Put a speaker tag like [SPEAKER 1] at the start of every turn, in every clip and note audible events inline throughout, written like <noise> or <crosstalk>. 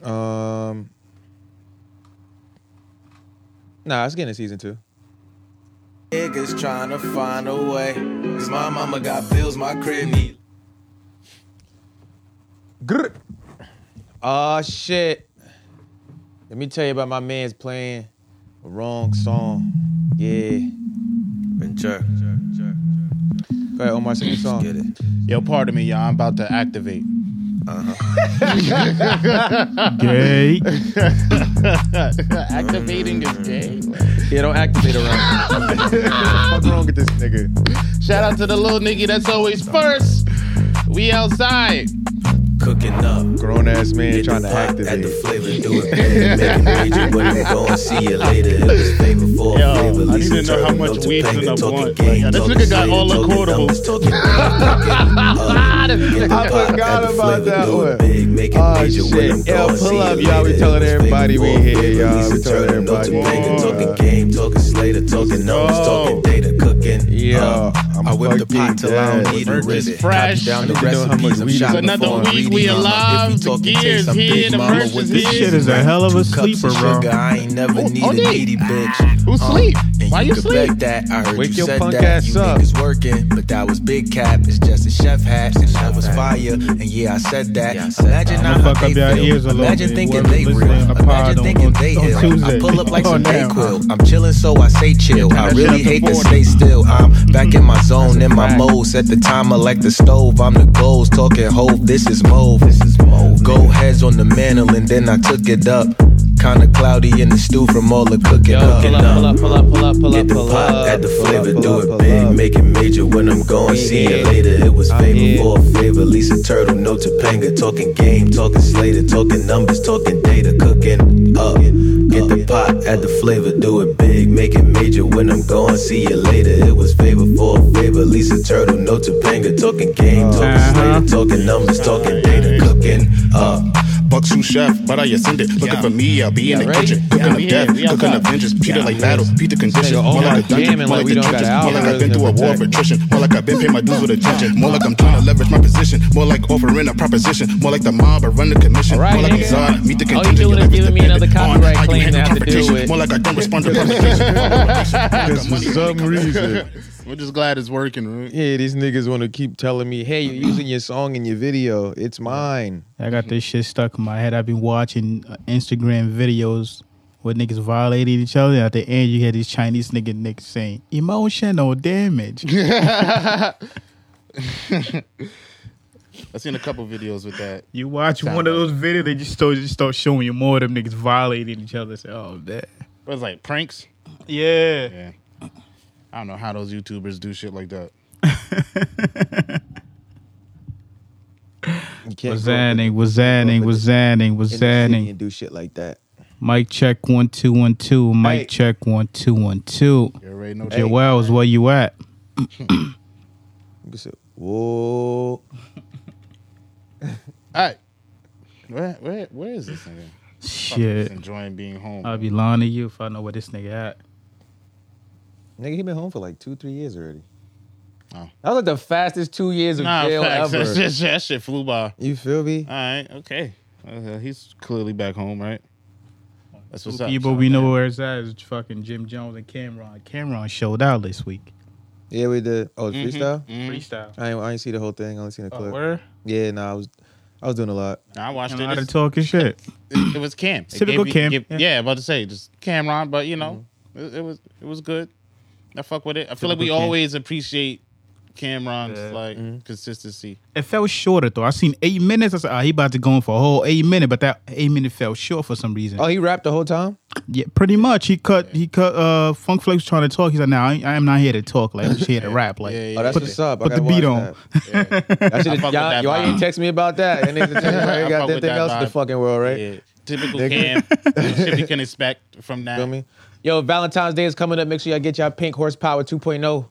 [SPEAKER 1] Um, Nah, it's getting a season two.
[SPEAKER 2] Niggas trying to find a way. Cause my mama got bills, my crib need.
[SPEAKER 1] Grr. Oh shit. Let me tell you about my man's playing the wrong song. Yeah.
[SPEAKER 2] Venture.
[SPEAKER 1] Go ahead, Omar, sing your song.
[SPEAKER 2] Get it.
[SPEAKER 3] Yo, pardon me, y'all. I'm about to activate.
[SPEAKER 2] Uh-huh.
[SPEAKER 3] <laughs>
[SPEAKER 4] Gay.
[SPEAKER 3] Activating is gay.
[SPEAKER 1] Yeah, don't activate around.
[SPEAKER 3] What's wrong with this nigga? Shout out to the little nigga that's always first. We outside.
[SPEAKER 2] Cooking up.
[SPEAKER 1] Grown ass man
[SPEAKER 2] Get
[SPEAKER 1] trying to
[SPEAKER 2] the fuck At the
[SPEAKER 1] activate.
[SPEAKER 2] flavor, do
[SPEAKER 1] <laughs>
[SPEAKER 2] it better. Make a major, but I'm going see you later. It was favor for
[SPEAKER 4] Yo,
[SPEAKER 2] a favor.
[SPEAKER 4] I
[SPEAKER 2] Lisa
[SPEAKER 4] need to know how
[SPEAKER 2] Turner,
[SPEAKER 4] much
[SPEAKER 2] Milton
[SPEAKER 4] weed's in
[SPEAKER 2] Payton,
[SPEAKER 4] a
[SPEAKER 2] talking
[SPEAKER 4] blunt.
[SPEAKER 2] game,
[SPEAKER 4] Yeah, this
[SPEAKER 2] talking
[SPEAKER 4] nigga got
[SPEAKER 2] player,
[SPEAKER 4] all the
[SPEAKER 2] talking
[SPEAKER 4] quotables.
[SPEAKER 2] numbers, talking
[SPEAKER 1] <laughs>
[SPEAKER 2] up. Get the pop at
[SPEAKER 1] forgot
[SPEAKER 2] the
[SPEAKER 1] about
[SPEAKER 2] flavor,
[SPEAKER 1] that
[SPEAKER 2] do it
[SPEAKER 1] one.
[SPEAKER 2] big, make it
[SPEAKER 1] Oh
[SPEAKER 2] major, when I'm
[SPEAKER 1] shit. Yo,
[SPEAKER 2] gone, see
[SPEAKER 1] pull
[SPEAKER 2] you
[SPEAKER 1] up, y'all. We
[SPEAKER 2] later.
[SPEAKER 1] telling
[SPEAKER 2] It was
[SPEAKER 1] everybody we
[SPEAKER 2] favor for a
[SPEAKER 1] here, y'all.
[SPEAKER 2] favor,
[SPEAKER 1] We
[SPEAKER 2] Lisa
[SPEAKER 1] telling
[SPEAKER 2] Turner, Milton
[SPEAKER 1] everybody.
[SPEAKER 2] Payton, Talking
[SPEAKER 1] Yeah.
[SPEAKER 2] game, talking Slater, talking numbers, talking data, cooking.
[SPEAKER 1] Yeah,
[SPEAKER 2] up.
[SPEAKER 1] I'm
[SPEAKER 2] Uh, I whip the
[SPEAKER 1] fucking
[SPEAKER 2] pot till I
[SPEAKER 1] dead.
[SPEAKER 2] don't need a
[SPEAKER 3] Merch is
[SPEAKER 2] ribbon.
[SPEAKER 3] fresh.
[SPEAKER 2] Copy down the
[SPEAKER 1] I need to know how much
[SPEAKER 2] recipes. I'm
[SPEAKER 1] weed is
[SPEAKER 2] shot
[SPEAKER 1] in
[SPEAKER 2] the
[SPEAKER 3] Another
[SPEAKER 2] phone,
[SPEAKER 3] week, we
[SPEAKER 2] greedy mama.
[SPEAKER 3] alive,
[SPEAKER 2] If we
[SPEAKER 3] the
[SPEAKER 2] talking
[SPEAKER 3] gear
[SPEAKER 2] taste,
[SPEAKER 3] is
[SPEAKER 2] I'm
[SPEAKER 3] here,
[SPEAKER 2] big
[SPEAKER 3] the
[SPEAKER 2] mama
[SPEAKER 3] merch
[SPEAKER 2] with
[SPEAKER 3] is
[SPEAKER 2] this
[SPEAKER 3] here.
[SPEAKER 4] Shit is a hell of a
[SPEAKER 2] Two cups
[SPEAKER 4] sleeper, bro.
[SPEAKER 2] Sugar, I ain't never
[SPEAKER 3] Oh,
[SPEAKER 2] need
[SPEAKER 3] oh,
[SPEAKER 2] a
[SPEAKER 3] yeah.
[SPEAKER 2] needy bitch.
[SPEAKER 3] Who sleep?
[SPEAKER 2] Uh, and
[SPEAKER 3] Why Oh, you
[SPEAKER 2] could
[SPEAKER 3] sleep?
[SPEAKER 2] bet that I heard
[SPEAKER 1] Wake
[SPEAKER 2] you
[SPEAKER 1] your
[SPEAKER 2] said
[SPEAKER 1] punk
[SPEAKER 2] that.
[SPEAKER 1] ass
[SPEAKER 2] you
[SPEAKER 1] up.
[SPEAKER 2] niggas working, but that was big cap. It's just a chef hat, and that was fire. And yeah, I said that. Imagine
[SPEAKER 4] I'ma
[SPEAKER 2] how
[SPEAKER 4] fuck
[SPEAKER 2] they
[SPEAKER 4] up y'all
[SPEAKER 2] feel.
[SPEAKER 4] ears a little
[SPEAKER 2] Imagine
[SPEAKER 4] bit.
[SPEAKER 2] thinking
[SPEAKER 4] Whoever
[SPEAKER 2] they real.
[SPEAKER 4] listening a pod
[SPEAKER 2] Imagine
[SPEAKER 4] on-
[SPEAKER 2] thinking
[SPEAKER 4] on-
[SPEAKER 2] they
[SPEAKER 4] on
[SPEAKER 2] ill. I
[SPEAKER 4] Tuesday.
[SPEAKER 2] pull up like
[SPEAKER 4] Oh,
[SPEAKER 2] some
[SPEAKER 4] damn.
[SPEAKER 2] Dayquil. I'm chilling, so I say chill. I
[SPEAKER 4] that shit
[SPEAKER 2] really
[SPEAKER 4] up to
[SPEAKER 2] hate to
[SPEAKER 4] 40.
[SPEAKER 2] stay still. I'm
[SPEAKER 4] <laughs>
[SPEAKER 2] back in my zone, in my
[SPEAKER 1] fact.
[SPEAKER 2] mode. Set the timer like the stove. I'm the goals, talking hope. This is mauve. This is mauve. Go heads on the mantle, and then I took it up. Kinda cloudy in the stew from all the
[SPEAKER 1] Yo,
[SPEAKER 2] cooking up.
[SPEAKER 1] pull up, pull up, pull up, pull up, pull up,
[SPEAKER 2] Get the
[SPEAKER 1] pull
[SPEAKER 2] pop,
[SPEAKER 1] up.
[SPEAKER 2] add the
[SPEAKER 1] pull up,
[SPEAKER 2] flavor,
[SPEAKER 1] pull
[SPEAKER 2] do
[SPEAKER 1] up,
[SPEAKER 2] it
[SPEAKER 1] pull
[SPEAKER 2] big,
[SPEAKER 1] up.
[SPEAKER 2] make it major. When I'm gone, see
[SPEAKER 1] here.
[SPEAKER 2] it later. It was
[SPEAKER 1] I'm here.
[SPEAKER 2] favor for a favor. Lisa Turtle, no Topanga, talking game, talking Slater, talking numbers, talking data, cooking up. Get the pop, add the flavor, do it big, make it major. When I'm gone, see it later. It was favor for a favor. Lisa Turtle, no Topanga, talking game, talking
[SPEAKER 1] Uh-huh.
[SPEAKER 2] Slater, talking numbers, talking data, cooking up.
[SPEAKER 5] Buck shoe chef, but I ascended. Looking for me, I'll be in the
[SPEAKER 1] ready?
[SPEAKER 5] kitchen. Cooking
[SPEAKER 3] we
[SPEAKER 5] up
[SPEAKER 3] here,
[SPEAKER 5] death,
[SPEAKER 3] we
[SPEAKER 5] cooking
[SPEAKER 3] outside.
[SPEAKER 5] up vengeance. Peter like battle, beat the condition.
[SPEAKER 1] Nigga,
[SPEAKER 5] More
[SPEAKER 1] Omar
[SPEAKER 5] like a dungeon,
[SPEAKER 1] jamming oh,
[SPEAKER 5] more
[SPEAKER 1] like
[SPEAKER 5] like
[SPEAKER 1] we
[SPEAKER 5] the
[SPEAKER 1] don't got
[SPEAKER 5] trenches.
[SPEAKER 1] an
[SPEAKER 5] More like I've
[SPEAKER 1] algorithm
[SPEAKER 5] been through a war of
[SPEAKER 1] to
[SPEAKER 5] attrition. More like I've been paying my dues with a tension. More like I'm trying to leverage my position. More like offering a proposition. More like the mob, I run the commission.
[SPEAKER 1] All right,
[SPEAKER 5] More like
[SPEAKER 1] nigga.
[SPEAKER 5] I'm Zod, meet the
[SPEAKER 1] All you doing
[SPEAKER 5] contingent. your
[SPEAKER 1] is
[SPEAKER 5] life
[SPEAKER 1] giving me another
[SPEAKER 5] dependent on
[SPEAKER 1] copyright
[SPEAKER 5] how you
[SPEAKER 1] claim
[SPEAKER 5] handle
[SPEAKER 1] to have to deal
[SPEAKER 5] confrontation.
[SPEAKER 1] with.
[SPEAKER 5] More like I don't
[SPEAKER 1] <laughs>
[SPEAKER 5] respond to provocation. More
[SPEAKER 3] Because for
[SPEAKER 5] like
[SPEAKER 3] some reason, we're just glad it's working, right?
[SPEAKER 1] Yeah, these niggas want to keep telling me, "Hey, you're using your song in your video. It's mine."
[SPEAKER 4] I got this shit stuck in my head. I've been watching uh, Instagram videos where niggas violated each other. At the end, you hear these Chinese nigga niggas saying emotional
[SPEAKER 5] <laughs>
[SPEAKER 4] damage.
[SPEAKER 3] I've seen a couple videos with that.
[SPEAKER 4] You watch one of those videos, they just start, just start showing you more of them niggas violating each other. Say, oh, that.
[SPEAKER 3] But it's like pranks.
[SPEAKER 4] Yeah. <laughs>
[SPEAKER 3] Yeah. I don't know how those YouTubers do shit like that.
[SPEAKER 1] You can't
[SPEAKER 4] Was
[SPEAKER 1] go up
[SPEAKER 4] zanning, was zanning, was zanning, was
[SPEAKER 1] in the city
[SPEAKER 4] zanning.
[SPEAKER 1] and do shit like that.
[SPEAKER 4] Mic check one two one two. Mic
[SPEAKER 1] Hey.
[SPEAKER 4] check one two one two.
[SPEAKER 3] You already know.
[SPEAKER 4] Hey. Joel's, where you at?
[SPEAKER 1] You say, "Whoa."
[SPEAKER 3] All right. Where, where, where is this nigga? Just
[SPEAKER 4] Shit.
[SPEAKER 3] enjoying being home.
[SPEAKER 4] I'll be lying to you if I know where this nigga at.
[SPEAKER 1] Nigga, he been home for like two, three years already.
[SPEAKER 3] Oh.
[SPEAKER 1] That was like the fastest two years of
[SPEAKER 3] nah,
[SPEAKER 1] jail
[SPEAKER 3] facts. <laughs> That
[SPEAKER 1] ever.
[SPEAKER 3] shit, that shit flew by.
[SPEAKER 1] You feel me?
[SPEAKER 3] All right. Okay. Uh, he's clearly back home, right? That's what's up.
[SPEAKER 4] People
[SPEAKER 3] so,
[SPEAKER 4] we know
[SPEAKER 3] man.
[SPEAKER 4] where it's at is fucking Jim Jones and Cameron. Cameron showed out this week.
[SPEAKER 1] Yeah, we did. Oh, the
[SPEAKER 3] Mhm,
[SPEAKER 1] freestyle.
[SPEAKER 3] mhm.
[SPEAKER 4] Freestyle.
[SPEAKER 1] I ain't, I ain't see the whole thing. I only
[SPEAKER 3] Uh,
[SPEAKER 1] seen a clip.
[SPEAKER 4] Where?
[SPEAKER 1] yeah, nah, I was, I was doing a lot.
[SPEAKER 3] Nah, I watched
[SPEAKER 4] A
[SPEAKER 3] it.
[SPEAKER 4] lot of
[SPEAKER 3] It's-
[SPEAKER 4] talking shit.
[SPEAKER 3] it, it was Cam. It
[SPEAKER 4] Typical
[SPEAKER 3] gave me-
[SPEAKER 4] Cam,
[SPEAKER 3] gave-
[SPEAKER 4] yeah.
[SPEAKER 3] yeah. about to say just Cameron, but you know, it, it was it was good. I fuck with it. I feel like we
[SPEAKER 4] Typical Cam.
[SPEAKER 3] always appreciate Cameron's
[SPEAKER 4] Yeah.
[SPEAKER 3] like consistency.
[SPEAKER 4] It fell shorter though. I seen eight minutes. I said, oh, he about to go in for a whole eight minute, but that eight minute fell short for some reason.
[SPEAKER 1] Oh, he rapped the whole time. Oh,
[SPEAKER 4] Yeah, pretty much. He cut. He cut. Uh, Funk Flex trying to talk. He's like, "Now I, I am not here to talk. Like I'm just here to rap. Like,
[SPEAKER 3] Yeah, yeah,
[SPEAKER 1] Oh, that's
[SPEAKER 3] Put-
[SPEAKER 1] what's up. I
[SPEAKER 4] put the
[SPEAKER 1] gotta
[SPEAKER 4] beat
[SPEAKER 1] watch
[SPEAKER 4] on.
[SPEAKER 1] That. I should
[SPEAKER 3] fuck
[SPEAKER 1] y'all,
[SPEAKER 3] with that
[SPEAKER 1] y'all ain't
[SPEAKER 3] vibe.
[SPEAKER 1] text me about that. And
[SPEAKER 3] <laughs>
[SPEAKER 1] niggas
[SPEAKER 3] I
[SPEAKER 1] you got that
[SPEAKER 3] fuck with
[SPEAKER 1] thing
[SPEAKER 3] that
[SPEAKER 1] else in the
[SPEAKER 3] vibe.
[SPEAKER 1] fucking world, right?
[SPEAKER 3] Yeah, typical Cam.
[SPEAKER 1] Nigga.
[SPEAKER 3] shit we can expect from that.
[SPEAKER 1] Feel me? Yo, Valentine's Day is coming up. Make sure y'all get y'all pink horsepower oh. 2.0.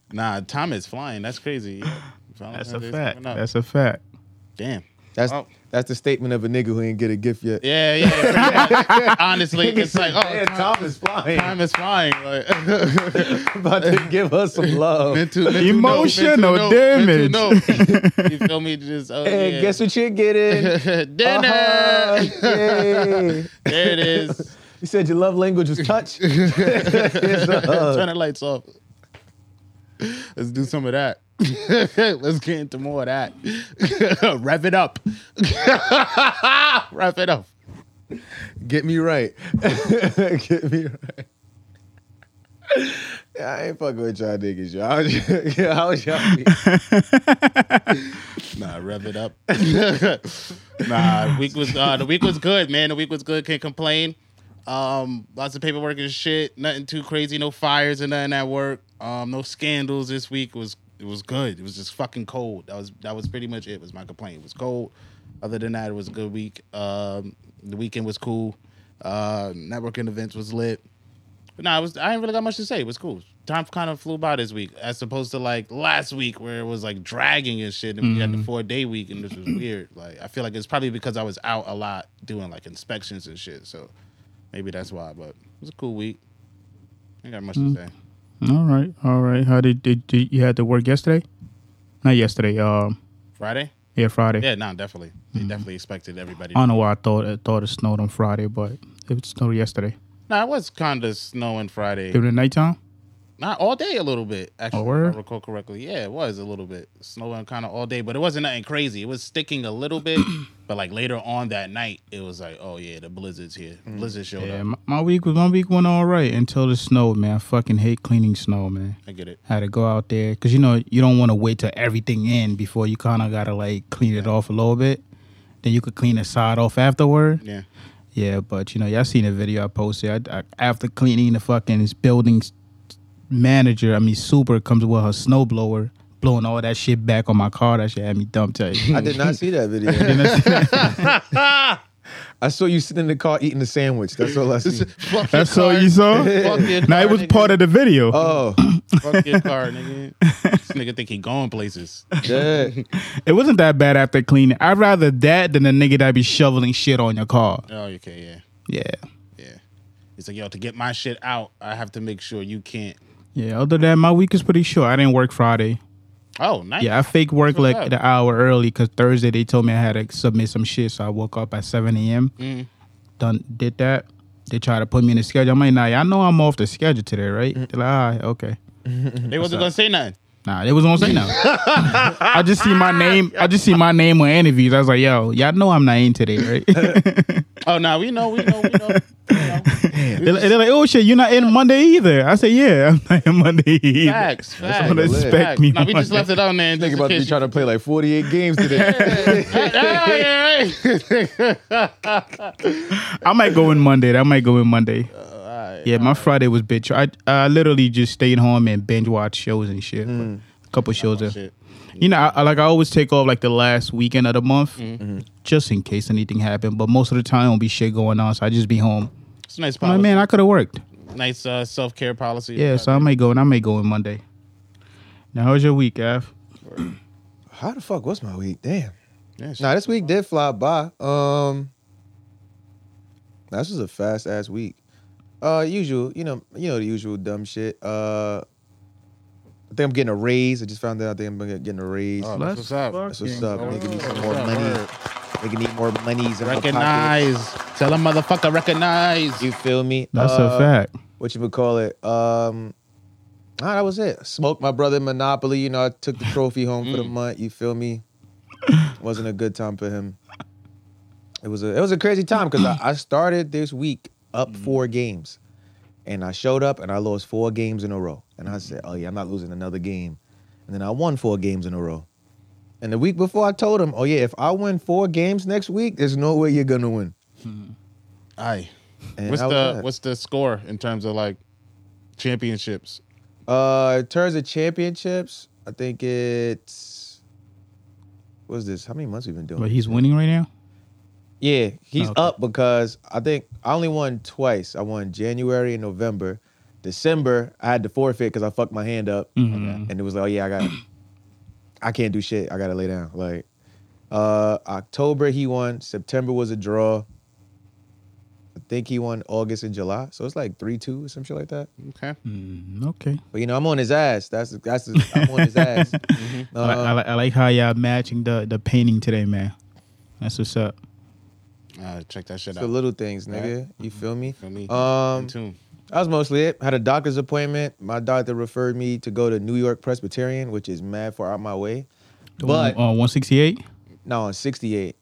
[SPEAKER 3] <laughs> Nah, time is flying. That's crazy. Yeah.
[SPEAKER 4] <laughs> That's a
[SPEAKER 3] Valentine's Day's
[SPEAKER 4] fact.
[SPEAKER 3] coming up.
[SPEAKER 4] That's a fact.
[SPEAKER 3] Damn.
[SPEAKER 1] That's
[SPEAKER 3] Oh.
[SPEAKER 1] that's the statement of a nigga who ain't get a gift yet.
[SPEAKER 3] Yeah, yeah. pretty
[SPEAKER 4] <laughs>
[SPEAKER 3] much. Honestly, it's like, oh,
[SPEAKER 1] yeah,
[SPEAKER 3] time,
[SPEAKER 1] Tom is flying.
[SPEAKER 3] <laughs> time is flying. Like, <laughs>
[SPEAKER 1] about to give us some love.
[SPEAKER 3] mental, mental
[SPEAKER 4] Emotional
[SPEAKER 3] note, mental
[SPEAKER 4] damage. <laughs>
[SPEAKER 3] note. you feel me? Just oh,
[SPEAKER 1] Hey,
[SPEAKER 3] yeah.
[SPEAKER 1] guess what you're getting?
[SPEAKER 3] <laughs> Dinner.
[SPEAKER 1] Uh-huh, yay.
[SPEAKER 3] There
[SPEAKER 1] <laughs>
[SPEAKER 3] it is.
[SPEAKER 1] You said your love language was
[SPEAKER 3] <laughs>
[SPEAKER 1] touch. <laughs> Here's a hug.
[SPEAKER 3] Turn the lights off. Let's do some of that. <laughs> Let's get into more of that. <laughs> Rev it up. <laughs> Rev it up.
[SPEAKER 1] Get me right. Get me right. Yeah, I ain't fucking with y'all niggas, y'all. How was y'all? How was
[SPEAKER 3] <laughs>
[SPEAKER 1] y'all?
[SPEAKER 3] Nah, rev it up. nah, the week was uh, the week was good, man. The week was good. Can't complain. Um, lots of paperwork and shit. Nothing too crazy. No fires and nothing at work. Um, no scandals this week. It was it was good. It was just fucking cold. That was that was pretty much it. Was my complaint. It was cold. Other than that, it was a good week. Um, the weekend was cool. Uh, networking events was lit. But nah, it was I ain't really got much to say. It was cool. Time kind of flew by this week, as opposed to like last week where it was like dragging and shit, and we had the four day week, and this was weird. Like I feel like it's probably because I was out a lot doing like inspections and shit, so maybe that's why. But it was a cool week. I ain't got much to say.
[SPEAKER 4] All right, all right. How did, did, did you had to work yesterday? Not yesterday. Um,
[SPEAKER 3] Friday?
[SPEAKER 4] yeah, Friday.
[SPEAKER 3] Yeah, no, definitely. They definitely expected everybody. to
[SPEAKER 4] I don't know why I thought I thought it snowed on Friday, but it snowed yesterday.
[SPEAKER 3] nah, it was kind of snowing Friday.
[SPEAKER 4] During the nighttime.
[SPEAKER 3] Not all day, a little bit. Actually,
[SPEAKER 4] Oh,
[SPEAKER 3] if
[SPEAKER 4] word?
[SPEAKER 3] I recall correctly, yeah, it was a little bit snowing kind of all day, but it wasn't nothing crazy. It was sticking a little
[SPEAKER 4] <clears throat>
[SPEAKER 3] bit, but like later on that night, it was like, oh yeah, the blizzard's here. Blizzard showed
[SPEAKER 4] Mm, Yeah,
[SPEAKER 3] up.
[SPEAKER 4] my, my week was my week went all right until it snowed, man. I fucking hate cleaning snow, man.
[SPEAKER 3] I get it.
[SPEAKER 4] I had to go out there because you know you don't want to wait till everything in before you kind of gotta like clean it off a little bit. Then you could clean the side off afterward. <laughs>
[SPEAKER 3] Yeah,
[SPEAKER 4] Yeah, but you know, y'all seen the video I posted. I, I, after cleaning the fucking this building's manager, I mean, super comes with her snowblower, blowing all that shit back on my car. That shit had me dumb tight.
[SPEAKER 1] I did not see that video. <laughs> I saw you sitting in the car eating a sandwich. That's all I see.
[SPEAKER 3] fuck
[SPEAKER 4] That's all you
[SPEAKER 3] <laughs>
[SPEAKER 4] <laughs> saw? now it was part of the video.
[SPEAKER 1] Oh,
[SPEAKER 3] <coughs> Fuck your car, nigga. this nigga think he going places. Oh,
[SPEAKER 1] yeah.
[SPEAKER 4] It wasn't that bad after cleaning. I'd rather that than a nigga that be shoveling shit on your car.
[SPEAKER 3] Oh, okay, yeah,
[SPEAKER 4] Yeah.
[SPEAKER 3] yeah. It's like yo, to get my shit out, I have to make sure you can't.
[SPEAKER 4] Yeah, other than that, my week is pretty short. I didn't work Friday.
[SPEAKER 3] Oh, nice.
[SPEAKER 4] Yeah, I fake work
[SPEAKER 3] What's
[SPEAKER 4] like
[SPEAKER 3] up?
[SPEAKER 4] an hour early because Thursday they told me I had to submit some shit. So I woke up at 7 a.m.
[SPEAKER 3] Mm.
[SPEAKER 4] Done did that. They try to put me in the schedule. I'm like, nah, I know I'm off the schedule today, right?
[SPEAKER 3] Mm.
[SPEAKER 4] They're like, all right, okay.
[SPEAKER 3] they wasn't gonna say nothing.
[SPEAKER 4] Nah, they was gonna say
[SPEAKER 3] <laughs>
[SPEAKER 4] no. I just see my name. I just see my name on interviews. I was like, yo, y'all know I'm not in today, right?
[SPEAKER 3] <laughs> Oh, no, we know, we know, we
[SPEAKER 4] <laughs>
[SPEAKER 3] know. We know.
[SPEAKER 4] they're, like- they're like, oh shit, you're not in Monday either. I said, yeah, I'm not in Monday <laughs> either.
[SPEAKER 3] Facts, facts.
[SPEAKER 4] what they
[SPEAKER 3] facts.
[SPEAKER 4] expect me
[SPEAKER 3] Nah, we just
[SPEAKER 4] on.
[SPEAKER 3] left it on there.
[SPEAKER 1] Nigga
[SPEAKER 3] Just
[SPEAKER 1] about to be
[SPEAKER 3] in
[SPEAKER 1] trying to play like 48 games
[SPEAKER 3] <laughs>
[SPEAKER 1] today. <laughs>
[SPEAKER 3] case you-
[SPEAKER 4] I might go in Monday. That might go in Monday. yeah, my Friday was bitch. I I literally just stayed home and binge watched shows and shit. A couple shows. that-
[SPEAKER 3] shit.
[SPEAKER 4] You know, I, I- like I always take off like the last weekend of the month, just in case anything happened. But most of the time, won't be shit going on, so I just be home.
[SPEAKER 3] <laughs> It's a nice
[SPEAKER 4] I'm like,
[SPEAKER 3] policy.
[SPEAKER 4] man, I could have worked.
[SPEAKER 3] Nice uh, self care policy.
[SPEAKER 4] Yeah, so I might go and I may go in Monday. Now, how's your week, Af?
[SPEAKER 1] How the fuck was my week? Damn.
[SPEAKER 3] Yeah, shit.
[SPEAKER 1] Nah, this week did fly by. Um, this was a fast ass week. Uh, usual, you know, you know the usual dumb shit. Uh, I think I'm getting a raise. I just found out I think I'm getting a raise.
[SPEAKER 3] Oh, that's what's up.
[SPEAKER 1] That's what's up. Nigga need some
[SPEAKER 3] What's
[SPEAKER 1] more
[SPEAKER 3] up,
[SPEAKER 1] money.
[SPEAKER 3] word?
[SPEAKER 1] Nigga need more monies in my pocket.
[SPEAKER 3] Recognize. Tell a motherfucker, recognize.
[SPEAKER 1] You feel me?
[SPEAKER 4] That's
[SPEAKER 1] Uh,
[SPEAKER 4] a fact.
[SPEAKER 1] What you would call it? Um, ah, that was it. Smoked my brother Monopoly. You know, I took the trophy home
[SPEAKER 3] Mm.
[SPEAKER 1] for the month. You feel me? Wasn't a good time for him. It was a it was a crazy time because I, I started this week up
[SPEAKER 3] Mm.
[SPEAKER 1] four games, and I showed up and I lost four games in a row. And I said, "Oh yeah, I'm not losing another game." And then I won four games in a row. And the week before, I told him, "Oh yeah, if I win four games next week, there's no way you're gonna win."
[SPEAKER 3] Aye.
[SPEAKER 1] And
[SPEAKER 3] What's
[SPEAKER 1] that was
[SPEAKER 3] the
[SPEAKER 1] that.
[SPEAKER 3] what's the score in terms of like championships?
[SPEAKER 1] Uh, in terms of championships, I think it's what's this? How many months we've been doing?
[SPEAKER 4] But he's winning right now.
[SPEAKER 1] yeah, he's
[SPEAKER 4] Okay.
[SPEAKER 1] up because I think I only won twice. I won January and November. December, I had to forfeit because I fucked my hand up, and it was like, oh yeah, I got, I can't do shit. I gotta lay down. Like, Uh, October he won. September was a draw. I think he won August and July. So it's like three two or some shit like that.
[SPEAKER 3] Okay.
[SPEAKER 4] Mm, okay.
[SPEAKER 1] But you know, I'm on his ass. That's that's I'm on his ass.
[SPEAKER 4] I, li- I,
[SPEAKER 1] Uh,
[SPEAKER 4] li- I like how y'all matching the the painting today, man. That's what's up.
[SPEAKER 3] Uh, check that shit
[SPEAKER 1] it's the
[SPEAKER 3] out.
[SPEAKER 1] little things, nigga. You feel me?
[SPEAKER 3] mm-hmm. Feel me?
[SPEAKER 1] Um,
[SPEAKER 3] In tune.
[SPEAKER 1] That was mostly it. Had a doctor's appointment. My doctor referred me to go to New York Presbyterian, which is mad far out my way.
[SPEAKER 4] The
[SPEAKER 1] But-
[SPEAKER 4] one on one sixty eight.
[SPEAKER 1] No, on
[SPEAKER 3] <laughs>
[SPEAKER 1] 68.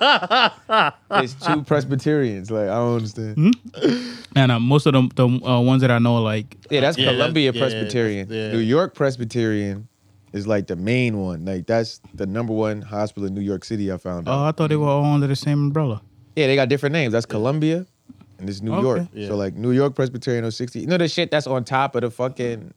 [SPEAKER 1] it's two Presbyterians. Like I don't understand.
[SPEAKER 4] And uh, most of the the uh, ones that I know, like
[SPEAKER 1] Yeah, that's
[SPEAKER 3] Yeah, that's-
[SPEAKER 1] Columbia
[SPEAKER 3] yeah,
[SPEAKER 1] Presbyterian.
[SPEAKER 3] that's- yeah.
[SPEAKER 1] New York Presbyterian is like the main one. Like that's the number one hospital in New York City. I found
[SPEAKER 4] oh,
[SPEAKER 1] out.
[SPEAKER 4] I thought they were all under the same umbrella.
[SPEAKER 1] Yeah, they got different names. That's Columbia, and it's New
[SPEAKER 4] Okay.
[SPEAKER 1] York.
[SPEAKER 3] Yeah.
[SPEAKER 1] So like New York Presbyterian or 60. You know the shit that's on top of the fucking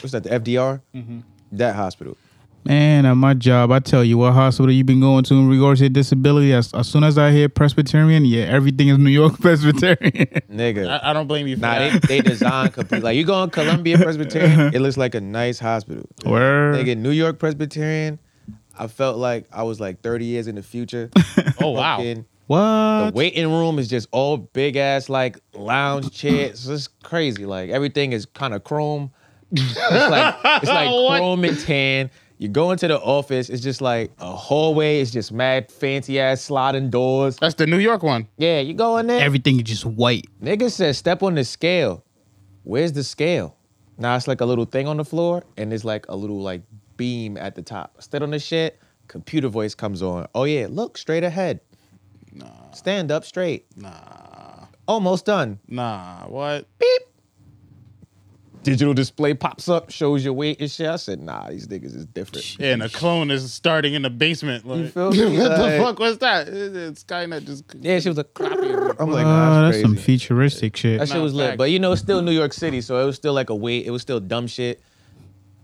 [SPEAKER 1] what's that? The FDR.
[SPEAKER 3] Mm-hmm.
[SPEAKER 1] That hospital.
[SPEAKER 4] Man, at my job, I tell you what hospital you been going to in regards to your disability. As, as soon as I hear Presbyterian, yeah, everything is New York <laughs> Presbyterian.
[SPEAKER 1] Nigga.
[SPEAKER 3] I, I don't blame you for
[SPEAKER 1] Nah,
[SPEAKER 3] that.
[SPEAKER 1] they, they
[SPEAKER 3] <laughs>
[SPEAKER 1] design complete. Like you go on Columbia Presbyterian, it looks like a nice hospital.
[SPEAKER 4] Word.
[SPEAKER 1] Nigga, New York Presbyterian, I felt like I was like 30 years in the future.
[SPEAKER 3] <laughs> oh wow.
[SPEAKER 1] Fucking- the
[SPEAKER 4] what?
[SPEAKER 1] waiting room is just all big ass like lounge chairs. It's crazy. Like everything is kind of chrome. It's like it's like
[SPEAKER 3] What?
[SPEAKER 1] chrome and tan. You go into the office, it's just like a hallway. It's just mad fancy ass sliding doors.
[SPEAKER 3] That's the New York one.
[SPEAKER 1] Yeah, you go in there.
[SPEAKER 4] Everything is just white.
[SPEAKER 1] Nigga says, step on the scale. Where's the scale? Now it's like a little thing on the floor, and it's like a little like beam at the top. Step on the shit, computer voice comes on. Oh yeah, look straight ahead. Nah. Stand up straight. Nah. Almost done.
[SPEAKER 3] Nah, what?
[SPEAKER 1] Digital display pops up, shows your weight and shit. I said, nah, these niggas is different.
[SPEAKER 3] Yeah, and a clone is starting in the basement. Like,
[SPEAKER 1] You
[SPEAKER 3] <laughs>
[SPEAKER 1] feel me?
[SPEAKER 3] what the
[SPEAKER 1] Like-
[SPEAKER 3] fuck was that? It- it's Skynet just.
[SPEAKER 1] Yeah, she was like, I'm like,
[SPEAKER 4] Uh,
[SPEAKER 1] nah,
[SPEAKER 4] that's
[SPEAKER 1] that's,
[SPEAKER 4] some
[SPEAKER 1] crazy.
[SPEAKER 4] futuristic shit.
[SPEAKER 1] That shit
[SPEAKER 3] Nah,
[SPEAKER 1] was
[SPEAKER 3] facts.
[SPEAKER 1] lit. But you know, it's still New York City, so it was still like a wait. It was still dumb shit.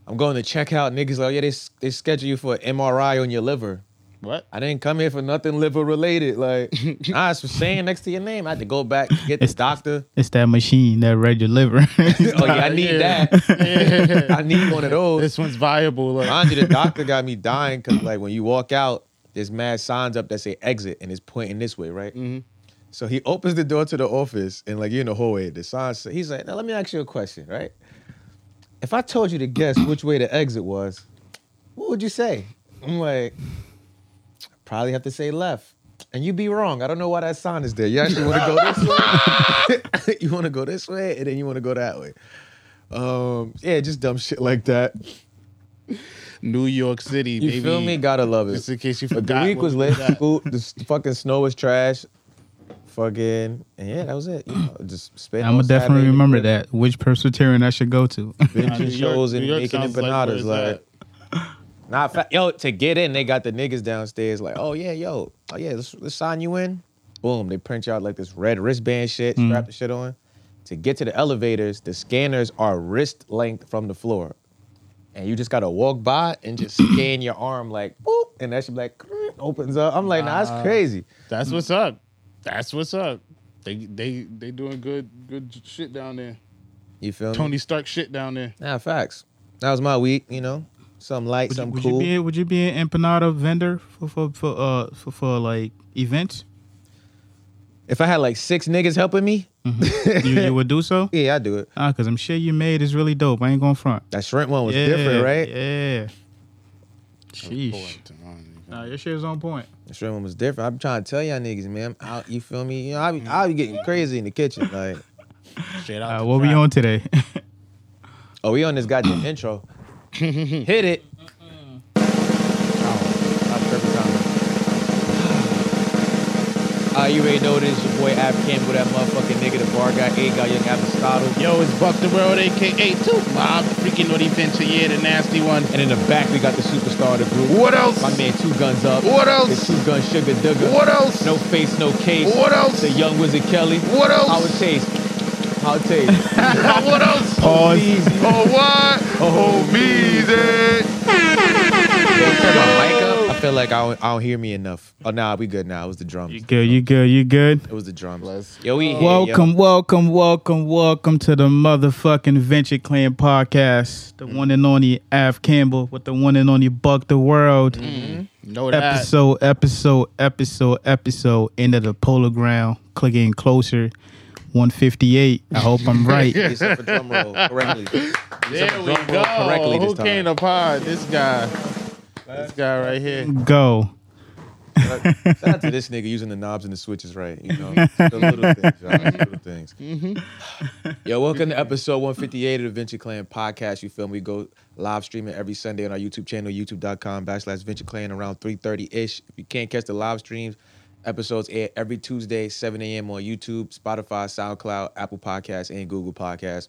[SPEAKER 1] I'm going to check out. Niggas like, yeah, they, they schedule you for an MRI on your liver.
[SPEAKER 3] What?
[SPEAKER 1] I didn't come here for nothing liver related. Like, nah, it's for saying next to your name. I had to go back, get the doctor.
[SPEAKER 4] It's that machine that read your <laughs> liver.
[SPEAKER 1] Oh, yeah, I need
[SPEAKER 3] <laughs> Yeah.
[SPEAKER 1] that.
[SPEAKER 3] Yeah.
[SPEAKER 1] I need
[SPEAKER 3] <laughs>
[SPEAKER 1] one of those.
[SPEAKER 3] this one's viable. Like,
[SPEAKER 1] Mind you, the doctor got me dying because, like, when you walk out, there's mad signs up that say exit and it's pointing this way, right? So he opens the door to the office and, like, you're in the hallway. The sign says, he's like, now let me ask you a question, right? If I told you to guess which way the exit was, what would you say? I'm like, probably have to say left. And you'd be wrong. I don't know why that sign is there. You actually want to go this way? <laughs> you want to go this way and then you want to go that way. Um, yeah, just dumb shit like that.
[SPEAKER 3] New York City,
[SPEAKER 1] You
[SPEAKER 3] baby.
[SPEAKER 1] feel me? Gotta love it.
[SPEAKER 3] Just in case you
[SPEAKER 1] But the
[SPEAKER 3] forgot.
[SPEAKER 1] week
[SPEAKER 3] what
[SPEAKER 1] was
[SPEAKER 3] we
[SPEAKER 1] lit.
[SPEAKER 3] got.
[SPEAKER 1] School, the s- fucking snow was trash. Fucking and yeah, that was it. You know, just spent.
[SPEAKER 4] I'm gonna definitely remember that. Which Presbyterian I should go to? <laughs>
[SPEAKER 3] Nah, New
[SPEAKER 1] Benching
[SPEAKER 3] York-
[SPEAKER 1] shows
[SPEAKER 3] New
[SPEAKER 1] and
[SPEAKER 3] York
[SPEAKER 1] making
[SPEAKER 3] sounds like
[SPEAKER 1] empanadas,
[SPEAKER 3] where it's
[SPEAKER 1] like. Nah, fa- yo, to get in, they got the niggas downstairs. Like, oh yeah, yo, oh yeah, let's, let's sign you in. Boom, they print you out like this red wristband shit.
[SPEAKER 3] Mm-hmm.
[SPEAKER 1] Strap the shit on. To get to the elevators, the scanners are wrist length from the floor, and you just gotta walk by and
[SPEAKER 3] <coughs>
[SPEAKER 1] just scan your arm like boop, and that should be like <clears throat> opens up. I'm like, nah, that's crazy.
[SPEAKER 3] That's what's up. That's what's up. They they they doing good good shit down there.
[SPEAKER 1] You feel me?
[SPEAKER 3] Tony Stark shit down there.
[SPEAKER 1] Nah, facts. That was my week. You know, some light,
[SPEAKER 4] Would you,
[SPEAKER 1] some
[SPEAKER 4] would
[SPEAKER 1] cool.
[SPEAKER 4] you be would you be an empanada vendor for for for uh for, for like events?
[SPEAKER 1] <laughs> if I had like six niggas helping me,
[SPEAKER 4] You, you would do so?
[SPEAKER 1] yeah, I do it.
[SPEAKER 4] Ah, cause I'm sure you made is really dope. I ain't going front.
[SPEAKER 1] That shrimp one was
[SPEAKER 4] yeah,
[SPEAKER 1] different, right?
[SPEAKER 4] Yeah. Sheesh. Nah, your shit is on point.
[SPEAKER 1] The shrimp one was different. I'm trying to tell y'all niggas, man. I'm out, you feel me? You know, I be, I be getting crazy in the kitchen. Like,
[SPEAKER 3] Straight out.
[SPEAKER 4] Uh,
[SPEAKER 3] the
[SPEAKER 4] what we
[SPEAKER 3] trap.
[SPEAKER 4] on today?
[SPEAKER 1] oh, we on this goddamn <clears throat> intro. Hit it. Oh, not perfect timing. Ah, you already know this. Your boy Ab Campbell, that motherfucking nigga. The bar guy, A guy, young Apostado.
[SPEAKER 3] Yo, it's Buck the World, aka Two Mob, freaking Naughty Venture, yeah, the nasty one.
[SPEAKER 1] And in the back, we got the superstar of the group.
[SPEAKER 3] What else?
[SPEAKER 1] My man, Two Guns Up.
[SPEAKER 3] What else?
[SPEAKER 1] The Two Gun Sugar Dugger.
[SPEAKER 3] What else?
[SPEAKER 1] No face, no case.
[SPEAKER 3] What else? <laughs>
[SPEAKER 1] The Young Wizard Kelly.
[SPEAKER 3] What else?
[SPEAKER 1] Howard Chase. Howard Chase.
[SPEAKER 3] what else?
[SPEAKER 1] Easy.
[SPEAKER 3] Oh what? Oh, me,
[SPEAKER 1] Turn my mic up. I feel like I don't, I don't hear me enough. Oh, nah, we good now. It was the drums.
[SPEAKER 4] You <laughs> good? You good? You good?
[SPEAKER 1] It was the drums.
[SPEAKER 3] Let's-
[SPEAKER 1] yo, we here, yo.
[SPEAKER 4] Welcome, welcome, welcome, welcome to the motherfucking Venture Clan podcast.
[SPEAKER 1] Mm.
[SPEAKER 4] The one and only Av Campbell with the one and only Buck the World.
[SPEAKER 1] Mm-hmm.
[SPEAKER 3] Know that.
[SPEAKER 4] Episode, episode, episode, episode. End of the polar ground. Clicking closer. 158. I hope I'm right.
[SPEAKER 1] Give yourself a drum roll correctly.
[SPEAKER 3] There we
[SPEAKER 1] drum roll correctly
[SPEAKER 3] go.
[SPEAKER 1] this
[SPEAKER 3] Who
[SPEAKER 1] time.
[SPEAKER 3] came to pod? This guy. This guy right here.
[SPEAKER 4] Go.
[SPEAKER 1] Shout out to this nigga using the knobs and the switches right. You know, the little things, y'all, the little things. Yo, welcome to episode 158 of the Venture Clan podcast. You feel me? Go live streaming every Sunday on our YouTube channel, youtube.com backslash Venture Clan around 3.30ish. If you can't catch the live streams, episodes air every Tuesday, 7 a.m. on YouTube, Spotify, SoundCloud, Apple Podcasts, and Google Podcasts.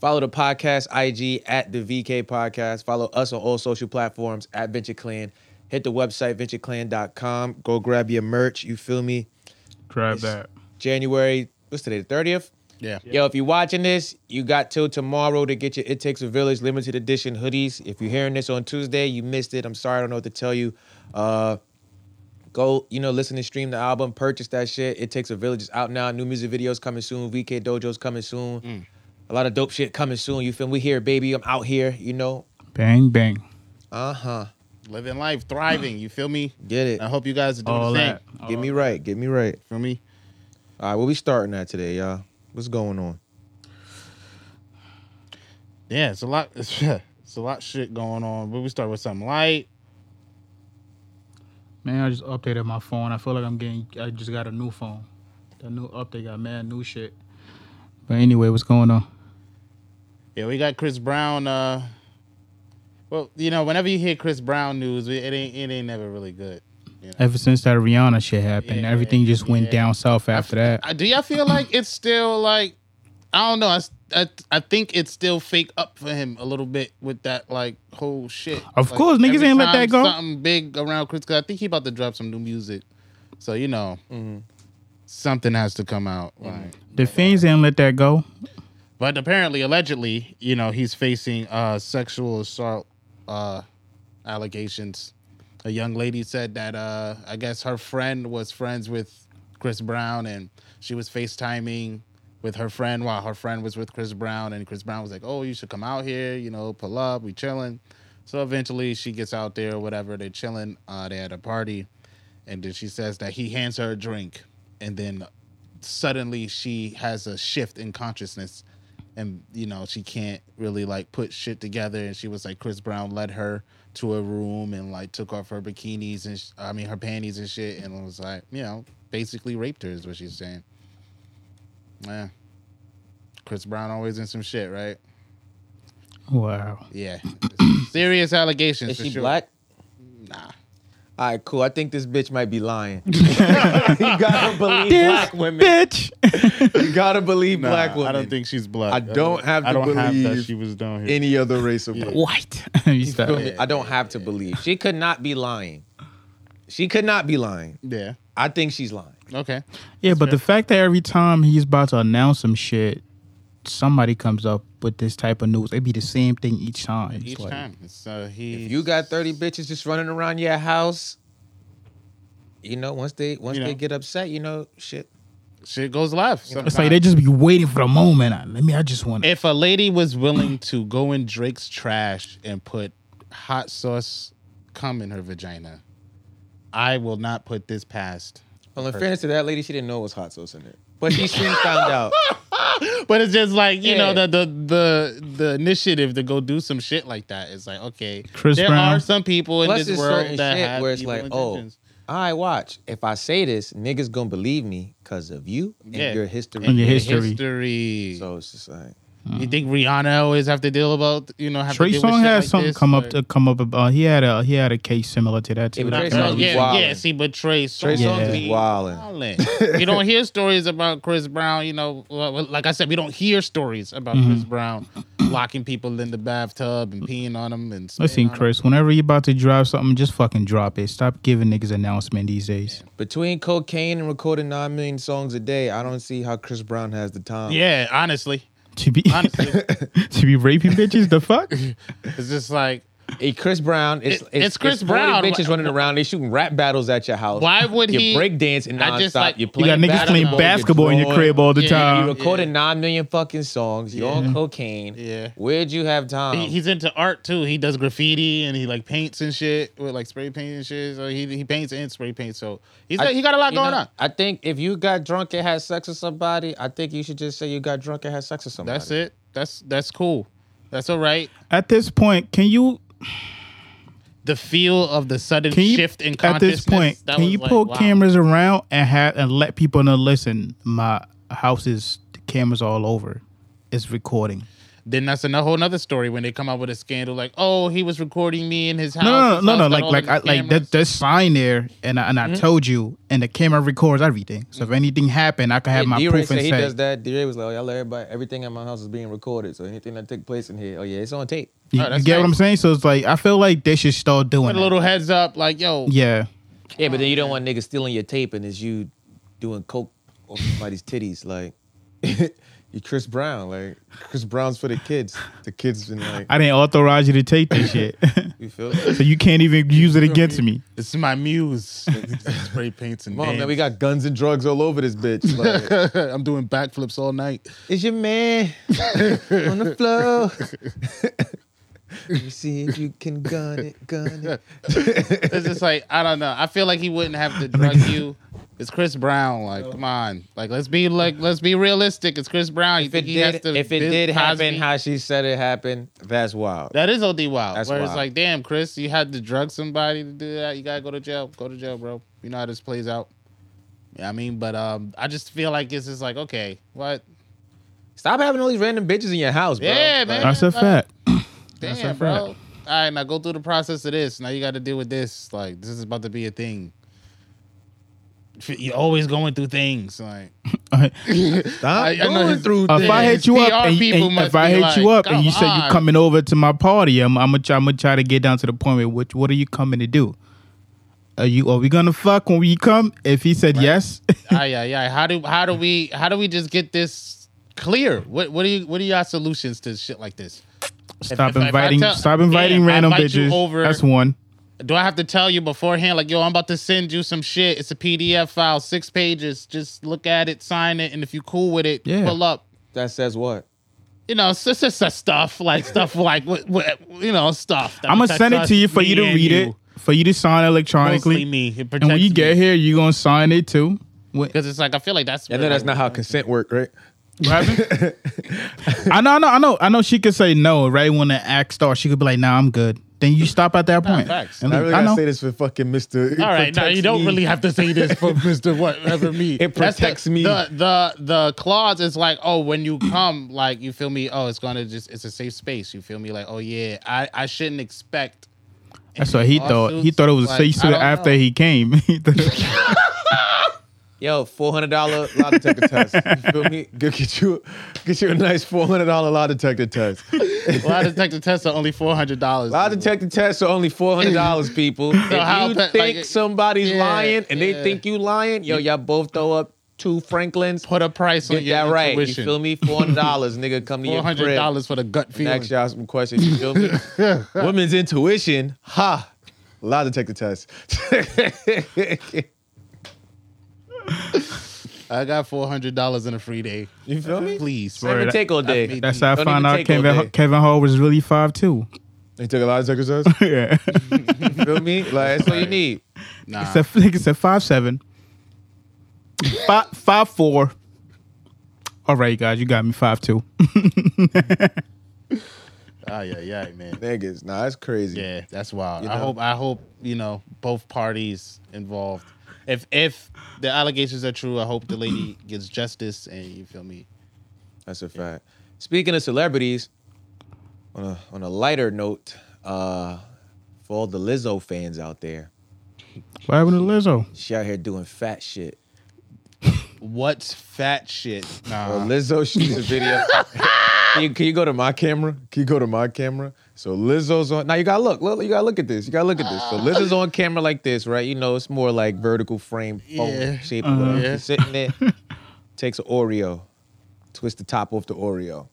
[SPEAKER 1] Follow the podcast IG at the VK Podcast. Follow us on all social platforms at Venture Clan. Hit the website, ventureclan.com. Go grab your merch. You feel me?
[SPEAKER 4] Grab
[SPEAKER 1] that. January, what's today, the 30th?
[SPEAKER 3] Yeah.
[SPEAKER 1] Yo, if you're watching this, you got till tomorrow to get your It Takes a Village limited edition hoodies. If you're hearing this on Tuesday, you missed it. I'm sorry, I don't know what to tell you. Uh, go, you know, listen and stream the album, purchase that shit. It Takes a Village is out now. New music videos coming soon. VK Dojo's coming soon. A lot of dope shit coming soon. You feel me? We here, baby. I'm out here, you know.
[SPEAKER 4] Bang, bang.
[SPEAKER 1] Uh huh.
[SPEAKER 3] Living life, thriving. You feel me?
[SPEAKER 1] Get it.
[SPEAKER 3] I hope you guys are doing
[SPEAKER 4] All
[SPEAKER 3] the same.
[SPEAKER 4] that. All
[SPEAKER 1] Get me right. Get me right.
[SPEAKER 3] Feel me?
[SPEAKER 1] All right, what we starting at today, y'all? What's going on?
[SPEAKER 3] Yeah, it's a lot. <laughs> It's, a lot shit going on. But we start with something light.
[SPEAKER 4] Man, I just updated my phone. I feel like I'm getting. I just got a new phone. The new update got mad new shit. But anyway, what's going on?
[SPEAKER 3] Yeah, we got Chris Brown. Uh, well, you know, whenever you hear Chris Brown news, it ain't it ain't never really good.
[SPEAKER 4] Ever since that Rihanna shit happened,
[SPEAKER 3] Yeah,
[SPEAKER 4] everything just went
[SPEAKER 3] yeah.
[SPEAKER 4] down south after that.
[SPEAKER 3] I, do y'all feel like it's still like I don't know. I, s- I- I think it's still fake up for him a little bit with that like whole shit.
[SPEAKER 4] Of
[SPEAKER 3] Like,
[SPEAKER 4] course, niggas
[SPEAKER 3] every
[SPEAKER 4] ain't let
[SPEAKER 3] time
[SPEAKER 4] that go.
[SPEAKER 3] Something big around Chris. 'cause I think he about to drop some new music, so you know something has to come out. Like,
[SPEAKER 4] the fiends didn't let that go.
[SPEAKER 3] but apparently, allegedly, you know, he's facing uh, sexual assault uh, allegations. A young lady said that uh, I guess her friend was friends with Chris Brown, and she was FaceTiming with her friend while her friend was with Chris Brown, and Chris Brown was like, "Oh, you should come out here, you know, pull up, we chilling." So eventually, she gets out there, or whatever. They're chilling. Uh, they had a party, and then she says that he hands her a drink, and then suddenly she has a shift in consciousness and you know she can't really like put shit together and she was like chris brown led her to a room and like took off her bikinis and sh- i mean her panties and shit and was like you know basically raped her is what she's saying yeah chris brown always in some shit right
[SPEAKER 4] Wow.
[SPEAKER 3] yeah <coughs> serious allegations
[SPEAKER 1] Is
[SPEAKER 3] for
[SPEAKER 1] she
[SPEAKER 3] sure.
[SPEAKER 1] black?
[SPEAKER 3] nah
[SPEAKER 1] All right, cool. I think this bitch might be lying. <laughs> you gotta believe black women.
[SPEAKER 4] Bitch.
[SPEAKER 1] You gotta believe
[SPEAKER 3] Nah,
[SPEAKER 1] black women.
[SPEAKER 3] i don't think she's black
[SPEAKER 1] I don't have
[SPEAKER 3] i
[SPEAKER 1] to
[SPEAKER 3] don't have that
[SPEAKER 1] believe
[SPEAKER 3] she was down here
[SPEAKER 1] any other race of black.
[SPEAKER 4] White. <laughs> You stop.
[SPEAKER 1] Feel me? I don't have to believe. She could not be lying. She could not be lying.
[SPEAKER 3] yeah
[SPEAKER 1] I think she's lying.
[SPEAKER 3] okay
[SPEAKER 4] Yeah, but the fact that every time he's about to announce some shit, somebody comes up with this type of news. It be the same thing each time. It's
[SPEAKER 3] each
[SPEAKER 4] like,
[SPEAKER 3] time so he
[SPEAKER 1] If you got 30 bitches just running around your house, you know, once they once
[SPEAKER 3] You
[SPEAKER 1] they
[SPEAKER 3] know.
[SPEAKER 1] get upset, you know, shit.
[SPEAKER 3] shit goes left
[SPEAKER 4] It's like they just be waiting for the moment. I, let me. I just want. to
[SPEAKER 3] if a lady was willing to go in Drake's trash and put hot sauce cum in her vagina, I will not put this past.
[SPEAKER 1] Well, in fairness to that lady, she didn't know it was hot sauce in there. But
[SPEAKER 3] <laughs>
[SPEAKER 1] she soon found out.
[SPEAKER 3] But it's just like you know
[SPEAKER 1] Yeah.
[SPEAKER 3] the, the the the initiative to go do some shit like that is like okay.
[SPEAKER 4] Chris
[SPEAKER 3] there
[SPEAKER 4] Brown.
[SPEAKER 3] are some people in
[SPEAKER 1] Plus,
[SPEAKER 3] this
[SPEAKER 1] there's
[SPEAKER 3] world
[SPEAKER 1] certain
[SPEAKER 3] that
[SPEAKER 1] shit
[SPEAKER 3] have
[SPEAKER 1] where it's
[SPEAKER 3] evil
[SPEAKER 1] like,
[SPEAKER 3] intentions.
[SPEAKER 1] oh, I watch. If I say this, niggas gonna believe me because of you and
[SPEAKER 3] Yeah.
[SPEAKER 1] your history.
[SPEAKER 4] And your
[SPEAKER 3] The
[SPEAKER 4] history. Mm.
[SPEAKER 3] history.
[SPEAKER 1] So it's just like,
[SPEAKER 3] you think Rihanna always have to deal about you know? Have to
[SPEAKER 4] Trey
[SPEAKER 3] deal with
[SPEAKER 4] Song
[SPEAKER 3] shit
[SPEAKER 4] had
[SPEAKER 3] like
[SPEAKER 4] something
[SPEAKER 3] this?
[SPEAKER 4] come
[SPEAKER 3] Like-
[SPEAKER 4] up to come up. Uh, he had a he had a case similar to that
[SPEAKER 1] Yeah,
[SPEAKER 4] too.
[SPEAKER 1] but Trey
[SPEAKER 3] No,
[SPEAKER 1] Songz be
[SPEAKER 3] yeah,
[SPEAKER 1] wildin'.
[SPEAKER 3] yeah. See, but Trey Songz,
[SPEAKER 1] Trey
[SPEAKER 4] Songz
[SPEAKER 1] be
[SPEAKER 3] be
[SPEAKER 1] wildin'.
[SPEAKER 3] wildin'. you don't hear stories about Chris Brown. You know, well, well, like I said, we don't hear stories about Chris
[SPEAKER 4] Mm-hmm.
[SPEAKER 3] Brown locking people in the bathtub and peeing on them. And
[SPEAKER 4] Listen,
[SPEAKER 3] spitting on 'em.
[SPEAKER 4] Chris. Whenever you about to drop something, just fucking drop it. Stop giving niggas announcement these days.
[SPEAKER 1] between cocaine and recording nine million songs a day, I don't see how Chris Brown has the time.
[SPEAKER 3] Yeah, honestly,
[SPEAKER 4] To be <laughs>
[SPEAKER 3] honestly, <laughs>
[SPEAKER 4] to be raping bitches. The fuck?
[SPEAKER 3] it's just like
[SPEAKER 1] Hey, Chris Brown. It's
[SPEAKER 3] It- it's Chris
[SPEAKER 1] forty
[SPEAKER 3] Brown.
[SPEAKER 1] Bitches running around. They shooting rap battles at your house.
[SPEAKER 3] Why would
[SPEAKER 1] you
[SPEAKER 3] he-
[SPEAKER 1] break dance and
[SPEAKER 3] I
[SPEAKER 1] nonstop?
[SPEAKER 3] just like-
[SPEAKER 1] you
[SPEAKER 3] You
[SPEAKER 4] You
[SPEAKER 1] play
[SPEAKER 4] got niggas
[SPEAKER 3] basketball,
[SPEAKER 4] playing
[SPEAKER 3] you're
[SPEAKER 4] basketball in your
[SPEAKER 1] drawing.
[SPEAKER 4] crib all Mm-hmm. the
[SPEAKER 3] Yeah,
[SPEAKER 1] You
[SPEAKER 4] time.
[SPEAKER 1] recorded nine million fucking songs. You're on cocaine.
[SPEAKER 3] Yeah.
[SPEAKER 1] Where'd you have time?
[SPEAKER 4] Um,
[SPEAKER 3] He- he's into art too. He does graffiti and he like paints and shit with like spray paint and shit. So he, he paints and spray paints. So he's
[SPEAKER 1] I-
[SPEAKER 3] he got a lot
[SPEAKER 1] you
[SPEAKER 3] going
[SPEAKER 1] know,
[SPEAKER 3] on.
[SPEAKER 1] I think if you got drunk and had sex with somebody, I think you should just say you got drunk and had sex with somebody.
[SPEAKER 3] That's it. That's that's cool. That's all right.
[SPEAKER 4] At this point, can you
[SPEAKER 3] The feel of the sudden
[SPEAKER 4] can you
[SPEAKER 3] shift in
[SPEAKER 4] at
[SPEAKER 3] consciousness,
[SPEAKER 4] this point
[SPEAKER 3] that
[SPEAKER 4] can
[SPEAKER 3] was
[SPEAKER 4] you
[SPEAKER 3] like,
[SPEAKER 4] pull
[SPEAKER 3] wow.
[SPEAKER 4] cameras around and have and let people know? Listen, my house is the cameras all over. It's recording.
[SPEAKER 3] Then that's a whole another story when they come out with a scandal like, oh, he was recording me in his house.
[SPEAKER 4] No, no,
[SPEAKER 3] His
[SPEAKER 4] no,
[SPEAKER 3] house
[SPEAKER 4] no, no.
[SPEAKER 3] got
[SPEAKER 4] Like,
[SPEAKER 3] all
[SPEAKER 4] like,
[SPEAKER 3] these
[SPEAKER 4] I, like
[SPEAKER 3] cameras. Mm-hmm.
[SPEAKER 4] that. That sign there, and I, and I told you, and the camera records everything. So if anything happened, I could have my
[SPEAKER 1] d
[SPEAKER 4] proof
[SPEAKER 1] said
[SPEAKER 4] and
[SPEAKER 1] he
[SPEAKER 4] say,
[SPEAKER 1] does that. D-Ray was like, oh, y'all, everybody, everything at my house is being recorded. So anything that took place in here, oh yeah, it's on tape.
[SPEAKER 4] you,
[SPEAKER 3] Oh,
[SPEAKER 4] you
[SPEAKER 3] that's
[SPEAKER 4] get what
[SPEAKER 3] nice.
[SPEAKER 4] I'm saying? So it's like I feel like they should start doing
[SPEAKER 3] Put a
[SPEAKER 4] that.
[SPEAKER 3] little heads up, like, yo,
[SPEAKER 4] Yeah,
[SPEAKER 1] Yeah, but then you don't want niggas stealing your tape and it's you doing coke off somebody's titties. Like, <laughs> you Chris Brown. Like, Chris Brown's for the kids. The kids been like,
[SPEAKER 4] I didn't authorize you to take
[SPEAKER 3] <laughs>
[SPEAKER 4] this shit, <laughs>
[SPEAKER 1] you feel
[SPEAKER 4] so you can't even use it against me.
[SPEAKER 3] this is my
[SPEAKER 4] <laughs>
[SPEAKER 3] muse. spray paints and
[SPEAKER 1] Mom,
[SPEAKER 3] dance.
[SPEAKER 1] man, we got guns and drugs all over this bitch. Like, <laughs>
[SPEAKER 3] I'm doing backflips all night.
[SPEAKER 1] it's your
[SPEAKER 3] <laughs>
[SPEAKER 1] man on the floor. Let me see if you can gun it, gun it.
[SPEAKER 3] It's just like I don't know. I feel like he wouldn't
[SPEAKER 4] <laughs>
[SPEAKER 3] have to drug you. It's Chris Brown.
[SPEAKER 4] Oh.
[SPEAKER 3] Like, come on. Like, let's be like, let's be realistic. It's Chris Brown. You
[SPEAKER 1] If it
[SPEAKER 3] think he has
[SPEAKER 1] did,
[SPEAKER 3] to?
[SPEAKER 1] if it
[SPEAKER 3] Bill
[SPEAKER 1] did happen,
[SPEAKER 3] Cosby?
[SPEAKER 1] how she said it happened, that's wild.
[SPEAKER 3] that is OD wild.
[SPEAKER 1] That's
[SPEAKER 3] where it's
[SPEAKER 1] wild.
[SPEAKER 3] like, damn, Chris, you had to drug somebody to do that. You gotta go to jail. Go to jail, bro. You know how this plays out. Yeah, I mean, but um, I just feel like it's just like, okay, what?
[SPEAKER 1] Stop having all these random bitches in your house, bro.
[SPEAKER 3] Yeah,
[SPEAKER 1] Like,
[SPEAKER 3] man.
[SPEAKER 4] That's a fact. That's
[SPEAKER 3] Damn,
[SPEAKER 4] a
[SPEAKER 3] bro.
[SPEAKER 4] fact.
[SPEAKER 3] All right, now go through the process of this. Now you got to deal with this. Like, this is about to be a thing. You're always going through things.
[SPEAKER 4] <laughs>
[SPEAKER 3] Like,
[SPEAKER 1] Stop
[SPEAKER 3] I- I know
[SPEAKER 1] going
[SPEAKER 3] his-
[SPEAKER 1] through
[SPEAKER 4] If I
[SPEAKER 1] things.
[SPEAKER 4] hit you
[SPEAKER 3] PR
[SPEAKER 4] up, and,
[SPEAKER 3] people
[SPEAKER 4] and
[SPEAKER 3] must
[SPEAKER 4] if I
[SPEAKER 3] be
[SPEAKER 4] hit you
[SPEAKER 3] like,
[SPEAKER 4] up, and you
[SPEAKER 3] "Come
[SPEAKER 4] say you
[SPEAKER 3] on."
[SPEAKER 4] coming over to my party, I'm, I'm gonna try, I'm gonna try to get down to the point where what, what are you coming to do? Are you are we gonna fuck when we come? If he said yes, <laughs>
[SPEAKER 3] ay, ay, ay. How do how do we how do we just get this clear? What what are you what are your solutions to shit like this?
[SPEAKER 4] stop
[SPEAKER 3] if I
[SPEAKER 4] inviting,
[SPEAKER 3] tell-
[SPEAKER 4] stop inviting
[SPEAKER 3] Damn, I
[SPEAKER 4] random
[SPEAKER 3] invite you
[SPEAKER 4] bitches.
[SPEAKER 3] over-
[SPEAKER 4] That's one.
[SPEAKER 3] Do I have to tell you beforehand? Like, yo, I'm about to send you some shit. It's a PDF file, six pages. Just look at it, sign it, and if you cool with it,
[SPEAKER 4] Yeah.
[SPEAKER 3] pull up.
[SPEAKER 1] That says what?
[SPEAKER 3] You know, it's just, it's just stuff like stuff like what, what, you know stuff. that
[SPEAKER 4] I'm gonna
[SPEAKER 3] protects
[SPEAKER 4] send it
[SPEAKER 3] us,
[SPEAKER 4] to you for
[SPEAKER 3] me
[SPEAKER 4] you to
[SPEAKER 3] and
[SPEAKER 4] read it,
[SPEAKER 3] you.
[SPEAKER 4] for you to sign
[SPEAKER 3] Mostly
[SPEAKER 4] electronically,
[SPEAKER 3] me. It
[SPEAKER 4] and when you get
[SPEAKER 3] here.
[SPEAKER 4] here, you gonna sign it too.
[SPEAKER 3] <laughs>
[SPEAKER 4] What-
[SPEAKER 3] Because it's like I feel like that's.
[SPEAKER 1] I know that's not how consent work, right?
[SPEAKER 4] I know, I know, I know, I know. She could say no right when the act starts. She could be like, "Nah, I'm good." Then you stop at that point.
[SPEAKER 3] facts.
[SPEAKER 4] And
[SPEAKER 1] I
[SPEAKER 4] leave.
[SPEAKER 1] really
[SPEAKER 4] I
[SPEAKER 1] gotta
[SPEAKER 4] know.
[SPEAKER 1] say this for fucking Mister. E.
[SPEAKER 3] All right, now you don't really have to say this
[SPEAKER 1] <laughs>
[SPEAKER 3] for Mister Whatever Me.
[SPEAKER 1] It
[SPEAKER 3] That's the-
[SPEAKER 1] protects me.
[SPEAKER 3] The the the clause is like, oh, when you come, like you feel me. Oh, it's gonna just it's a safe space. You feel me? Like, oh yeah, I I shouldn't expect.
[SPEAKER 4] That's what he thought. He
[SPEAKER 3] lawsuits,
[SPEAKER 4] thought it was
[SPEAKER 3] like,
[SPEAKER 4] a safe
[SPEAKER 3] I
[SPEAKER 4] suit
[SPEAKER 3] don't
[SPEAKER 4] after
[SPEAKER 3] know.
[SPEAKER 4] he came. <laughs> He thought-
[SPEAKER 1] Yo, four hundred dollar lie detector test. You feel me? Go get you, get you a nice four hundred dollar lie detector test.
[SPEAKER 3] Lie detector tests are only four hundred dollars.
[SPEAKER 1] Lie detector tests are only four hundred
[SPEAKER 3] <laughs>
[SPEAKER 1] dollars, people. if
[SPEAKER 3] how
[SPEAKER 1] you
[SPEAKER 3] that-
[SPEAKER 1] think
[SPEAKER 3] like,
[SPEAKER 1] somebody's
[SPEAKER 3] yeah,
[SPEAKER 1] lying and
[SPEAKER 3] yeah.
[SPEAKER 1] they think you lying, yo, y'all both throw up two Franklins.
[SPEAKER 3] Put a price on
[SPEAKER 1] Get that
[SPEAKER 3] your
[SPEAKER 1] right.
[SPEAKER 3] intuition.
[SPEAKER 1] You feel
[SPEAKER 3] <laughs>
[SPEAKER 1] me? Four hundred dollars, nigga. Come to your
[SPEAKER 3] Four hundred
[SPEAKER 1] crib.
[SPEAKER 3] dollars for the gut
[SPEAKER 1] and
[SPEAKER 3] feeling.
[SPEAKER 1] ask y'all some questions. You feel me?
[SPEAKER 3] <laughs>
[SPEAKER 1] Women's intuition, ha. Lie detector test. <laughs>
[SPEAKER 3] I got four hundred dollars in a free day.
[SPEAKER 1] you feel me?
[SPEAKER 3] Please,
[SPEAKER 1] Never
[SPEAKER 4] that-
[SPEAKER 1] take all
[SPEAKER 3] I
[SPEAKER 1] day.
[SPEAKER 3] mean-
[SPEAKER 4] That's how I
[SPEAKER 1] Don't
[SPEAKER 4] found
[SPEAKER 1] even
[SPEAKER 4] out
[SPEAKER 1] take all day.
[SPEAKER 4] Kevin Kevin Hall was really five two. <laughs>
[SPEAKER 1] You took a lie detector test.
[SPEAKER 4] yeah,
[SPEAKER 1] You feel me? Like that's all you need.
[SPEAKER 3] nah.
[SPEAKER 4] it's a it's a five seven, five five four. All right, guys, you got me five two. <laughs>
[SPEAKER 3] Ah, yeah, yeah, man.
[SPEAKER 1] Niggas, nah, that's crazy.
[SPEAKER 3] Yeah, that's wild. I
[SPEAKER 1] know?
[SPEAKER 3] hope I hope you know both parties involved. If if the allegations are true, I hope
[SPEAKER 1] <clears throat>
[SPEAKER 3] the lady gets justice. And you feel me?
[SPEAKER 1] That's a fact. Speaking of celebrities, on a on a lighter note, uh, for all the Lizzo fans out there,
[SPEAKER 4] What happened to Lizzo?
[SPEAKER 1] she out here doing fat shit.
[SPEAKER 3] What's fat shit?
[SPEAKER 1] Well,
[SPEAKER 3] Nah,
[SPEAKER 1] Uh, Lizzo shoots a
[SPEAKER 3] <laughs>
[SPEAKER 1] video. can, you, can you go to my camera? Can you go to my camera? So Lizzo's on. Now you gotta look. look you gotta look at this. You gotta look at this.
[SPEAKER 3] Uh,
[SPEAKER 1] So Lizzo's on camera like this, right? You know, it's more like vertical frame phone
[SPEAKER 3] Yeah.
[SPEAKER 1] shape. or whatever.
[SPEAKER 3] Yeah.
[SPEAKER 1] She's sitting
[SPEAKER 3] <laughs>
[SPEAKER 1] there, takes an Oreo, twists the top off the Oreo,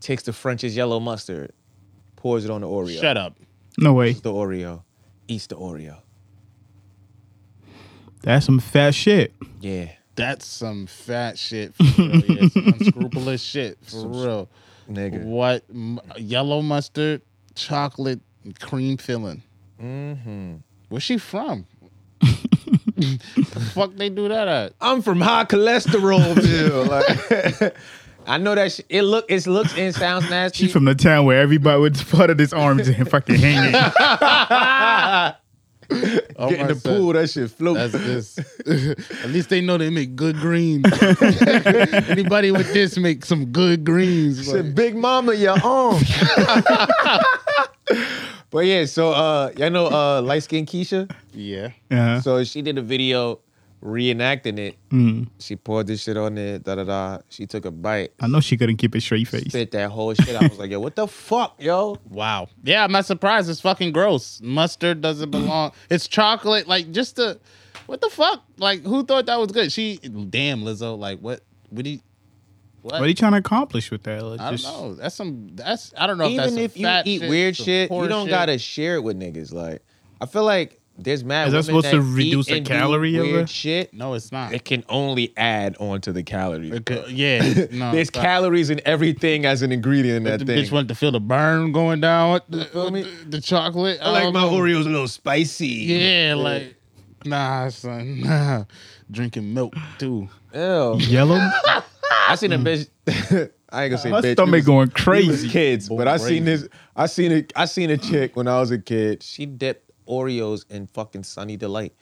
[SPEAKER 1] takes the French's yellow mustard, pours it on the Oreo.
[SPEAKER 3] shut up.
[SPEAKER 4] No way.
[SPEAKER 1] Easter Oreo. Easter Oreo.
[SPEAKER 4] That's some fat shit.
[SPEAKER 1] Yeah.
[SPEAKER 3] That's some fat shit. For
[SPEAKER 1] <laughs>
[SPEAKER 3] real. Yeah, some unscrupulous shit. For real.
[SPEAKER 1] Nigga.
[SPEAKER 3] What m- yellow mustard, chocolate, and cream filling. Mm-hmm. Where's
[SPEAKER 1] <laughs>
[SPEAKER 3] she from? <laughs> the fuck they do that at?
[SPEAKER 1] I'm from high cholesterolville. like, <laughs> I know that sh- it look it looks and sounds nasty.
[SPEAKER 4] She's from the town where everybody <laughs> with part of his arms and fucking
[SPEAKER 3] <laughs>
[SPEAKER 4] hanging.
[SPEAKER 3] Oh,
[SPEAKER 1] <laughs> Get in
[SPEAKER 3] my
[SPEAKER 1] the
[SPEAKER 3] son.
[SPEAKER 1] pool, that shit float. <laughs>
[SPEAKER 4] <laughs>
[SPEAKER 3] That's this. <laughs> At least they know they make good greens. Anybody with this make some good greens.
[SPEAKER 1] Said,
[SPEAKER 3] Like,
[SPEAKER 1] Big Mama, your arm. <laughs> but yeah, so uh, y'all know uh, light skinned Keisha.
[SPEAKER 3] yeah.
[SPEAKER 4] Uh-huh.
[SPEAKER 1] So she did a video reenacting it. She poured this shit on it. Da da da. She took a bite.
[SPEAKER 4] I know she couldn't keep a straight face.
[SPEAKER 1] Spit that whole shit. I was like, yo, what the fuck, yo?
[SPEAKER 3] Wow. Yeah, I'm not surprised. It's fucking gross. Mustard doesn't belong. It's chocolate. Like, just the. What the fuck? Like, who thought that was good? She. Damn, Lizzo. Like, what? What do you. What?
[SPEAKER 4] What are you trying to accomplish with that? Like,
[SPEAKER 3] I don't
[SPEAKER 4] just-
[SPEAKER 3] know. That's some. That's. I don't know if that's
[SPEAKER 1] Even
[SPEAKER 3] some
[SPEAKER 1] if you
[SPEAKER 3] fat
[SPEAKER 1] eat
[SPEAKER 3] shit,
[SPEAKER 1] weird
[SPEAKER 3] some
[SPEAKER 1] shit,
[SPEAKER 3] poor
[SPEAKER 1] you don't gotta share it with niggas. Like, I feel like there's mad.
[SPEAKER 4] Is that
[SPEAKER 1] women
[SPEAKER 4] supposed to
[SPEAKER 1] eat
[SPEAKER 4] reduce the
[SPEAKER 1] and do
[SPEAKER 4] calorie of
[SPEAKER 1] Weird
[SPEAKER 4] it?
[SPEAKER 1] shit.
[SPEAKER 3] No, it's not.
[SPEAKER 1] It can only add on to the calories.
[SPEAKER 3] It could- yeah.
[SPEAKER 1] <laughs>
[SPEAKER 3] No.
[SPEAKER 1] There's
[SPEAKER 3] it's not.
[SPEAKER 1] calories in everything as an ingredient in that
[SPEAKER 3] the
[SPEAKER 1] thing.
[SPEAKER 3] bitch wanted to feel the burn going down with the,
[SPEAKER 1] feel
[SPEAKER 3] with
[SPEAKER 1] me?
[SPEAKER 3] the, the chocolate.
[SPEAKER 1] I like
[SPEAKER 3] don't
[SPEAKER 1] my
[SPEAKER 3] know.
[SPEAKER 1] Oreos a little spicy.
[SPEAKER 3] Yeah, like nah, son, nah. Drinking milk too.
[SPEAKER 4] <laughs>
[SPEAKER 1] Ew.
[SPEAKER 3] <laughs>
[SPEAKER 4] Yellow?
[SPEAKER 1] I seen a bitch. <laughs> I ain't gonna say
[SPEAKER 4] My
[SPEAKER 1] bitch.
[SPEAKER 4] stomach
[SPEAKER 1] we was-
[SPEAKER 4] going
[SPEAKER 1] we was
[SPEAKER 4] crazy.
[SPEAKER 1] kids, but I
[SPEAKER 3] Crazy.
[SPEAKER 1] seen this. I seen it. I seen a chick when I was a kid. She dipped Oreos in fucking Sunny Delight.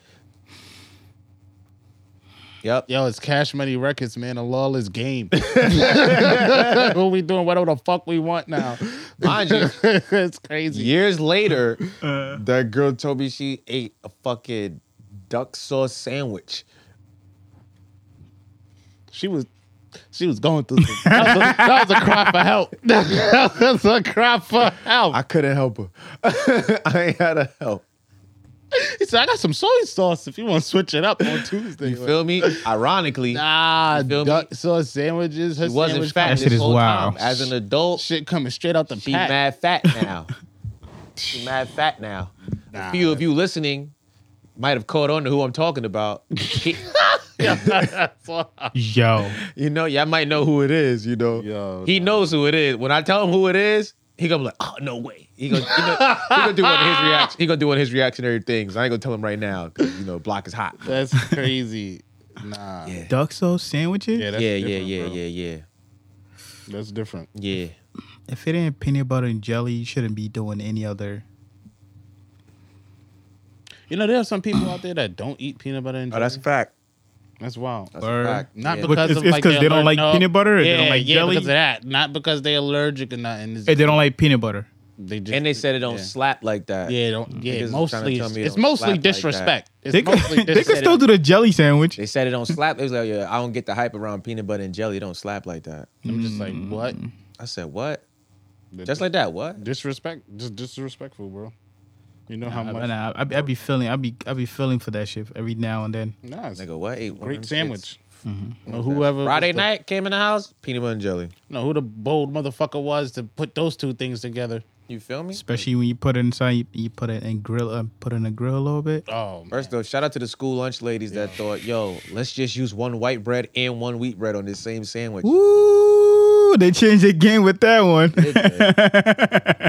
[SPEAKER 1] Yep.
[SPEAKER 3] Yo, it's Cash Money Records, man. A
[SPEAKER 1] <laughs>
[SPEAKER 3] lawless game. what we doing? Whatever the fuck we want now.
[SPEAKER 1] Mind you,
[SPEAKER 3] <laughs> it's crazy.
[SPEAKER 1] years later, that girl told me she ate a fucking duck sauce sandwich.
[SPEAKER 3] She was. She was going through. Some, that, was a, that was a cry for help. <laughs> that was a cry for help.
[SPEAKER 1] I couldn't help her. <laughs> I ain't had to help.
[SPEAKER 3] he said, "I got some soy sauce. If you want to switch it up on Tuesday,
[SPEAKER 1] You feel me? Ironically,
[SPEAKER 3] Nah,
[SPEAKER 1] You feel me?
[SPEAKER 3] duck sauce sandwiches. Her
[SPEAKER 1] she wasn't
[SPEAKER 3] sandwich
[SPEAKER 1] fat
[SPEAKER 4] That
[SPEAKER 1] this
[SPEAKER 4] shit is
[SPEAKER 1] whole
[SPEAKER 4] wild.
[SPEAKER 1] time. As an adult,
[SPEAKER 3] Shit coming straight out the
[SPEAKER 1] She
[SPEAKER 3] pack.
[SPEAKER 1] mad fat now. she mad fat now.
[SPEAKER 3] Nah.
[SPEAKER 1] a few of you listening might have caught on to who I'm talking about.
[SPEAKER 4] Yo.
[SPEAKER 1] you know, y'all might know who it is. You know,
[SPEAKER 3] Yo,
[SPEAKER 1] he knows who it is. When I tell him who it is, he gonna be like, "Oh no way!" He gonna, he gonna, he gonna do one of his reaction. He gonna do one of his reactionary things. I ain't gonna tell him right now. 'cause, You know, block is hot.
[SPEAKER 3] That's
[SPEAKER 1] <laughs>
[SPEAKER 3] crazy. Nah. Yeah,
[SPEAKER 4] Duck sauce sandwiches?
[SPEAKER 3] that's
[SPEAKER 1] yeah, yeah,
[SPEAKER 3] different,
[SPEAKER 1] yeah,
[SPEAKER 3] bro.
[SPEAKER 1] yeah, yeah,
[SPEAKER 3] That's different.
[SPEAKER 1] yeah.
[SPEAKER 4] If it ain't peanut butter and jelly, you shouldn't be doing any other.
[SPEAKER 3] You know, there are some people out there that don't eat peanut butter and
[SPEAKER 4] Oh,
[SPEAKER 3] jelly. Oh, that's,
[SPEAKER 1] fact.
[SPEAKER 3] wild.
[SPEAKER 1] That's
[SPEAKER 4] Word.
[SPEAKER 1] a fact.
[SPEAKER 3] Not
[SPEAKER 1] yeah.
[SPEAKER 4] But
[SPEAKER 3] because
[SPEAKER 4] it's-
[SPEAKER 3] of
[SPEAKER 4] it's
[SPEAKER 3] like
[SPEAKER 4] 'cause
[SPEAKER 3] they're
[SPEAKER 4] they don't like
[SPEAKER 3] allergic-
[SPEAKER 4] peanut butter or they
[SPEAKER 3] Yeah,
[SPEAKER 4] don't like
[SPEAKER 3] yeah,
[SPEAKER 4] jelly?
[SPEAKER 3] because of that. Not because they're allergic or nothing. It's
[SPEAKER 4] Hey, they don't like peanut butter.
[SPEAKER 3] they just,
[SPEAKER 1] and they said it don't
[SPEAKER 3] yeah.
[SPEAKER 1] slap like that.
[SPEAKER 3] Yeah, don't. Yeah,
[SPEAKER 1] Niggas was trying to
[SPEAKER 3] mostly
[SPEAKER 1] tell
[SPEAKER 3] it's,
[SPEAKER 1] me it
[SPEAKER 3] it's
[SPEAKER 1] don't slap
[SPEAKER 3] mostly
[SPEAKER 1] like that.
[SPEAKER 3] disrespect. It's
[SPEAKER 4] They could,
[SPEAKER 3] mostly
[SPEAKER 4] they could
[SPEAKER 3] disrespect.
[SPEAKER 4] still do the jelly sandwich.
[SPEAKER 1] They said it don't slap. It was like, yeah, I don't get the hype around peanut butter and jelly. It don't slap like that.
[SPEAKER 3] I'm just like, what?
[SPEAKER 1] I said, what? Just like that, what?
[SPEAKER 3] disrespect, just disrespectful, bro. You know how
[SPEAKER 4] Nah,
[SPEAKER 3] much?
[SPEAKER 4] nah, I, I be feeling, I be, I be feeling for that shit every now and then.
[SPEAKER 3] Nah, it's
[SPEAKER 1] Nigga, what? Ate one of them
[SPEAKER 3] great
[SPEAKER 1] shits. Mm-hmm.
[SPEAKER 3] sandwich. Or Whoever was
[SPEAKER 1] Friday
[SPEAKER 3] the-
[SPEAKER 1] night came in the house, peanut butter and jelly.
[SPEAKER 3] know who the bold motherfucker was to put those two things together.
[SPEAKER 1] You feel me?
[SPEAKER 4] Especially when you put it inside, you, you put it in grill, uh, put it in the grill a little bit.
[SPEAKER 3] Oh, man.
[SPEAKER 1] First though, shout out to the school lunch ladies that thought, yo, let's just use one white bread and one wheat bread on this same sandwich.
[SPEAKER 4] Ooh, they changed the game with that one.
[SPEAKER 3] <laughs>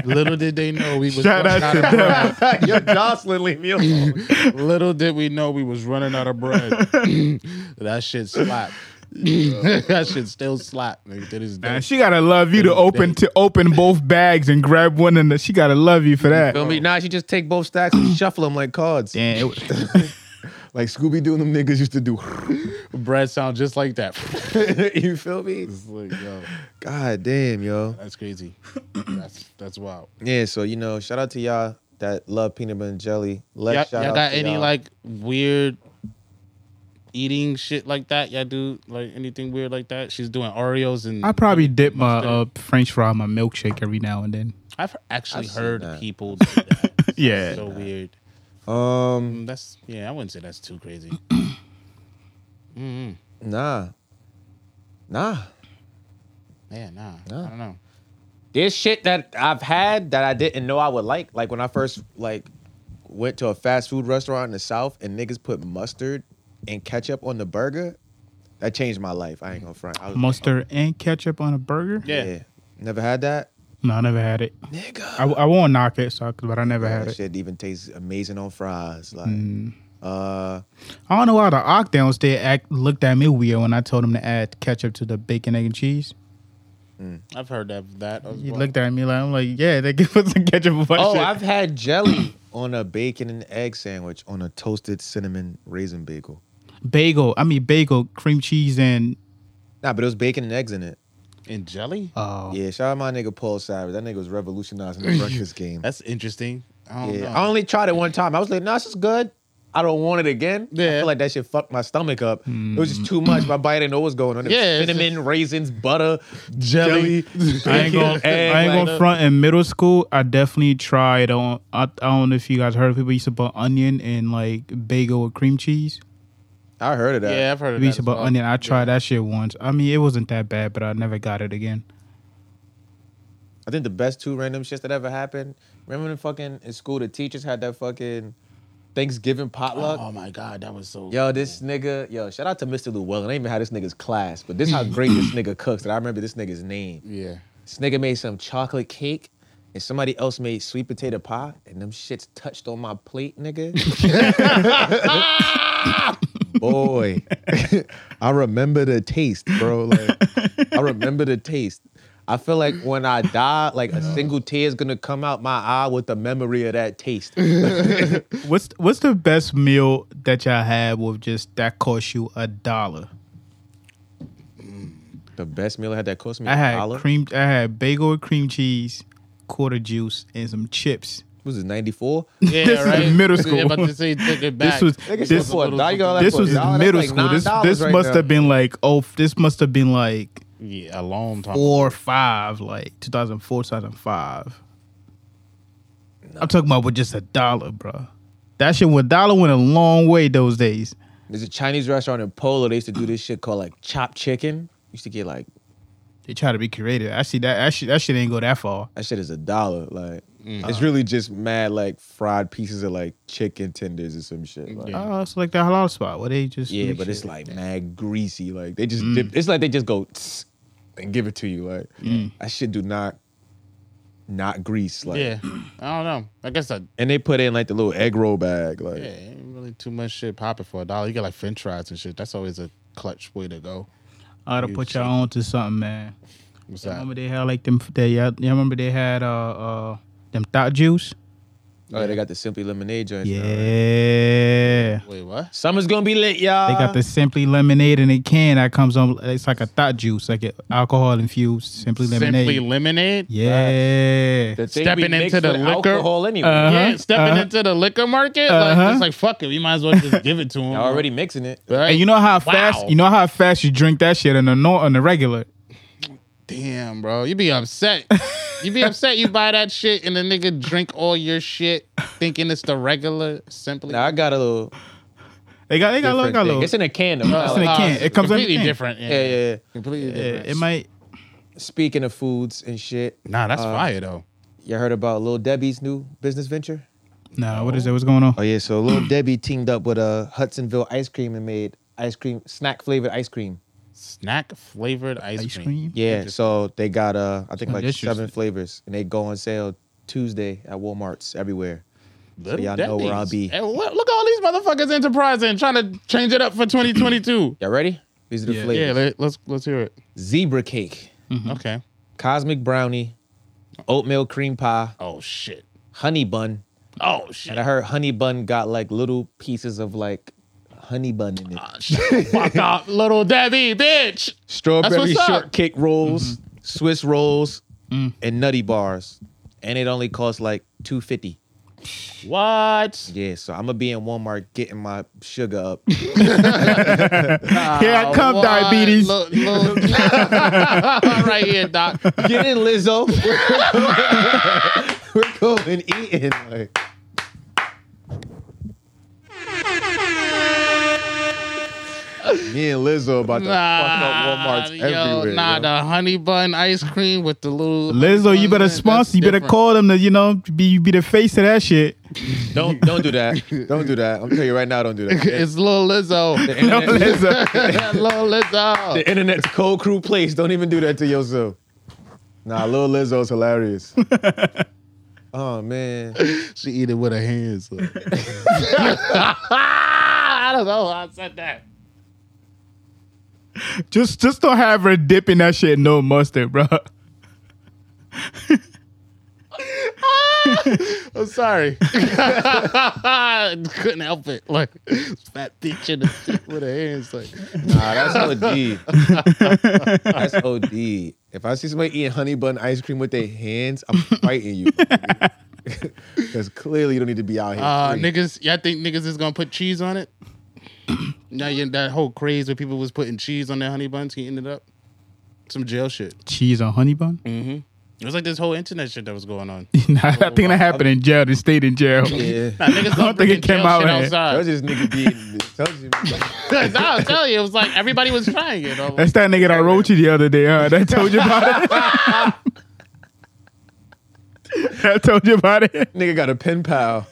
[SPEAKER 3] little did they know we was
[SPEAKER 4] Shout out to
[SPEAKER 3] running out
[SPEAKER 4] them.
[SPEAKER 1] Yo, Jocelyn, leave me alone.
[SPEAKER 3] of, <laughs> little did we know we was running out of
[SPEAKER 1] <laughs>
[SPEAKER 3] bread. that shit slapped. <laughs> that shit still slapped. nigga, to this day.
[SPEAKER 4] Man, <laughs> she gotta love you to open to open both bags and grab one, and she gotta love you for that.
[SPEAKER 1] Feel me? Nah, she just take both stacks and shuffle them like cards.
[SPEAKER 4] Damn, it was-
[SPEAKER 1] Like Scooby Doo and them niggas used to do.
[SPEAKER 3] bread sound just
[SPEAKER 1] <laughs>
[SPEAKER 3] like that.
[SPEAKER 1] <laughs> you feel me?
[SPEAKER 3] It's like, yo,
[SPEAKER 1] God damn, yo.
[SPEAKER 3] that's crazy. That's that's wild.
[SPEAKER 1] Yeah, so you know, shout out to y'all that love peanut butter and jelly. Let
[SPEAKER 3] Y'all,
[SPEAKER 1] shout
[SPEAKER 3] y'all
[SPEAKER 1] out
[SPEAKER 3] got
[SPEAKER 1] to
[SPEAKER 3] any
[SPEAKER 1] y'all.
[SPEAKER 3] like weird eating shit like that? Y'all do like anything weird like that? She's doing Oreos and
[SPEAKER 4] I probably dip my uh, French fry in my milkshake every now and then.
[SPEAKER 3] I've actually
[SPEAKER 1] I've seen
[SPEAKER 3] heard
[SPEAKER 1] that.
[SPEAKER 3] people do
[SPEAKER 1] <laughs>
[SPEAKER 3] that. It's
[SPEAKER 4] Yeah.
[SPEAKER 3] so weird.
[SPEAKER 1] um
[SPEAKER 3] Mm, That's yeah. I wouldn't say that's too crazy.
[SPEAKER 1] Nah. Nah.
[SPEAKER 3] Yeah, nah.
[SPEAKER 1] Nah.
[SPEAKER 3] I don't know.
[SPEAKER 1] There's shit that I've had that I didn't know I would like. Like when I first like went to a fast food restaurant in the South and niggas put mustard and ketchup on the burger, that changed my life. I ain't gonna front. I was,
[SPEAKER 4] Mustard and ketchup on a burger?
[SPEAKER 3] Yeah.
[SPEAKER 1] Never had that.
[SPEAKER 4] No, I never had it.
[SPEAKER 1] Nigga.
[SPEAKER 4] I, I won't knock it, so, but I never had
[SPEAKER 1] that
[SPEAKER 4] it. Mm-hmm.
[SPEAKER 1] shit even tastes amazing on fries. Like uh
[SPEAKER 4] I don't know why the Octans they act looked at me weird when I told them to add ketchup to the bacon, egg, and cheese.
[SPEAKER 3] I've heard of that. as
[SPEAKER 4] He
[SPEAKER 3] well.
[SPEAKER 4] looked at me like I'm like, yeah, they <laughs> can put some ketchup on my
[SPEAKER 1] Oh,
[SPEAKER 4] shit.
[SPEAKER 1] I've had jelly <clears throat> on a bacon and egg sandwich on a toasted cinnamon raisin bagel.
[SPEAKER 4] bagel. I mean bagel, cream cheese, and
[SPEAKER 1] Nah, but it was bacon and eggs in it.
[SPEAKER 3] in jelly.
[SPEAKER 4] oh,
[SPEAKER 1] Yeah, shout out my nigga Paul Savage. That nigga was revolutionizing
[SPEAKER 4] <laughs>
[SPEAKER 1] the breakfast game.
[SPEAKER 3] That's interesting. I don't
[SPEAKER 1] yeah,
[SPEAKER 3] know.
[SPEAKER 1] I only tried it one time. I was like, "Nah, this is good. I don't want it again." I
[SPEAKER 3] Yeah. Mm.
[SPEAKER 1] feel like that shit fucked my stomach up. It was just too much. My body didn't know what was going on. It was
[SPEAKER 3] Yeah, it's
[SPEAKER 1] cinnamon, raisins, butter, jelly.
[SPEAKER 4] I ain't gonna,
[SPEAKER 1] Egg,
[SPEAKER 4] I ain't
[SPEAKER 1] like,
[SPEAKER 4] gonna front. In middle school, I definitely tried on. I, I don't know if you guys heard. People used to put onion and like bagel with cream cheese.
[SPEAKER 1] <laughs> I heard of that.
[SPEAKER 3] yeah, I've heard of
[SPEAKER 4] We
[SPEAKER 3] that.
[SPEAKER 4] used to
[SPEAKER 3] as
[SPEAKER 4] put
[SPEAKER 3] well.
[SPEAKER 4] onion. I tried that shit once. I mean, it wasn't that bad, but I never got it again.
[SPEAKER 1] I think the best two random shits that ever happened. Remember when fucking in school the teachers had that fucking Thanksgiving potluck.
[SPEAKER 3] Oh my god, that was so.
[SPEAKER 1] Yo, this nigga, yo, shout out to Mr. Llewellyn. I ain't even had this nigga's class, but this how great
[SPEAKER 3] <clears throat>
[SPEAKER 1] this nigga cooks that I remember this nigga's name.
[SPEAKER 3] Yeah.
[SPEAKER 1] This nigga made some chocolate cake and somebody else made sweet potato pie and them shits touched on my plate,
[SPEAKER 4] <laughs>
[SPEAKER 1] nigga. Boy, <laughs> I remember the taste, bro. Like, I remember the taste. I feel like when I die, like a single tear is gonna come out my eye with the memory of that taste.
[SPEAKER 4] What's what's the best meal that y'all had with just that cost you a dollar?
[SPEAKER 1] the best meal I had that cost me
[SPEAKER 4] I
[SPEAKER 1] a
[SPEAKER 4] had
[SPEAKER 1] dollar
[SPEAKER 4] cream. I had bagel with cream cheese, quarter juice, and some chips.
[SPEAKER 1] was it ninety four?
[SPEAKER 3] Yeah,
[SPEAKER 4] <laughs> This is
[SPEAKER 3] right?
[SPEAKER 4] middle
[SPEAKER 3] Yeah,
[SPEAKER 4] school.
[SPEAKER 3] about to say, take it back.
[SPEAKER 4] was-
[SPEAKER 1] Nigga,
[SPEAKER 4] This-
[SPEAKER 1] this, for a dollar, you got all that
[SPEAKER 4] this
[SPEAKER 1] for a
[SPEAKER 4] was
[SPEAKER 1] dollar?
[SPEAKER 4] in middle
[SPEAKER 1] Oh, That's
[SPEAKER 4] school.
[SPEAKER 1] like
[SPEAKER 4] this
[SPEAKER 1] $9
[SPEAKER 4] this
[SPEAKER 1] right
[SPEAKER 4] must
[SPEAKER 1] now.
[SPEAKER 4] have been like oh, this must have been like
[SPEAKER 3] yeah, a long time.
[SPEAKER 4] four or five, like 2004, 2005. I'm talking about with just a dollar, bro. That shit went dollar went a long way those days.
[SPEAKER 1] There's a Chinese restaurant in Polo. They used to do this shit called like chopped chicken. Used to get like
[SPEAKER 4] They try to be creative. Actually, that actually that shit ain't go that far.
[SPEAKER 1] that shit is a dollar. Like
[SPEAKER 3] Mm.
[SPEAKER 1] it's really just mad like fried pieces of like chicken tenders or some shit. Like, yeah.
[SPEAKER 4] Oh, it's like the halal spot where they just do
[SPEAKER 1] but it's
[SPEAKER 4] shit.
[SPEAKER 1] like mad greasy. Like they
[SPEAKER 3] Mm.
[SPEAKER 1] just dip. It's like they just go tss and give it to you. Like
[SPEAKER 3] Mm.
[SPEAKER 1] that shit do not not grease. Like
[SPEAKER 3] Yeah, <clears throat> I don't know. I guess I.
[SPEAKER 1] and they put in like the little egg roll bag. Like
[SPEAKER 3] Yeah, ain't really too much shit popping for a dollar. You got like French fries and shit. That's always a clutch way to go.
[SPEAKER 4] I gotta put y'all on Oh, to something, man.
[SPEAKER 3] What's
[SPEAKER 4] I
[SPEAKER 3] that?
[SPEAKER 4] remember they had like them. They y'all y'all remember they had uh uh them thought juice.
[SPEAKER 1] oh, they got the simply lemonade joint.
[SPEAKER 4] Yeah.
[SPEAKER 3] Wait, what?
[SPEAKER 1] Summer's gonna be lit, y'all.
[SPEAKER 4] They got the Simply Lemonade in a can that comes on. It's like a thought juice, like an alcohol infused Simply Lemonade.
[SPEAKER 3] Simply lemonade.
[SPEAKER 4] yeah.
[SPEAKER 1] the thing
[SPEAKER 3] stepping
[SPEAKER 1] we mix
[SPEAKER 3] into the
[SPEAKER 1] with
[SPEAKER 3] liquor.
[SPEAKER 1] alcohol anyway.
[SPEAKER 3] Yeah, stepping
[SPEAKER 4] uh-huh.
[SPEAKER 3] into the liquor market. Like,
[SPEAKER 4] Uh-huh.
[SPEAKER 3] it's like fuck it. We might as well just give <laughs> it to him.
[SPEAKER 1] Y'all already mixing it.
[SPEAKER 3] Right?
[SPEAKER 4] and you know how fast
[SPEAKER 3] Wow.
[SPEAKER 4] you know how fast you drink that shit on the nor- on the regular.
[SPEAKER 3] Damn, bro. You be upset. you be upset you buy that shit and the nigga drink all your shit thinking it's the regular simply.
[SPEAKER 1] Now I got a little.
[SPEAKER 4] They got they got a little,
[SPEAKER 1] different
[SPEAKER 4] got a
[SPEAKER 1] thing.
[SPEAKER 4] little.
[SPEAKER 1] It's in a can. though.
[SPEAKER 4] it's in a
[SPEAKER 3] Uh,
[SPEAKER 4] can. It comes in a
[SPEAKER 3] completely
[SPEAKER 4] can.
[SPEAKER 3] different. Yeah.
[SPEAKER 1] yeah, yeah, yeah.
[SPEAKER 3] Completely
[SPEAKER 4] Yeah,
[SPEAKER 3] different.
[SPEAKER 4] it might.
[SPEAKER 1] Speaking of foods and shit,
[SPEAKER 3] Nah, that's fire though.
[SPEAKER 1] you heard about Little Debbie's new business venture?
[SPEAKER 4] Nah, what is that? What's going on?
[SPEAKER 1] Oh yeah, so Little <clears throat> Debbie teamed up with uh, Hudsonville Ice Cream and made ice cream snack flavored ice cream.
[SPEAKER 3] Snack flavored ice,
[SPEAKER 4] Ice
[SPEAKER 3] cream.
[SPEAKER 4] cream.
[SPEAKER 1] Yeah, so they got uh, I think
[SPEAKER 4] Sounds
[SPEAKER 1] like
[SPEAKER 4] interesting.
[SPEAKER 1] seven flavors, and they go on sale Tuesday at Walmart's everywhere.
[SPEAKER 3] Little
[SPEAKER 1] y'all know where I'll be.
[SPEAKER 3] Hey, look, look at all these motherfuckers enterprising, trying to change it up for 2022.
[SPEAKER 1] Y'all ready? These are the
[SPEAKER 4] Yeah.
[SPEAKER 3] yeah,
[SPEAKER 1] flavors:
[SPEAKER 3] let, us let's hear it.
[SPEAKER 1] zebra cake,
[SPEAKER 4] Mm-hmm.
[SPEAKER 3] Okay.
[SPEAKER 1] cosmic brownie, oatmeal cream pie,
[SPEAKER 3] Oh shit.
[SPEAKER 1] honey bun.
[SPEAKER 3] Oh shit.
[SPEAKER 1] And I heard honey bun got like little pieces of like honey bun in it.
[SPEAKER 3] Ah, shut the <laughs> Fuck up, little Debbie, bitch.
[SPEAKER 1] strawberry
[SPEAKER 3] That's what's up.
[SPEAKER 1] shortcake rolls, Swiss rolls, and nutty bars. And it only costs like two fifty.
[SPEAKER 3] What?
[SPEAKER 1] Yeah, so I'm gonna be in Walmart getting my sugar up.
[SPEAKER 4] <laughs>
[SPEAKER 1] <laughs>
[SPEAKER 4] Here I come,
[SPEAKER 3] Uh, What?
[SPEAKER 4] diabetes.
[SPEAKER 3] Look, look. <laughs> right here, doc.
[SPEAKER 1] Get in, Lizzo. We're going eating. Like, Me and Lizzo about to
[SPEAKER 3] Nah,
[SPEAKER 1] fuck up Walmart's
[SPEAKER 3] yo,
[SPEAKER 1] everywhere.
[SPEAKER 3] nah,
[SPEAKER 1] yo.
[SPEAKER 3] the honey bun ice cream with the little
[SPEAKER 4] Lizzo, you better
[SPEAKER 3] That's
[SPEAKER 4] sponsor. You better
[SPEAKER 3] different.
[SPEAKER 4] call them to you know be you be the face of
[SPEAKER 3] <laughs>
[SPEAKER 4] that shit.
[SPEAKER 1] <laughs> Don't don't do that. Don't do that. I'm telling you right now, don't do that.
[SPEAKER 3] It's little
[SPEAKER 1] <laughs>
[SPEAKER 3] Lizzo. <laughs>
[SPEAKER 4] No, Lizzo.
[SPEAKER 3] little Lizzo.
[SPEAKER 1] the internet's a cold crew place. Don't even do that to yourself. Nah, Lil Lizzo's hilarious. oh man.
[SPEAKER 3] She eat it with her hands. so. Ah, I don't know. How I said that.
[SPEAKER 4] Just just don't have her dipping that shit in no mustard, bro.
[SPEAKER 3] I'm sorry. <laughs> Couldn't help it. Like fat bitch in the shit with her hands. Like
[SPEAKER 1] Nah, that's OD. that's OD. If I see somebody eating honey bun ice cream with their hands, I'm fighting you. <laughs> Because clearly you don't need to be out here.
[SPEAKER 3] uh,
[SPEAKER 1] free.
[SPEAKER 3] niggas, y'all think niggas is gonna put cheese on it? <clears throat> now you that whole craze where people was putting cheese on their honey buns, heating it up. Some jail shit.
[SPEAKER 4] Cheese on honey bun?
[SPEAKER 3] It was like this whole internet shit that was going on.
[SPEAKER 4] <laughs> Nah, I think that happened in jail. They stayed in jail.
[SPEAKER 1] Yeah.
[SPEAKER 3] Nah, niggas
[SPEAKER 4] <laughs> I don't think it came out here.
[SPEAKER 1] That
[SPEAKER 3] outside. <laughs>
[SPEAKER 1] was just nigga being. that was just-
[SPEAKER 3] nah, I'll tell you, it was like everybody was trying it. I'm like,
[SPEAKER 4] That's that nigga that wrote you the other day, huh? That told you about it. <laughs> that told you about it.
[SPEAKER 1] Nigga got a pen pal.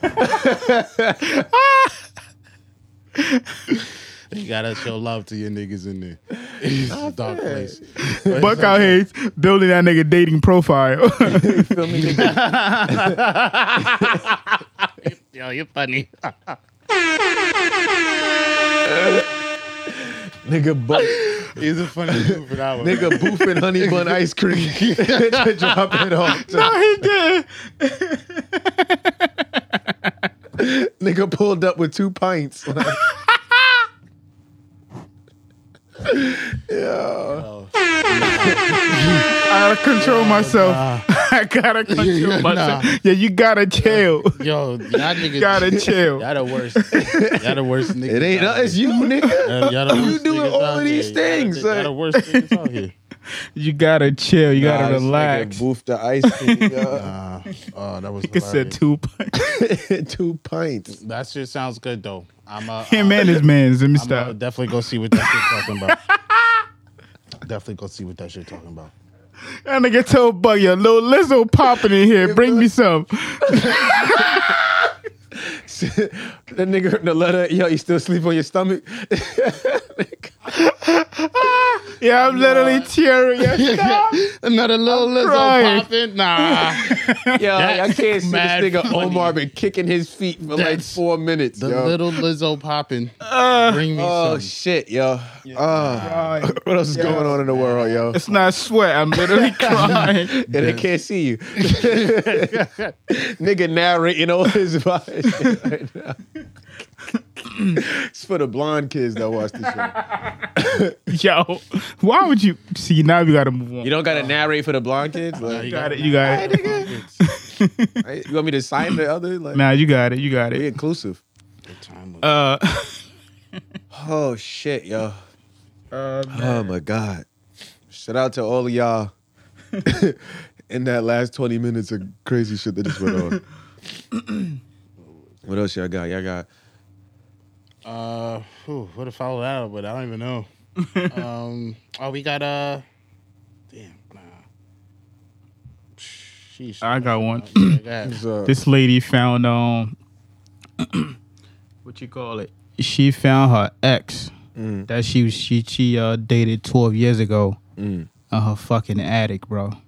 [SPEAKER 3] you gotta show love to your niggas in
[SPEAKER 4] <laughs>
[SPEAKER 3] there. It's a dark place.
[SPEAKER 4] Buck out here building that nigga dating profile. <laughs>
[SPEAKER 1] You feel me? Nigga,
[SPEAKER 3] Yo, you're funny.
[SPEAKER 1] nigga, bu-
[SPEAKER 3] He's a funny dude for that one.
[SPEAKER 1] nigga boofing honey bun ice cream. <laughs> Drop it off.
[SPEAKER 4] he did.
[SPEAKER 1] Nigga pulled up with two pints. <laughs>
[SPEAKER 4] I gotta control myself. <laughs> I gotta control
[SPEAKER 3] Oh, <laughs> Yeah,
[SPEAKER 4] myself. Yeah, you
[SPEAKER 3] <laughs>
[SPEAKER 4] gotta chill.
[SPEAKER 3] Yo, y'all niggas.
[SPEAKER 4] gotta
[SPEAKER 3] <laughs>
[SPEAKER 4] chill.
[SPEAKER 3] Y'all the worst. Y'all the worst niggas.
[SPEAKER 1] it ain't
[SPEAKER 3] out
[SPEAKER 1] us, it's
[SPEAKER 3] here.
[SPEAKER 1] you, nigga.
[SPEAKER 3] Uh, y'all
[SPEAKER 1] <laughs>
[SPEAKER 3] the
[SPEAKER 1] You
[SPEAKER 3] worst
[SPEAKER 1] doing
[SPEAKER 3] niggas
[SPEAKER 1] all
[SPEAKER 3] out
[SPEAKER 1] of these
[SPEAKER 3] here. Y'all the-
[SPEAKER 1] things,
[SPEAKER 3] Y'all
[SPEAKER 1] like-
[SPEAKER 3] the worst niggas out here.
[SPEAKER 4] You gotta chill. You gotta
[SPEAKER 1] Nah, this nigga
[SPEAKER 4] relax.
[SPEAKER 1] Boofed the ice cream. <laughs> yo.
[SPEAKER 3] Uh, <laughs> oh, that was.
[SPEAKER 4] Nigga said
[SPEAKER 3] hilarious.
[SPEAKER 4] two <laughs> pints.
[SPEAKER 1] two pints.
[SPEAKER 3] That shit sounds good though. I'm a.
[SPEAKER 4] Him and his man's. Let me
[SPEAKER 3] I'm gonna
[SPEAKER 4] stop.
[SPEAKER 3] definitely go see what that shit talking about.
[SPEAKER 1] <laughs>
[SPEAKER 3] definitely go see what that shit talking about.
[SPEAKER 4] That nigga told Buck, yo, little Lizzo popping in here. Bring me some.
[SPEAKER 1] <laughs> that nigga the letter. Yo, you still sleep on your stomach? <laughs>
[SPEAKER 4] Yeah, I'm literally
[SPEAKER 1] <laughs>
[SPEAKER 4] tearing. Yeah, stop.
[SPEAKER 3] Another little Lizzo
[SPEAKER 4] crying.
[SPEAKER 3] popping. Nah.
[SPEAKER 1] Yo, I
[SPEAKER 3] That's
[SPEAKER 1] can't see
[SPEAKER 3] mad
[SPEAKER 1] this nigga
[SPEAKER 3] funny.
[SPEAKER 1] Omar been kicking his feet for like
[SPEAKER 3] That's
[SPEAKER 1] four minutes.
[SPEAKER 3] the
[SPEAKER 1] <laughs> yo.
[SPEAKER 3] little Lizzo popping. Bring me
[SPEAKER 1] oh
[SPEAKER 3] some.
[SPEAKER 1] shit, yo. Ah.
[SPEAKER 4] Crying.
[SPEAKER 1] what else is going on in the world, yo?
[SPEAKER 4] It's not sweat. I'm
[SPEAKER 1] <laughs>
[SPEAKER 4] literally crying.
[SPEAKER 1] And they can't see you. <laughs> Nigga narrating all his <laughs> vibes right now. it's for the blonde kids that watch this show.
[SPEAKER 4] Yo, why would you see? Now we gotta move on.
[SPEAKER 1] You don't gotta narrate for the blonde kids? Like,
[SPEAKER 4] You got it. You got it.
[SPEAKER 1] right? You want me to sign the other? Like,
[SPEAKER 4] Nah, you got it. You got
[SPEAKER 1] be
[SPEAKER 4] it.
[SPEAKER 1] inclusive.
[SPEAKER 4] Uh, <laughs>
[SPEAKER 1] Oh shit, yo. oh my god. Shout out to all of y'all <laughs> in that last 20 minutes of crazy shit that just went on. <clears throat> what else y'all got? Y'all got
[SPEAKER 3] Uh, whew, what to follow that up with? I don't even
[SPEAKER 4] <laughs>
[SPEAKER 3] know. um, oh, we got uh, damn, nah. Sheesh.
[SPEAKER 4] I got one.
[SPEAKER 3] Yeah, go
[SPEAKER 4] <clears throat>
[SPEAKER 3] <laughs>
[SPEAKER 4] <laughs>
[SPEAKER 3] ahead.
[SPEAKER 1] what's up?
[SPEAKER 4] this lady found um, <clears throat> what you call it? She found her ex that she she she uh dated twelve years ago on her fucking attic, bro.
[SPEAKER 1] what?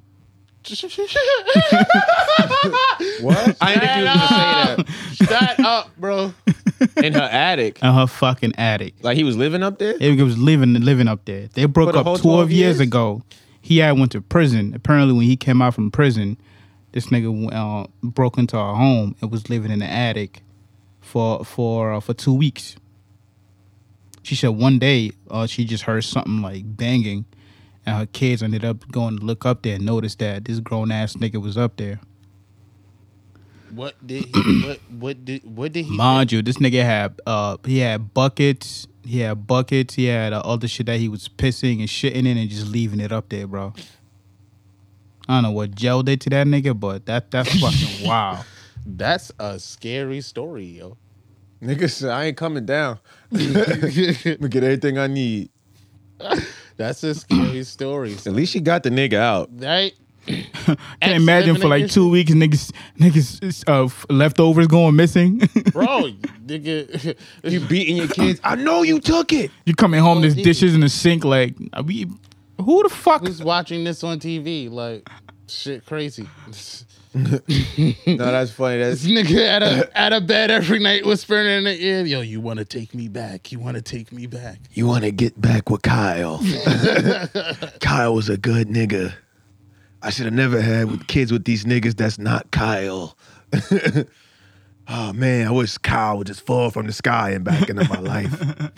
[SPEAKER 1] I ain't think you was gonna say
[SPEAKER 3] Shut up, bro.
[SPEAKER 1] that. In her attic.
[SPEAKER 4] On her fucking attic.
[SPEAKER 1] Like he was living up <laughs>
[SPEAKER 4] <laughs>
[SPEAKER 1] there?
[SPEAKER 4] It was living living up there. They broke
[SPEAKER 1] the
[SPEAKER 4] up
[SPEAKER 1] whole
[SPEAKER 4] 12,
[SPEAKER 1] 12
[SPEAKER 4] years
[SPEAKER 1] years?
[SPEAKER 4] ago. He had went to prison. Apparently, when he came out from prison, this nigga uh, broke into our home and was living in the attic for for uh, for two weeks. She said one day uh, she just heard something like banging, and her kids ended up going to look up there and noticed that this grown ass nigga was up there.
[SPEAKER 3] What did he? What what did what did he?
[SPEAKER 4] Mind you, this nigga had uh he had buckets, he had buckets, he had uh, other shit that he was pissing and shitting in and just leaving it up there, bro. I don't know what gel did to that nigga, but that that's fucking wow.
[SPEAKER 3] That's a scary story, yo.
[SPEAKER 1] Niggas, said, I ain't coming
[SPEAKER 2] <laughs>
[SPEAKER 1] down. I'ma get everything I need.
[SPEAKER 3] That's a
[SPEAKER 4] <clears throat>
[SPEAKER 3] scary story.
[SPEAKER 1] At least she got the nigga out.
[SPEAKER 3] Right?
[SPEAKER 4] Can't imagine for like two weeks, niggas, niggas uh, f- leftovers going missing. <laughs>
[SPEAKER 3] Bro, nigga. <laughs>
[SPEAKER 1] You beating your kids. I know you took
[SPEAKER 2] <laughs>
[SPEAKER 1] it.
[SPEAKER 4] you coming home, there's
[SPEAKER 3] nigga.
[SPEAKER 4] dishes in the sink. Like, are we, who the fuck?
[SPEAKER 3] Who's watching this on TV? Like, shit crazy. <laughs>
[SPEAKER 1] No, that's funny. That's
[SPEAKER 3] This nigga at a at a bed every night whispering in the ear, yo, you wanna take me back. You wanna take me back.
[SPEAKER 2] <laughs> You want to get back with
[SPEAKER 1] <laughs>
[SPEAKER 2] Kyle. Kyle was a good nigga. I should have never had with kids with these niggas that's
[SPEAKER 1] <laughs>
[SPEAKER 2] not Kyle. oh man, I wish Kyle would just fall from the sky and back into
[SPEAKER 1] <laughs>
[SPEAKER 2] my life.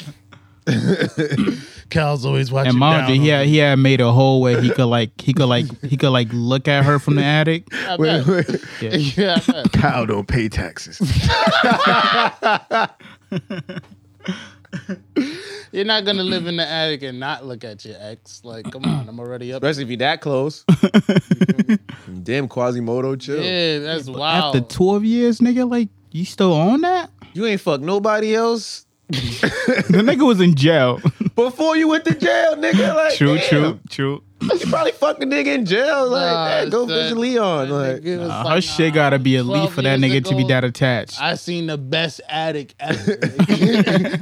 [SPEAKER 3] Cal's always watching.
[SPEAKER 4] And mind
[SPEAKER 3] down
[SPEAKER 4] you, he
[SPEAKER 3] on
[SPEAKER 4] had,
[SPEAKER 3] me.
[SPEAKER 4] he had made a hole where he could like he could like he could like look at her from the attic.
[SPEAKER 3] I
[SPEAKER 1] wait,
[SPEAKER 3] bet.
[SPEAKER 1] wait.
[SPEAKER 4] Yeah.
[SPEAKER 3] <laughs> Yeah, I bet.
[SPEAKER 2] Kyle don't pay taxes.
[SPEAKER 3] you're not gonna live in the attic and not look at your ex. Like, come on, I'm already up.
[SPEAKER 1] especially if you that <laughs> close. Damn Quasimodo, chill.
[SPEAKER 3] Yeah, that's wild.
[SPEAKER 4] After twelve years, nigga, like you still on that?
[SPEAKER 1] You ain't fuck nobody else
[SPEAKER 4] The nigga was in jail.
[SPEAKER 1] before you went to jail, <laughs> nigga. Like,
[SPEAKER 4] <laughs> true,
[SPEAKER 1] damn.
[SPEAKER 4] true, true.
[SPEAKER 1] You probably fucked a nigga in jail. Like,
[SPEAKER 3] Nah,
[SPEAKER 1] man, go
[SPEAKER 3] son.
[SPEAKER 1] visit Leon.
[SPEAKER 3] That
[SPEAKER 1] Like,
[SPEAKER 3] nigga was
[SPEAKER 4] Uh,
[SPEAKER 3] like,
[SPEAKER 4] her shit
[SPEAKER 3] nah,
[SPEAKER 4] gotta be elite
[SPEAKER 3] 12
[SPEAKER 4] for that
[SPEAKER 3] years
[SPEAKER 4] nigga to be
[SPEAKER 3] ago,
[SPEAKER 4] that attached.
[SPEAKER 3] I seen the best attic
[SPEAKER 1] <laughs>
[SPEAKER 3] ever. <laughs>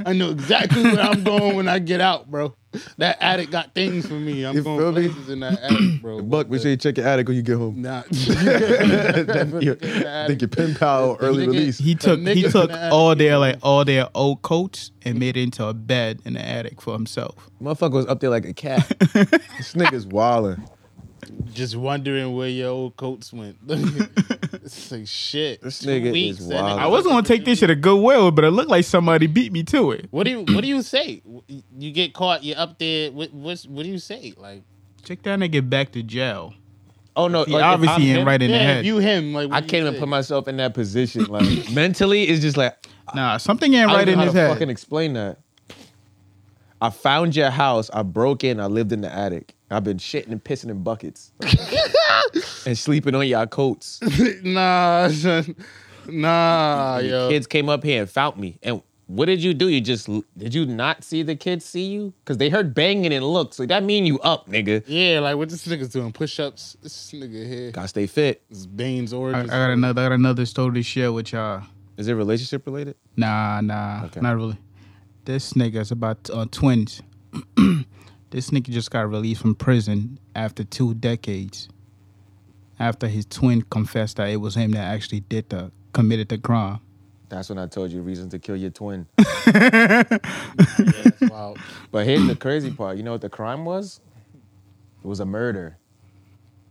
[SPEAKER 3] I know exactly where I'm going when I get out, bro. That attic got things for me. I'm
[SPEAKER 1] You feel
[SPEAKER 3] going
[SPEAKER 1] me?
[SPEAKER 3] places in that attic, bro.
[SPEAKER 1] Buck, make sure you check your attic when you get <laughs> home.
[SPEAKER 3] Nah.
[SPEAKER 1] Then your- think your pen pal early
[SPEAKER 3] Nigga,
[SPEAKER 1] release.
[SPEAKER 4] he took he
[SPEAKER 3] nigga
[SPEAKER 4] took
[SPEAKER 3] in the attic.
[SPEAKER 4] all their like all their old coats and made it into a bed in the attic for himself.
[SPEAKER 1] Motherfucker was up there like a cat. <laughs> this nigga's wildin'.
[SPEAKER 3] Just wondering where your old coats went. <laughs> it's like shit.
[SPEAKER 1] This
[SPEAKER 3] two
[SPEAKER 1] nigga
[SPEAKER 3] weeks,
[SPEAKER 1] is
[SPEAKER 3] that
[SPEAKER 1] wild.
[SPEAKER 3] nigga-
[SPEAKER 4] I wasn't gonna take this shit at goodwill, but it looked like somebody beat me to it.
[SPEAKER 3] What do you What do you say? You get caught. You're up there. What What's, What do you say? Like,
[SPEAKER 4] Check that nigga back to jail.
[SPEAKER 1] Oh no,
[SPEAKER 4] He
[SPEAKER 1] like, if I'm
[SPEAKER 4] obviously
[SPEAKER 1] him,
[SPEAKER 4] ain't right in the
[SPEAKER 3] yeah,
[SPEAKER 4] head.
[SPEAKER 3] if you him. Like, what
[SPEAKER 1] I
[SPEAKER 3] do you
[SPEAKER 1] can't even
[SPEAKER 3] say?
[SPEAKER 1] put myself in that position. Like mentally, it's just like
[SPEAKER 4] Nah, something ain't
[SPEAKER 1] I don't
[SPEAKER 4] right
[SPEAKER 1] know
[SPEAKER 4] in
[SPEAKER 1] how
[SPEAKER 4] his
[SPEAKER 1] to
[SPEAKER 4] head.
[SPEAKER 1] fucking explain that. I found your house. I broke in. I lived in the attic. I've been shitting and pissing in
[SPEAKER 4] <laughs>
[SPEAKER 1] buckets and sleeping on y'all coats.
[SPEAKER 3] Nah, <laughs> son. Nah, yo.
[SPEAKER 1] Kids came up here and found me. And what did you do? You just did you not see the kids see you? Cause they heard banging and looked. So that mean you up, nigga.
[SPEAKER 3] Yeah, like what this nigga's doing? Push ups. This nigga here.
[SPEAKER 1] Gotta stay fit.
[SPEAKER 3] This Bane's
[SPEAKER 4] I, I
[SPEAKER 3] origins.
[SPEAKER 4] got another I got another story to share with y'all.
[SPEAKER 1] Is it relationship related?
[SPEAKER 4] Nah, nah,
[SPEAKER 1] Okay.
[SPEAKER 4] not really. This nigga's about uh, twins. <clears throat> this nigga just got released from prison after two decades. After his twin confessed that it was him that actually did the committed the crime.
[SPEAKER 1] That's when I told you reason to kill your
[SPEAKER 4] <laughs>
[SPEAKER 1] twin.
[SPEAKER 3] That's wild.
[SPEAKER 1] But here's the crazy part. You know what the crime was? It was a murder.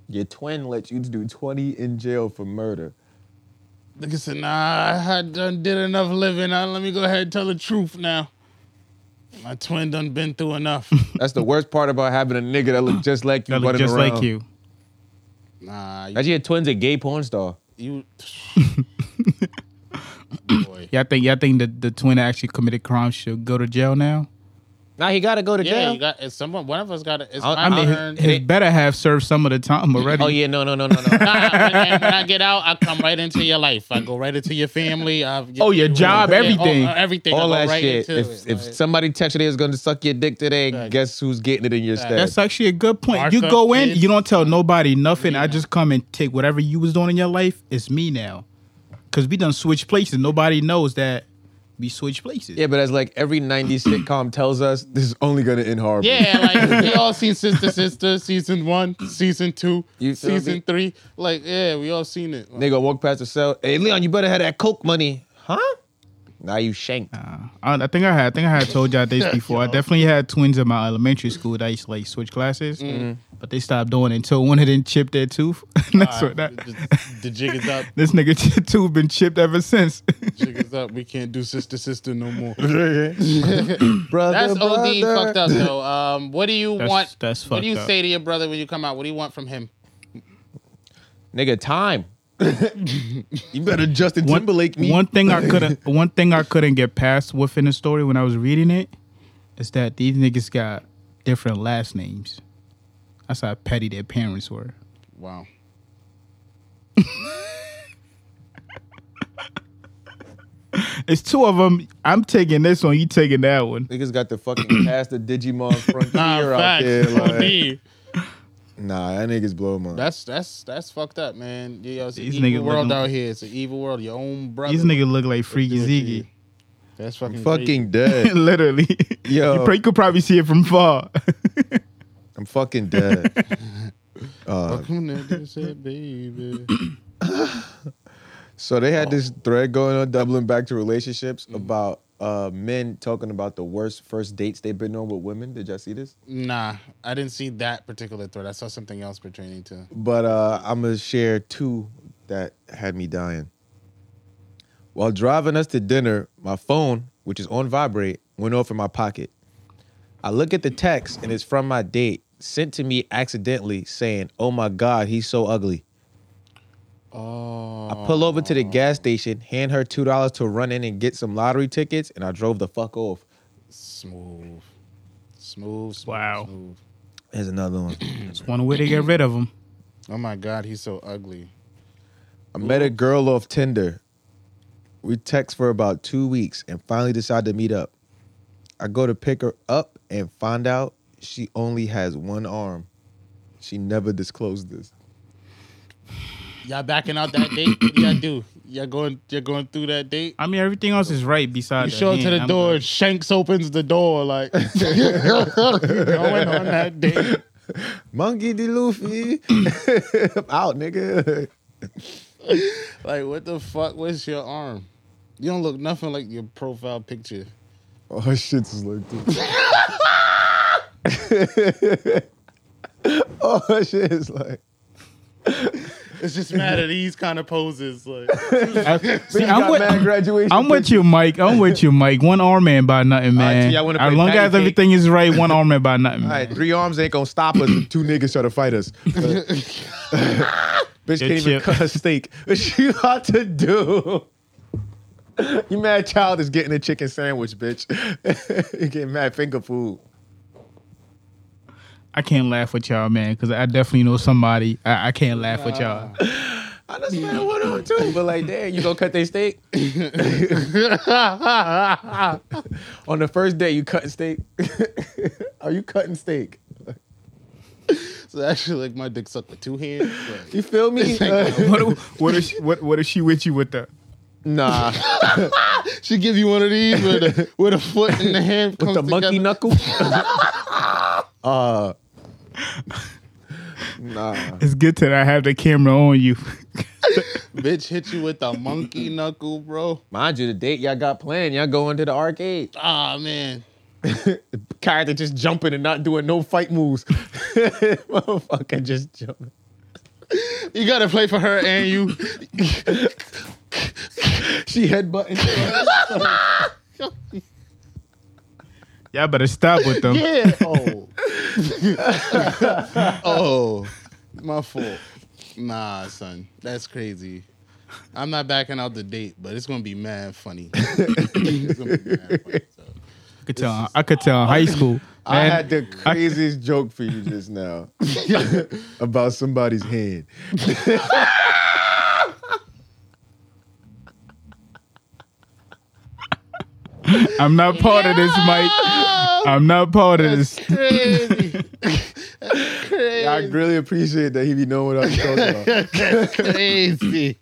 [SPEAKER 1] Your twin let you do 20 in jail for murder.
[SPEAKER 3] Nigga said, nah, I had done did enough living. Now let me go ahead and tell the truth now. My twin done been
[SPEAKER 1] <laughs>
[SPEAKER 3] through enough.
[SPEAKER 1] That's the worst part about having a nigga that
[SPEAKER 4] <clears throat>
[SPEAKER 1] look just like you
[SPEAKER 4] That looked
[SPEAKER 1] running
[SPEAKER 4] just
[SPEAKER 1] around.
[SPEAKER 4] like you.
[SPEAKER 3] nah, you,
[SPEAKER 1] Imagine your twin's a gay porn star.
[SPEAKER 3] you boy.
[SPEAKER 4] Y'all think y'all think that the twin that actually committed crime should go to jail now?
[SPEAKER 1] Now he gotta go to
[SPEAKER 3] Yeah,
[SPEAKER 1] jail.
[SPEAKER 3] you got it's someone one of us got it's
[SPEAKER 1] I-
[SPEAKER 3] my
[SPEAKER 1] I mean,
[SPEAKER 3] turn.
[SPEAKER 4] His, his better have served some of the time already.
[SPEAKER 1] oh yeah, no, no, no, no, no.
[SPEAKER 3] Nah, when, when I get out, I come right into your life. I go right into your family. I,
[SPEAKER 4] Oh, your job, everything.
[SPEAKER 3] all, <laughs> everything. I
[SPEAKER 1] All
[SPEAKER 3] go
[SPEAKER 1] that
[SPEAKER 3] right
[SPEAKER 1] shit.
[SPEAKER 3] into
[SPEAKER 1] If
[SPEAKER 3] it,
[SPEAKER 1] if
[SPEAKER 3] like-
[SPEAKER 1] somebody texted they was gonna suck your dick today,
[SPEAKER 3] Facts.
[SPEAKER 1] guess who's getting it in your stead?
[SPEAKER 4] That's actually a good point.
[SPEAKER 3] Mark
[SPEAKER 4] you
[SPEAKER 3] up
[SPEAKER 4] go in,
[SPEAKER 3] kids.
[SPEAKER 4] you don't tell nobody nothing. I just come and take whatever you was doing in your life. It's me now, cause we done switch places. Nobody knows that we switch places.
[SPEAKER 1] yeah, but as like every 90s sitcom tells us, this is only gonna end horribly.
[SPEAKER 3] Yeah,
[SPEAKER 1] <laughs>
[SPEAKER 3] like we all seen Sister Sister season one, season two,
[SPEAKER 1] You feel
[SPEAKER 3] season
[SPEAKER 1] me?
[SPEAKER 3] three. Like, yeah, we all seen it. Like,
[SPEAKER 1] Nigga walk past the cell. Hey Leon, you better have that coke money. Huh? Now you shanked.
[SPEAKER 4] I, I think I had, I think I had told
[SPEAKER 3] <laughs>
[SPEAKER 4] y'all this before. I definitely had twins in my elementary school that I used to like switch classes, but they stopped doing it until one of them chipped their tooth. <laughs> That's what that.
[SPEAKER 3] just- the jig is up.
[SPEAKER 4] <laughs>
[SPEAKER 1] <laughs>
[SPEAKER 4] This nigga <laughs> tooth been chipped
[SPEAKER 3] <laughs>
[SPEAKER 4] ever since.
[SPEAKER 3] Jig is up. We can't do Sister Sister no more.
[SPEAKER 1] brother,
[SPEAKER 3] That's
[SPEAKER 1] brother.
[SPEAKER 3] OD fucked up though. Um, what do you
[SPEAKER 4] That's-
[SPEAKER 3] want?
[SPEAKER 4] that's
[SPEAKER 3] what do you
[SPEAKER 4] fucked up.
[SPEAKER 3] say to your brother when you come out? What do you want from him?
[SPEAKER 1] Nigga, time. you better Justin Timberlake me.
[SPEAKER 4] One thing I couldn't one thing I couldn't get past within the story when I was reading it is that these niggas got different last names. That's how petty their parents were.
[SPEAKER 3] Wow.
[SPEAKER 4] It's two of them. I'm taking this one. You taking that one.
[SPEAKER 1] Niggas got the fucking <clears throat> past the Digimon frontier
[SPEAKER 3] Nah,
[SPEAKER 1] out
[SPEAKER 3] facts.
[SPEAKER 1] there.
[SPEAKER 3] Fuck
[SPEAKER 1] Like,
[SPEAKER 3] me.
[SPEAKER 1] <laughs> nah, that niggas blow my.
[SPEAKER 3] That's that's that's fucked up, man. Yeah, yo, it's an
[SPEAKER 4] These
[SPEAKER 3] evil
[SPEAKER 4] niggas
[SPEAKER 3] world
[SPEAKER 4] looking-
[SPEAKER 3] out here. It's an evil world. Your own brother.
[SPEAKER 4] These niggas look like Freaky
[SPEAKER 3] Let's do it to
[SPEAKER 4] Ziggy.
[SPEAKER 3] That's
[SPEAKER 1] <laughs>
[SPEAKER 3] fucking crazy.
[SPEAKER 1] fucking dead.
[SPEAKER 4] <laughs> Literally.
[SPEAKER 1] Yo.
[SPEAKER 4] You, pr- you could probably see it from far.
[SPEAKER 1] I'm fucking dead. Uh,
[SPEAKER 3] Fucking niggas said, baby.
[SPEAKER 1] so they had this thread going on, doubling back to relationships about uh, men talking about the worst first dates they've been on with women. Did y'all see this?
[SPEAKER 3] Nah, I didn't see that particular thread. I saw something else pertaining to.
[SPEAKER 1] But uh, I'm gonna share two that had me dying. While driving us to dinner, my phone, which is on vibrate, went off in my pocket. I look at the text and it's from my date, sent to me accidentally, saying, "Oh my God, he's so ugly."
[SPEAKER 3] Oh,
[SPEAKER 1] I pull over to the gas station, hand her two dollars to run in and get some lottery tickets, and I drove the fuck off.
[SPEAKER 3] smooth, smooth. smooth
[SPEAKER 4] Wow.
[SPEAKER 3] smooth.
[SPEAKER 1] Here's another one.
[SPEAKER 4] It's one way to get rid of them.
[SPEAKER 3] Oh my God, he's so ugly.
[SPEAKER 1] I met a girl off Tinder. We text for about two weeks and finally decide to meet up. I go to pick her up and find out she only has one arm. She never disclosed this.
[SPEAKER 3] Y'all backing out that date? What do y'all do? Y'all going? You're going through that date?
[SPEAKER 4] I mean, everything else is right besides
[SPEAKER 3] You show up to the door, <laughs> and Shanks opens the door <laughs> like going on that date.
[SPEAKER 1] Monkey D.
[SPEAKER 4] <coughs>
[SPEAKER 1] Luffy. <laughs> I'm out, nigga. <laughs>
[SPEAKER 3] Like, what the fuck? Where's your arm? You don't look nothing like your profile picture.
[SPEAKER 1] Oh, her shit's is like
[SPEAKER 4] <laughs>
[SPEAKER 1] this. <laughs> oh, her shit is like.
[SPEAKER 3] It's just mad at these kind of poses. Like,
[SPEAKER 4] See, I'm, with, <laughs>
[SPEAKER 1] graduation.
[SPEAKER 4] I'm with you, Mike. I'm with you, Mike. One arm man by nothing,
[SPEAKER 1] All right,
[SPEAKER 4] man.
[SPEAKER 1] so y'all wanna
[SPEAKER 4] as
[SPEAKER 1] play
[SPEAKER 4] long
[SPEAKER 1] patty
[SPEAKER 4] as
[SPEAKER 1] cake?
[SPEAKER 4] everything is right, one arm man by
[SPEAKER 1] <laughs>
[SPEAKER 4] nothing.
[SPEAKER 1] All
[SPEAKER 4] man.
[SPEAKER 1] right, three arms ain't gonna stop us. if Two niggas try to fight
[SPEAKER 4] <laughs>
[SPEAKER 1] us. Bitch can't even
[SPEAKER 4] chip.
[SPEAKER 1] cut a steak. <laughs> What you ought to do? You mad child is getting a chicken sandwich, bitch. <laughs> you getting mad finger food.
[SPEAKER 4] I can't laugh with y'all, man, because I definitely know somebody. I, I can't laugh with y'all.
[SPEAKER 1] I just man one on two, but like, damn, you gonna cut their steak? <laughs> on the first day, you cutting steak? <laughs> Are you cutting steak?
[SPEAKER 3] <laughs> so actually, like my dick sucked with two hands. Like,
[SPEAKER 1] You feel me? <laughs>
[SPEAKER 4] what, what is she, what, what is she with you with the?
[SPEAKER 1] nah,
[SPEAKER 3] <laughs> She give you one of these with a, with a foot and the hand
[SPEAKER 1] with
[SPEAKER 3] comes
[SPEAKER 1] the monkey
[SPEAKER 3] together.
[SPEAKER 1] knuckle. uh, nah.
[SPEAKER 4] It's good that I have the camera on you. <laughs>
[SPEAKER 3] Bitch hit you with the monkey knuckle, bro.
[SPEAKER 1] Mind you, the date y'all got planned, y'all going to the arcade.
[SPEAKER 3] Ah man,
[SPEAKER 1] Character just jumping and not doing no fight moves. <laughs> Motherfucker just jumping.
[SPEAKER 3] you gotta play for her and you.
[SPEAKER 1] She headbutting.
[SPEAKER 4] y'all better stop with them.
[SPEAKER 3] Yeah. <laughs> Oh. oh, my fault. Nah, son, that's crazy. I'm not backing out the date, but it's gonna be mad funny. It's gonna be mad funny, so.
[SPEAKER 4] I could tell. I could tell in high school.
[SPEAKER 1] <laughs> <laughs> I
[SPEAKER 4] man,
[SPEAKER 1] had the craziest joke for you just <laughs> now about somebody's hand.
[SPEAKER 4] I'm not part of this, Mike. I'm not part of this.
[SPEAKER 3] <laughs> Crazy.
[SPEAKER 1] I really appreciate that he be knowing what I'm talking about.
[SPEAKER 3] That's <laughs> crazy.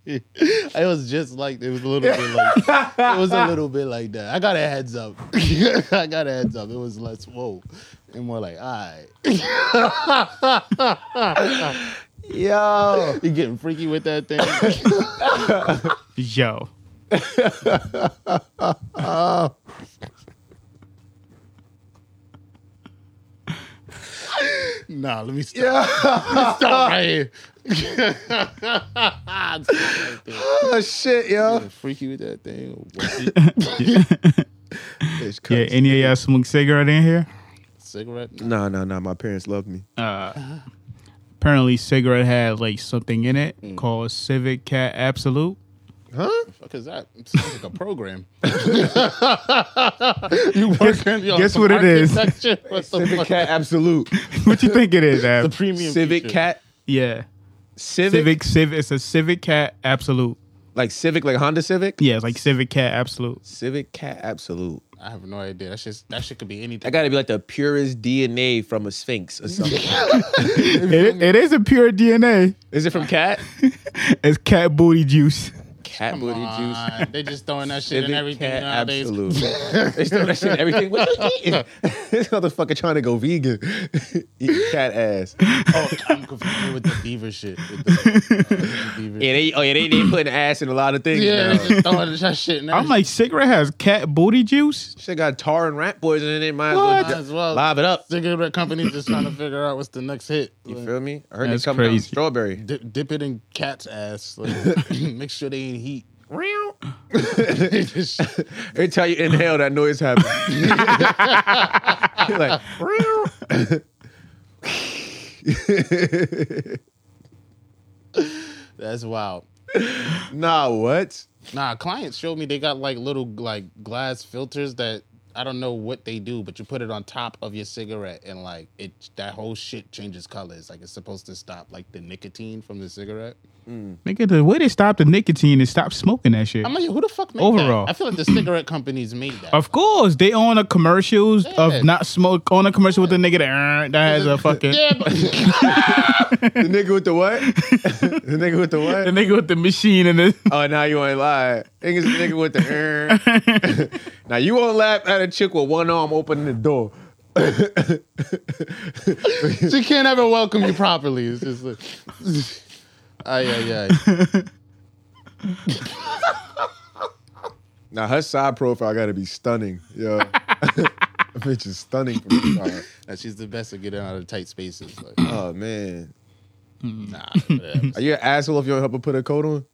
[SPEAKER 3] I was just like it was a little bit like it was a little bit like that. I got a heads up. <laughs> I got a heads up. It was less whoa and more like all right.
[SPEAKER 1] Yo,
[SPEAKER 3] You getting freaky with that thing?
[SPEAKER 4] Yo,
[SPEAKER 3] nah, let me stop. Let me stop right here. <laughs> Stop right
[SPEAKER 1] <laughs>
[SPEAKER 3] there.
[SPEAKER 1] <laughs> oh shit, yo.
[SPEAKER 3] Getting freaky with that thing.
[SPEAKER 1] It's
[SPEAKER 4] yeah.
[SPEAKER 1] crazy.
[SPEAKER 4] Any of y'all smoke cigarette in here?
[SPEAKER 3] Cigarette.
[SPEAKER 1] No, no, no. My parents love me.
[SPEAKER 4] Uh, apparently, cigarette had like something in it
[SPEAKER 1] Mm.
[SPEAKER 4] called Civic Cat Absolute. <laughs>
[SPEAKER 1] Huh?
[SPEAKER 3] Fuck is that? Sounds like a program. <laughs> you working? yo,
[SPEAKER 4] guess
[SPEAKER 3] some
[SPEAKER 4] what it is.
[SPEAKER 3] architecture? What the
[SPEAKER 1] Civic
[SPEAKER 3] fuck?
[SPEAKER 1] cat absolute.
[SPEAKER 4] what you think
[SPEAKER 1] <laughs>
[SPEAKER 4] it is?
[SPEAKER 3] The
[SPEAKER 4] Ab?
[SPEAKER 3] premium
[SPEAKER 1] Civic
[SPEAKER 3] feature.
[SPEAKER 1] cat.
[SPEAKER 4] yeah,
[SPEAKER 1] Civic.
[SPEAKER 4] Civic Civic. It's a Civic Cat Absolute.
[SPEAKER 1] Like Civic, like Honda Civic?
[SPEAKER 4] Yeah, it's like Civic Cat Absolute.
[SPEAKER 1] Civic Cat Absolute.
[SPEAKER 3] I have no idea. That's just that shit could be anything.
[SPEAKER 1] That gotta be like the purest DNA from a Sphinx or something.
[SPEAKER 4] It, it is a pure DNA.
[SPEAKER 1] Is it from cat?
[SPEAKER 4] It's cat booty juice.
[SPEAKER 1] <laughs> Cat
[SPEAKER 3] Come
[SPEAKER 1] booty
[SPEAKER 3] on.
[SPEAKER 1] juice.
[SPEAKER 3] They just throwing that shit
[SPEAKER 1] Civic
[SPEAKER 3] in everything
[SPEAKER 1] cat
[SPEAKER 3] nowadays.
[SPEAKER 1] <laughs> absolute. they still that shit in everything. What you eating? <laughs> this motherfucker trying to go vegan. <laughs> Eating cat ass.
[SPEAKER 3] Oh, I'm confused with the beaver shit. With the, uh, beaver
[SPEAKER 1] Yeah, they oh yeah, they, they putting ass in a lot of things
[SPEAKER 3] Yeah,
[SPEAKER 1] now.
[SPEAKER 3] they just throwing that shit. in
[SPEAKER 4] I'm like, cigarette has cat booty juice?
[SPEAKER 1] Shit got tar and rat poison in it. Might
[SPEAKER 3] What? Might
[SPEAKER 1] as
[SPEAKER 3] as
[SPEAKER 1] well
[SPEAKER 3] well.
[SPEAKER 1] live it up.
[SPEAKER 3] cigarette companies just trying to figure out what's the next hit.
[SPEAKER 1] You
[SPEAKER 3] Like,
[SPEAKER 1] feel me? I heard
[SPEAKER 4] That's
[SPEAKER 1] they come down
[SPEAKER 4] crazy.
[SPEAKER 1] strawberry.
[SPEAKER 3] dip, dip it in cat's
[SPEAKER 1] <laughs>
[SPEAKER 3] ass. Like, <laughs> make sure they ain't heat. <laughs>
[SPEAKER 1] Every time you inhale, that noise <laughs> happens. You're like, <laughs> "Meow."
[SPEAKER 3] That's wild.
[SPEAKER 1] nah, what?
[SPEAKER 3] Nah, clients showed me they got like little like glass filters that I don't know what they do, but you put it on top of your cigarette and like it that whole shit changes colors. Like it's supposed to stop like the nicotine from the cigarette.
[SPEAKER 4] Nigga, the way they stopped the nicotine is stop smoking that shit.
[SPEAKER 3] I'm like, who the fuck made
[SPEAKER 4] Overall.
[SPEAKER 3] that? I feel like the cigarette companies made that.
[SPEAKER 4] Of course, they own a commercials
[SPEAKER 3] Yeah.
[SPEAKER 4] of not smoke on a commercial with a nigga that, that has a
[SPEAKER 3] <laughs>
[SPEAKER 4] fucking
[SPEAKER 3] yeah, but
[SPEAKER 1] The nigga with the
[SPEAKER 4] <laughs>
[SPEAKER 1] what? the nigga with the
[SPEAKER 4] the
[SPEAKER 1] what?
[SPEAKER 4] nigga with the machine and the
[SPEAKER 1] Oh, now you ain't lie. Niggas, the nigga with the.
[SPEAKER 4] <laughs>
[SPEAKER 1] "Er." now you won't laugh at a chick with one arm opening the door.
[SPEAKER 3] she can't ever welcome you properly. It's just like, <laughs> ay, ay,
[SPEAKER 4] <laughs>
[SPEAKER 3] ay.
[SPEAKER 1] Now her side profile got to be stunning.
[SPEAKER 4] <laughs>
[SPEAKER 1] Yo, bitch is stunning from the side.
[SPEAKER 3] Nah, she's the best at getting out of tight spaces. Like,
[SPEAKER 1] Oh man,
[SPEAKER 4] <laughs>
[SPEAKER 3] nah, whatever. <laughs>
[SPEAKER 1] are you an asshole if you don't help her put her coat on?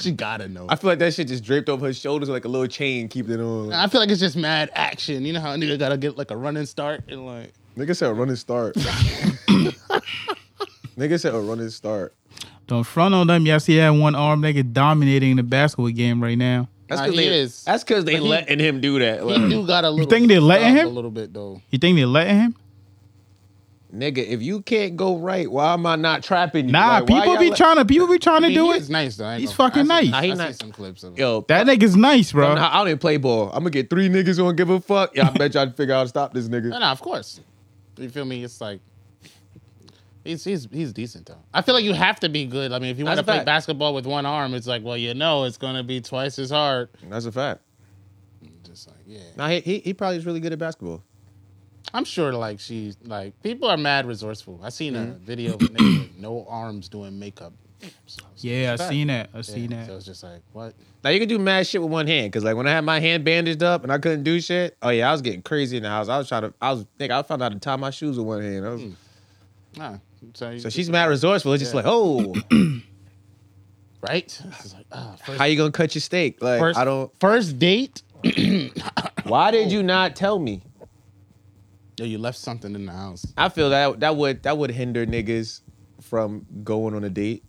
[SPEAKER 3] she gotta know.
[SPEAKER 1] I feel like that shit just draped over her shoulders like a little chain, keeping it on.
[SPEAKER 3] I feel like it's just mad action. You know how a nigga gotta get like a running start and like.
[SPEAKER 1] Nigga said run and
[SPEAKER 4] <laughs>
[SPEAKER 1] start. Nigga said run and start.
[SPEAKER 4] <laughs> Don't front on them. Y'all see that one arm nigga dominating the basketball game right now.
[SPEAKER 3] Nah, he
[SPEAKER 1] they.
[SPEAKER 3] is.
[SPEAKER 1] That's because they
[SPEAKER 3] But he-
[SPEAKER 1] letting him do that.
[SPEAKER 3] He
[SPEAKER 1] Like,
[SPEAKER 3] do got a little.
[SPEAKER 4] Hmm. think they letting
[SPEAKER 3] stub
[SPEAKER 4] him?
[SPEAKER 3] A little bit though.
[SPEAKER 4] You think they letting him?
[SPEAKER 1] nigga, if you can't go right, why am I not trapping you?
[SPEAKER 4] Nah,
[SPEAKER 1] Like, why
[SPEAKER 4] people
[SPEAKER 1] y'all
[SPEAKER 4] be
[SPEAKER 1] let-
[SPEAKER 4] trying to people be trying
[SPEAKER 3] I
[SPEAKER 4] to
[SPEAKER 3] mean,
[SPEAKER 4] do
[SPEAKER 3] he
[SPEAKER 4] it.
[SPEAKER 3] is nice though. I ain't
[SPEAKER 4] He's
[SPEAKER 3] gonna-
[SPEAKER 4] fucking
[SPEAKER 3] I seen-
[SPEAKER 4] nice.
[SPEAKER 1] Nah, he
[SPEAKER 3] I
[SPEAKER 1] not-
[SPEAKER 3] seen some clips of him.
[SPEAKER 1] Yo,
[SPEAKER 4] That nigga's nice,
[SPEAKER 1] I,
[SPEAKER 4] bro.
[SPEAKER 1] I don't even play ball. I'm gonna get three niggas who don't give a fuck. Yeah, I bet
[SPEAKER 4] <laughs>
[SPEAKER 1] y'all figure out how to stop this
[SPEAKER 3] No,
[SPEAKER 1] nigga.
[SPEAKER 3] no, of course. You feel me? It's like he's he's he's decent though. I feel like you have to be good. I mean, if you
[SPEAKER 1] That's
[SPEAKER 3] want
[SPEAKER 1] a
[SPEAKER 3] to play
[SPEAKER 1] fact.
[SPEAKER 3] basketball with one arm, it's like, well, you know, it's gonna be twice as hard.
[SPEAKER 1] That's a fact.
[SPEAKER 3] Just like, yeah,
[SPEAKER 1] Nah, he, he he probably is really good at basketball.
[SPEAKER 3] I'm sure. Like she's like people are mad resourceful. I seen a video of a nigga with no arms doing makeup. So,
[SPEAKER 4] yeah, I seen that. I
[SPEAKER 3] yeah,
[SPEAKER 4] seen that.
[SPEAKER 3] So it's just like what?
[SPEAKER 1] Now you can do mad shit with one hand, cause like when I had my hand bandaged up and I couldn't do shit. Oh yeah, I was getting crazy in the house. I was trying to. I was think I found out how to tie my shoes with one hand. I was,
[SPEAKER 3] Nah. So, you-
[SPEAKER 1] So she's mad resourceful. It's just
[SPEAKER 3] Yeah.
[SPEAKER 1] like, oh,
[SPEAKER 3] right. It's just like,
[SPEAKER 1] <sighs>
[SPEAKER 3] ah, first,
[SPEAKER 1] how you gonna cut your steak? Like
[SPEAKER 3] first,
[SPEAKER 1] I don't.
[SPEAKER 3] first date.
[SPEAKER 1] Why did
[SPEAKER 4] Oh.
[SPEAKER 1] you not tell me?
[SPEAKER 3] Yo, you left something in the house.
[SPEAKER 1] I feel that that would that would hinder niggas from going on a date.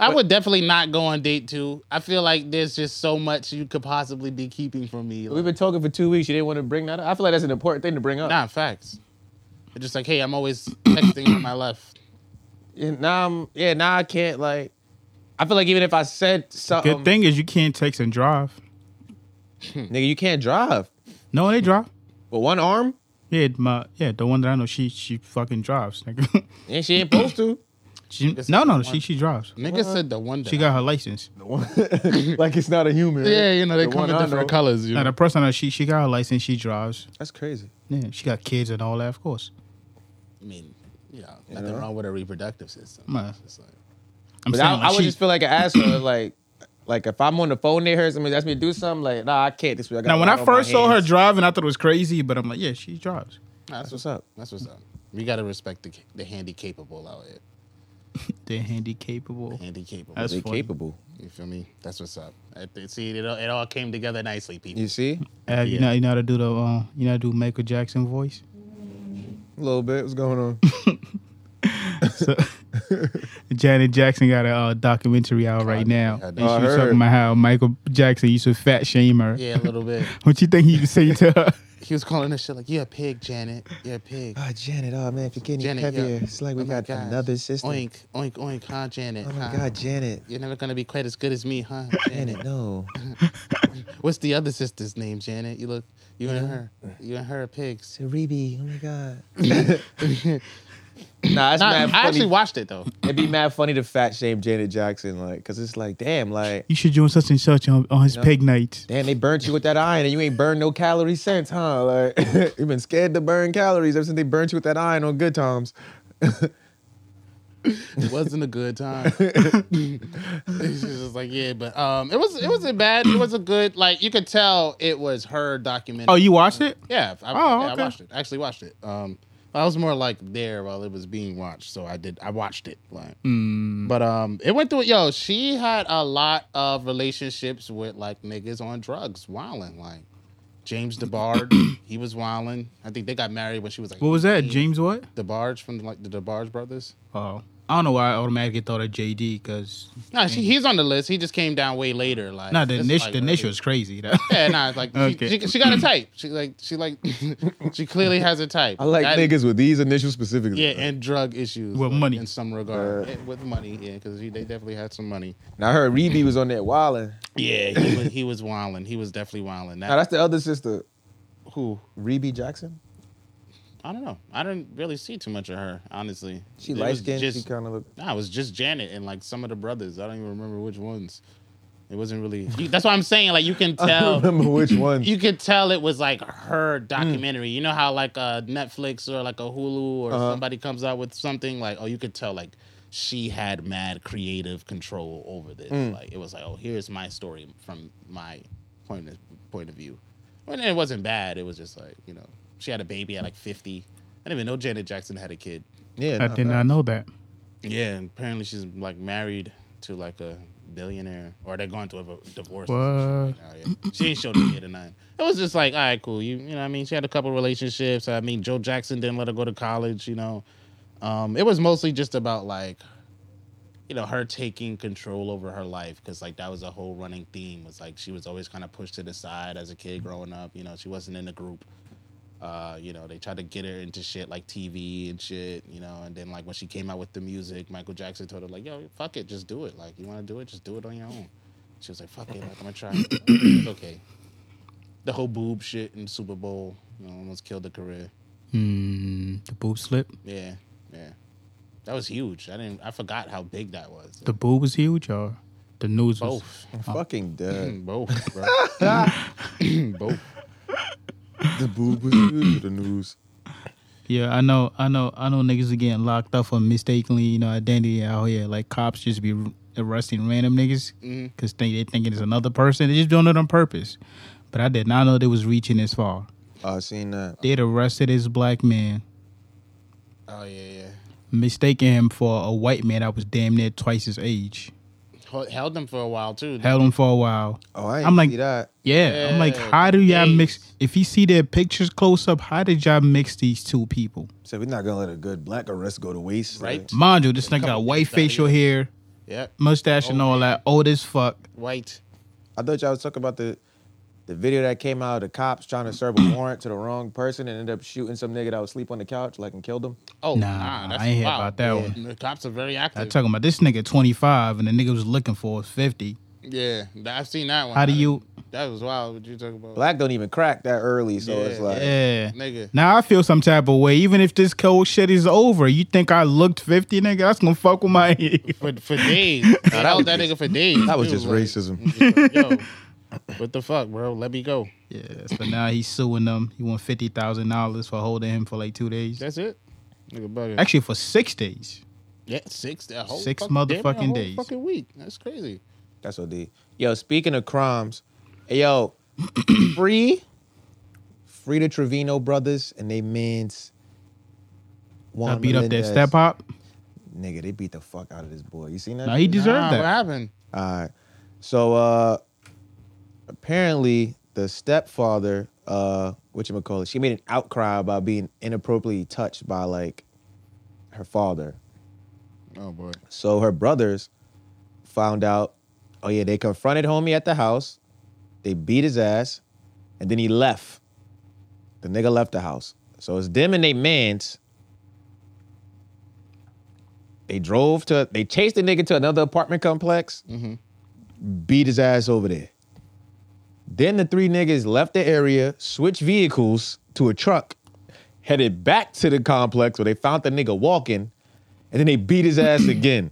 [SPEAKER 3] I would definitely not go on date two. I feel like there's just so much you could possibly be keeping from me.
[SPEAKER 1] We've
[SPEAKER 3] Like,
[SPEAKER 1] been talking for two weeks. You didn't want to bring that up. I feel like that's an important thing to bring up.
[SPEAKER 3] nah, facts. It's just like, hey, I'm always texting on my left.
[SPEAKER 1] Yeah, Now I'm yeah. Now I can't like. I feel like even if I said
[SPEAKER 4] Good
[SPEAKER 1] something,
[SPEAKER 4] thing is you can't text and drive.
[SPEAKER 1] nigga, you can't drive.
[SPEAKER 4] No, they drive.
[SPEAKER 1] With one arm,
[SPEAKER 4] Yeah, my yeah, the one that I know, she she fucking drives. Nigga. <laughs>
[SPEAKER 1] and she ain't supposed to.
[SPEAKER 4] she,
[SPEAKER 3] This
[SPEAKER 4] no,
[SPEAKER 3] is
[SPEAKER 4] no,
[SPEAKER 3] the
[SPEAKER 4] she
[SPEAKER 3] one.
[SPEAKER 4] she drives.
[SPEAKER 3] Nigga said the one.
[SPEAKER 4] She
[SPEAKER 3] that-
[SPEAKER 4] got her license.
[SPEAKER 1] <laughs> like it's not a human.
[SPEAKER 3] yeah, you know they
[SPEAKER 1] The
[SPEAKER 3] come
[SPEAKER 1] one
[SPEAKER 3] in
[SPEAKER 1] I
[SPEAKER 3] different
[SPEAKER 1] know.
[SPEAKER 3] colors. You
[SPEAKER 4] Now
[SPEAKER 3] know?
[SPEAKER 4] the person that she she got her license, she drives.
[SPEAKER 1] That's crazy.
[SPEAKER 4] Yeah, she got kids and all that, of course.
[SPEAKER 3] I mean, you know, nothing wrong with a reproductive system.
[SPEAKER 4] Nah.
[SPEAKER 3] It's just like-
[SPEAKER 4] I'm
[SPEAKER 1] But
[SPEAKER 4] saying
[SPEAKER 1] I,
[SPEAKER 4] like,
[SPEAKER 1] I would
[SPEAKER 4] she-
[SPEAKER 1] just feel like an asshole. if, like, like if I'm on the phone near her, somebody asks me to do something, like, nah, I can't this week. I got
[SPEAKER 4] now when
[SPEAKER 1] a
[SPEAKER 4] I
[SPEAKER 1] lot on
[SPEAKER 4] first
[SPEAKER 1] my
[SPEAKER 4] saw her
[SPEAKER 1] hands.
[SPEAKER 4] driving, I thought it was crazy, but I'm like, yeah, she drives.
[SPEAKER 3] Nah, that's
[SPEAKER 1] what's
[SPEAKER 3] what's
[SPEAKER 1] up.
[SPEAKER 3] up. That's what's up. We gotta respect the ca- the handy capable out here.
[SPEAKER 4] They're handy capable.
[SPEAKER 3] Handy capable.
[SPEAKER 4] That's-
[SPEAKER 1] they
[SPEAKER 4] funny.
[SPEAKER 1] capable.
[SPEAKER 3] you feel me? That's what's up. I th- see, it all, it all came together nicely, people.
[SPEAKER 1] You see,
[SPEAKER 4] Uh, You know, you know how to do the, uh, you know, how to do Michael Jackson voice.
[SPEAKER 1] a little bit. What's going on?
[SPEAKER 4] So, Janet Jackson got a uh, documentary out right now. And she
[SPEAKER 1] I
[SPEAKER 4] was
[SPEAKER 1] heard.
[SPEAKER 4] talking about how Michael Jackson used to fat shame her.
[SPEAKER 3] Yeah, a little bit.
[SPEAKER 4] <laughs> What you think he would say to her?
[SPEAKER 3] <laughs> He was calling this shit like, "You're a pig, Janet. You're a pig."
[SPEAKER 1] Ah, Janet, oh man, if you're getting
[SPEAKER 3] Janet,
[SPEAKER 1] heavier,
[SPEAKER 3] yeah.
[SPEAKER 1] it's <laughs> like we
[SPEAKER 3] Oh my
[SPEAKER 1] got
[SPEAKER 3] gosh.
[SPEAKER 1] another sister.
[SPEAKER 3] Oink, oink, oink, huh, Janet?
[SPEAKER 1] Oh my
[SPEAKER 3] huh?
[SPEAKER 1] God, Janet.
[SPEAKER 3] You're never gonna be quite as good as me, huh, Janet?
[SPEAKER 1] <laughs> Janet, no.
[SPEAKER 3] What's the other sister's name, Janet? You look, you and her, you and her are pigs.
[SPEAKER 1] Cerebi, oh my God. <laughs> nah, it's
[SPEAKER 3] Nah,
[SPEAKER 1] mad
[SPEAKER 3] I
[SPEAKER 1] funny.
[SPEAKER 3] actually watched
[SPEAKER 1] <laughs>
[SPEAKER 3] it though.
[SPEAKER 1] It'd be mad funny to fat shame Janet Jackson, like, cause it's like, damn, like,
[SPEAKER 4] You should join such and such on, on his
[SPEAKER 1] No.
[SPEAKER 4] pig night.
[SPEAKER 1] damn, they burnt you with that iron and you ain't burned no calories since, huh? Like, <laughs> you've been scared to burn calories ever since they burnt you with that iron on Good Times.
[SPEAKER 3] It wasn't a
[SPEAKER 1] <laughs>
[SPEAKER 3] good time. She's just like, yeah, but um, it was it wasn't bad. It was a good like you could tell it was her documentary.
[SPEAKER 4] Oh, you watched it?
[SPEAKER 3] Yeah, I,
[SPEAKER 4] Oh,
[SPEAKER 3] yeah,
[SPEAKER 4] okay.
[SPEAKER 3] I watched it. I actually watched it. Um, I was more like there while it was being watched, so I did. I watched it. Like,
[SPEAKER 4] Mm.
[SPEAKER 3] But um, it went through. Yo, she had a lot of relationships with like niggas on drugs, wilding. Like James DeBarge,
[SPEAKER 4] <clears throat>
[SPEAKER 3] he was wilding. I think they got married when she was like.
[SPEAKER 4] What was that?
[SPEAKER 3] 18.
[SPEAKER 4] James what?
[SPEAKER 3] DeBarge from like the DeBarge brothers.
[SPEAKER 4] Oh, I don't know why I automatically thought of JD because
[SPEAKER 3] No, she, he's on the list. He just came down way later. Like
[SPEAKER 4] Mm. nah, the
[SPEAKER 3] this is,
[SPEAKER 4] initial
[SPEAKER 3] like,
[SPEAKER 4] the
[SPEAKER 3] early-
[SPEAKER 4] initial is crazy. <laughs> though.
[SPEAKER 3] Yeah, nah, it's like she-
[SPEAKER 4] Okay.
[SPEAKER 3] she, she, got a type. She like she like <laughs> she clearly has a type.
[SPEAKER 1] I like
[SPEAKER 3] That-
[SPEAKER 1] niggas with these initials specifically.
[SPEAKER 3] Yeah, and drug issues
[SPEAKER 4] With money.
[SPEAKER 3] in some regard. Yeah, with money, yeah, because they definitely had some money.
[SPEAKER 1] Now I heard Rebe was on that wildin'.
[SPEAKER 3] Yeah, he was, he was wilding. He was definitely wilding.
[SPEAKER 1] Now that's the other sister,
[SPEAKER 3] who
[SPEAKER 1] Rebe Jackson.
[SPEAKER 3] I don't know. I didn't really see too much of her, honestly.
[SPEAKER 1] She
[SPEAKER 3] It
[SPEAKER 1] light
[SPEAKER 3] was
[SPEAKER 1] skinned. She
[SPEAKER 3] just-
[SPEAKER 1] kind of look. <laughs>
[SPEAKER 3] Nah, it was just Janet and like some of the brothers. I don't even remember which ones. It wasn't really. You, that's what I'm saying. Like
[SPEAKER 1] <laughs>
[SPEAKER 3] you can
[SPEAKER 1] I don't
[SPEAKER 3] tell.
[SPEAKER 1] remember which one.
[SPEAKER 3] <laughs> you could tell it was like her documentary. You know how like uh, Netflix or like a Hulu or
[SPEAKER 1] Uh-huh.
[SPEAKER 3] somebody comes out with something like, oh, you could tell like she had mad creative control over this. Like it was like, oh, here's my story from my point of point of view. And it wasn't bad. It was just like you know she had a baby at like 50. I didn't even know Janet Jackson had a kid.
[SPEAKER 1] yeah,
[SPEAKER 4] I
[SPEAKER 1] nah,
[SPEAKER 4] did not know that.
[SPEAKER 3] Yeah, and apparently she's like married to like a billionaire, or they're going through a v- divorce. or some shit right now, yeah. She ain't showed the kid or nothing. It was just like, all right, cool. You, you know, what I mean, she had a couple relationships. I mean, Joe Jackson didn't let her go to college. You know, um, it was mostly just about like, you know, her taking control over her life because like that was a whole running theme. Was like she was always kind of pushed to the side as a kid growing up. You know, she wasn't in a group. Uh, you know, they tried to get her into shit like TV and shit, you know, and then like when she came out with the music, Michael Jackson told her like, "Yo, fuck it, just do it. Like, you want to do it, just do it on your own." She was like, "Fuck it, like, I'm gonna try." it." It's okay. The whole boob shit in Super Bowl, you know, almost killed the career.
[SPEAKER 4] Hmm, the boob slip.
[SPEAKER 3] Yeah, yeah, that was huge. I didn't, I forgot how big that was.
[SPEAKER 4] The boob was huge, or the news was.
[SPEAKER 3] Both, Mm,
[SPEAKER 1] fucking dead.
[SPEAKER 3] both, bro. both.
[SPEAKER 1] the boob was huge for the news.
[SPEAKER 4] Yeah, I know, I know, I know. Niggas are getting locked up for mistakenly, you know, identity out here. Like cops just be arresting random niggas
[SPEAKER 3] Mm-hmm.
[SPEAKER 4] because they they thinking it's another person. They just doing it on purpose. But I did not know they was reaching this far.
[SPEAKER 1] Oh, I seen that.
[SPEAKER 4] They had arrested this black man,
[SPEAKER 3] Oh yeah, yeah.
[SPEAKER 4] mistaking him for a white man that was damn near twice his age.
[SPEAKER 3] Held- Held them for a while too.
[SPEAKER 4] Held him for a while.
[SPEAKER 1] Oh, I ain't
[SPEAKER 4] I'm like-
[SPEAKER 1] see that.
[SPEAKER 4] Yeah, I'm like,
[SPEAKER 3] Yeah,
[SPEAKER 4] how do y'all
[SPEAKER 3] days.
[SPEAKER 4] mix? If you see their pictures close up, how did y'all mix these two people?
[SPEAKER 1] So we're not gonna let a good black arrest go to waste,
[SPEAKER 3] Right.
[SPEAKER 1] Like,
[SPEAKER 4] Mind you, this
[SPEAKER 3] Come
[SPEAKER 4] nigga got
[SPEAKER 3] on,
[SPEAKER 4] white
[SPEAKER 3] exactly.
[SPEAKER 4] facial hair,
[SPEAKER 3] Yep.
[SPEAKER 4] mustache, and
[SPEAKER 3] Oh,
[SPEAKER 4] all
[SPEAKER 3] man.
[SPEAKER 4] that. Old as fuck.
[SPEAKER 3] White.
[SPEAKER 1] I thought y'all was talking about the the video that came out of the cops trying to serve
[SPEAKER 4] <clears throat>
[SPEAKER 1] a warrant to the wrong person and ended up shooting some nigga that was asleep on the couch, like and killed him.
[SPEAKER 3] Oh,
[SPEAKER 4] Nah, I ain't hear
[SPEAKER 3] wow.
[SPEAKER 4] about that one.
[SPEAKER 3] The cops are very active.
[SPEAKER 4] I talking about this nigga 25 and the nigga was looking for was 50.
[SPEAKER 3] yeah, th- I've seen that one.
[SPEAKER 4] How do
[SPEAKER 3] I-
[SPEAKER 4] you?
[SPEAKER 3] That was wild. What you talking about?
[SPEAKER 1] Black don't even crack that early, so it's
[SPEAKER 3] Yeah.
[SPEAKER 1] like
[SPEAKER 4] Yeah.
[SPEAKER 3] Nigga.
[SPEAKER 4] Now I feel some type of way. Even if this cold shit is over, you think I looked 50, nigga? That's gonna fuck with my <laughs> head.
[SPEAKER 3] For, for
[SPEAKER 4] <laughs>
[SPEAKER 3] days. They
[SPEAKER 1] that
[SPEAKER 3] held
[SPEAKER 1] was
[SPEAKER 3] that
[SPEAKER 1] just-
[SPEAKER 3] nigga for days.
[SPEAKER 1] that was
[SPEAKER 3] too,
[SPEAKER 1] just
[SPEAKER 3] like,
[SPEAKER 1] racism.
[SPEAKER 3] it was like,
[SPEAKER 4] <laughs>
[SPEAKER 3] Yo, what the fuck, bro? Let me go.
[SPEAKER 4] Yeah. So now he's suing them. He won fifty thousand dollars for holding him for like two days.
[SPEAKER 3] That's it. Nigga bugging.
[SPEAKER 4] Actually, for six days.
[SPEAKER 3] yeah, six. That whole
[SPEAKER 4] Six
[SPEAKER 3] fuck- damn near a
[SPEAKER 4] motherfucking
[SPEAKER 3] whole
[SPEAKER 4] days.
[SPEAKER 3] Fucking week. That's crazy.
[SPEAKER 1] That's OD. Yo, speaking of crimes, yo, <clears throat> free, free the Trevino brothers and they mans.
[SPEAKER 4] I
[SPEAKER 1] Juan
[SPEAKER 4] beat up that
[SPEAKER 1] Melendez.
[SPEAKER 4] step hop.
[SPEAKER 1] Nigga, they beat the fuck out of this boy. You seen that?
[SPEAKER 4] Nah,
[SPEAKER 1] shit?
[SPEAKER 4] he deserved
[SPEAKER 3] Nah, What
[SPEAKER 4] that.
[SPEAKER 3] happened?
[SPEAKER 1] All right. So uh apparently the stepfather, uh, whatchamacallit, she made an outcry about being inappropriately touched by like her father.
[SPEAKER 3] Oh boy.
[SPEAKER 1] So her brothers found out, oh yeah, they confronted homie at the house, they beat his ass, and then he left. The nigga left the house. So it's them and they mans. They drove to, they chased the nigga to another apartment complex, beat his ass over there. Then the three niggas left the area, switched vehicles to a truck, headed back to the complex where they found the nigga walking, and then they beat his ass again.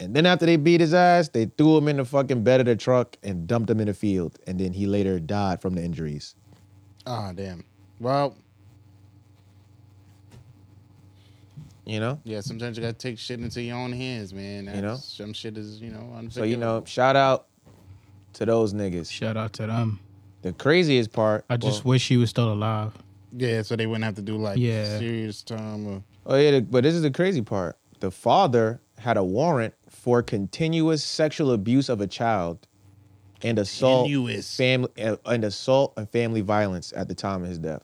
[SPEAKER 1] And then after they beat his ass, they threw him in the fucking bed of the truck and dumped him in the field. And then he later died from the injuries.
[SPEAKER 3] Ah damn. Well,
[SPEAKER 1] You know?
[SPEAKER 3] yeah. Sometimes you gotta take shit into your own hands, man. That's,
[SPEAKER 1] know?
[SPEAKER 3] some shit is you know unforgivable.
[SPEAKER 1] So, you know, shout out to those niggas.
[SPEAKER 4] Shout out to them.
[SPEAKER 1] The craziest part.
[SPEAKER 4] I just wish he was still alive.
[SPEAKER 3] Yeah, so they wouldn't have to do like
[SPEAKER 4] Yeah.
[SPEAKER 3] serious time. Or,
[SPEAKER 1] Oh yeah, the- but this is the crazy part. The father had a warrant for continuous sexual abuse of a child and assault,
[SPEAKER 3] Continuous.
[SPEAKER 1] family, uh, and assault and family violence at the time of his death.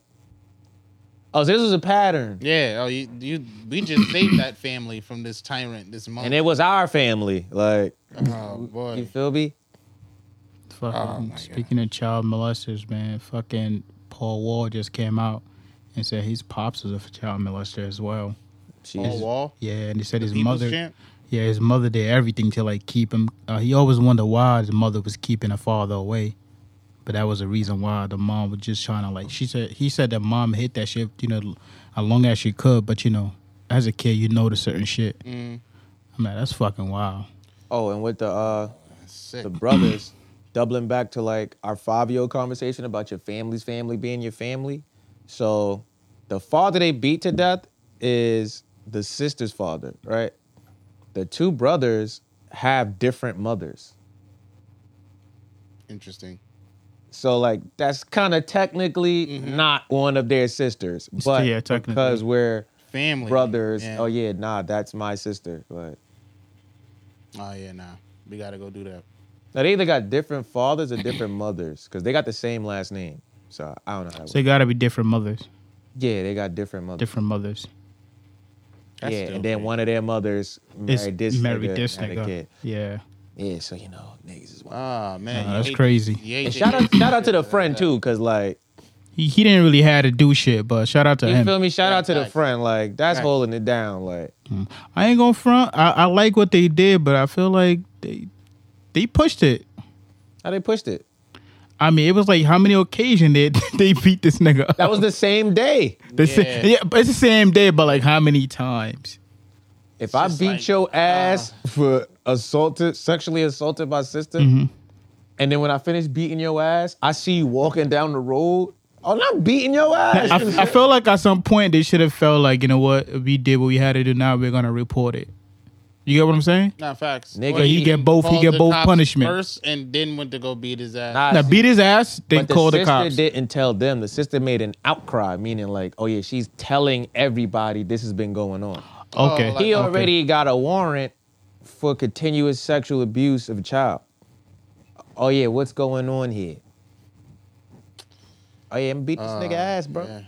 [SPEAKER 1] Oh, so this was a pattern,
[SPEAKER 3] yeah. Oh, you, you we just saved that family from this tyrant this month.
[SPEAKER 1] and it was our family. Like,
[SPEAKER 3] oh
[SPEAKER 1] you
[SPEAKER 3] boy.
[SPEAKER 1] feel me?
[SPEAKER 3] Oh
[SPEAKER 4] Fucking speaking of child molesters, man, fucking Paul Wall just came out and said his pops was a child molester as well.
[SPEAKER 3] Paul
[SPEAKER 1] Jesus.
[SPEAKER 3] Oh, Wall.
[SPEAKER 4] Yeah, and he said his
[SPEAKER 3] People's
[SPEAKER 4] mother.
[SPEAKER 3] champ.
[SPEAKER 4] Yeah, his mother did everything to like keep him. Uh, he always wondered why his mother was keeping her father away, but that was the reason why the mom was just trying to like. She said he said that mom hit that shit, you know, as long as she could. But you know, as a kid, you notice certain shit.
[SPEAKER 3] Mm.
[SPEAKER 4] I'm like, that's fucking wild.
[SPEAKER 1] Oh, and with the uh,
[SPEAKER 3] Sick.
[SPEAKER 1] the brothers, doubling back to like our Fabio conversation about your family's family being your family. So the father they beat to death is the sister's father, right? The two brothers have different mothers.
[SPEAKER 3] Interesting.
[SPEAKER 1] So like that's kind of technically not one of their sisters, but
[SPEAKER 4] yeah, technically.
[SPEAKER 1] because we're
[SPEAKER 3] Family.
[SPEAKER 1] brothers,
[SPEAKER 3] Yeah.
[SPEAKER 1] oh yeah, nah, that's my sister. Like
[SPEAKER 3] Oh yeah. Nah. We gotta go do that.
[SPEAKER 1] now they either got different fathers or different mothers because they got the same last name. So I don't know how. That
[SPEAKER 4] So
[SPEAKER 1] works.
[SPEAKER 4] they gotta be different mothers,
[SPEAKER 1] Yeah, they got different mothers.
[SPEAKER 4] different mothers.
[SPEAKER 3] That's
[SPEAKER 1] yeah,
[SPEAKER 3] dope,
[SPEAKER 1] and then
[SPEAKER 3] man.
[SPEAKER 1] one of their mothers
[SPEAKER 4] It's
[SPEAKER 1] married this
[SPEAKER 4] married
[SPEAKER 1] nigga,
[SPEAKER 4] this
[SPEAKER 1] had a
[SPEAKER 4] nigga.
[SPEAKER 1] kid.
[SPEAKER 4] Yeah,
[SPEAKER 1] Yeah, so you know, niggas is
[SPEAKER 3] <laughs>
[SPEAKER 1] wild.
[SPEAKER 3] Ah man.
[SPEAKER 4] Nah,
[SPEAKER 3] you
[SPEAKER 4] that's
[SPEAKER 3] hate-
[SPEAKER 4] crazy.
[SPEAKER 3] you hate
[SPEAKER 1] And
[SPEAKER 3] to
[SPEAKER 1] shout
[SPEAKER 3] hear
[SPEAKER 1] out,
[SPEAKER 3] that
[SPEAKER 1] shout out to
[SPEAKER 3] shit,
[SPEAKER 1] the
[SPEAKER 3] but
[SPEAKER 1] friend
[SPEAKER 3] that-
[SPEAKER 1] too, cause like
[SPEAKER 4] he, he didn't really have to do shit, but shout out to
[SPEAKER 1] you
[SPEAKER 4] him.
[SPEAKER 1] feel me. Shout out to the
[SPEAKER 3] Facts.
[SPEAKER 1] friend, like that's
[SPEAKER 3] Facts.
[SPEAKER 1] holding it down. Like
[SPEAKER 4] I ain't gonna front. I, I like what they did, but I feel like they they pushed it.
[SPEAKER 1] how they pushed it.
[SPEAKER 4] I mean, it was like how many occasions did they <laughs> beat this nigga? Up?
[SPEAKER 1] That was the same day.
[SPEAKER 4] The sa-
[SPEAKER 3] Yeah.
[SPEAKER 4] yeah, but it's the same day, but like how many times?
[SPEAKER 1] If I
[SPEAKER 3] just
[SPEAKER 1] beat
[SPEAKER 3] like,
[SPEAKER 1] your
[SPEAKER 4] uh-huh.
[SPEAKER 1] ass for assaulted, sexually assaulted my sister,
[SPEAKER 4] Mm-hmm.
[SPEAKER 1] and then when I finish beating your ass, I see you walking down the road. Oh, not beating your ass.
[SPEAKER 4] I, I felt like at some point they should have felt like you know what we did what we had to do. Now we're gonna report it. You get what I'm saying?
[SPEAKER 3] Nah, facts.
[SPEAKER 1] Nigga,
[SPEAKER 3] Or
[SPEAKER 1] he
[SPEAKER 4] get both- he
[SPEAKER 3] called
[SPEAKER 4] get
[SPEAKER 3] the
[SPEAKER 4] both
[SPEAKER 3] cops
[SPEAKER 4] punishment.
[SPEAKER 3] first, and then went to go beat his ass.
[SPEAKER 1] Nah,
[SPEAKER 4] Now beat his ass, then
[SPEAKER 1] But
[SPEAKER 4] call the
[SPEAKER 1] sister
[SPEAKER 4] cops.
[SPEAKER 1] didn't tell them. The sister made an outcry, meaning like, oh yeah, she's telling everybody this has been going on.
[SPEAKER 4] Okay,
[SPEAKER 3] Oh, like-
[SPEAKER 1] he
[SPEAKER 4] okay.
[SPEAKER 1] already got a warrant for continuous sexual abuse of a child. Oh yeah, what's going on here? Oh yeah, and beat this
[SPEAKER 4] Uh,
[SPEAKER 1] nigga ass, bro.
[SPEAKER 3] Yeah.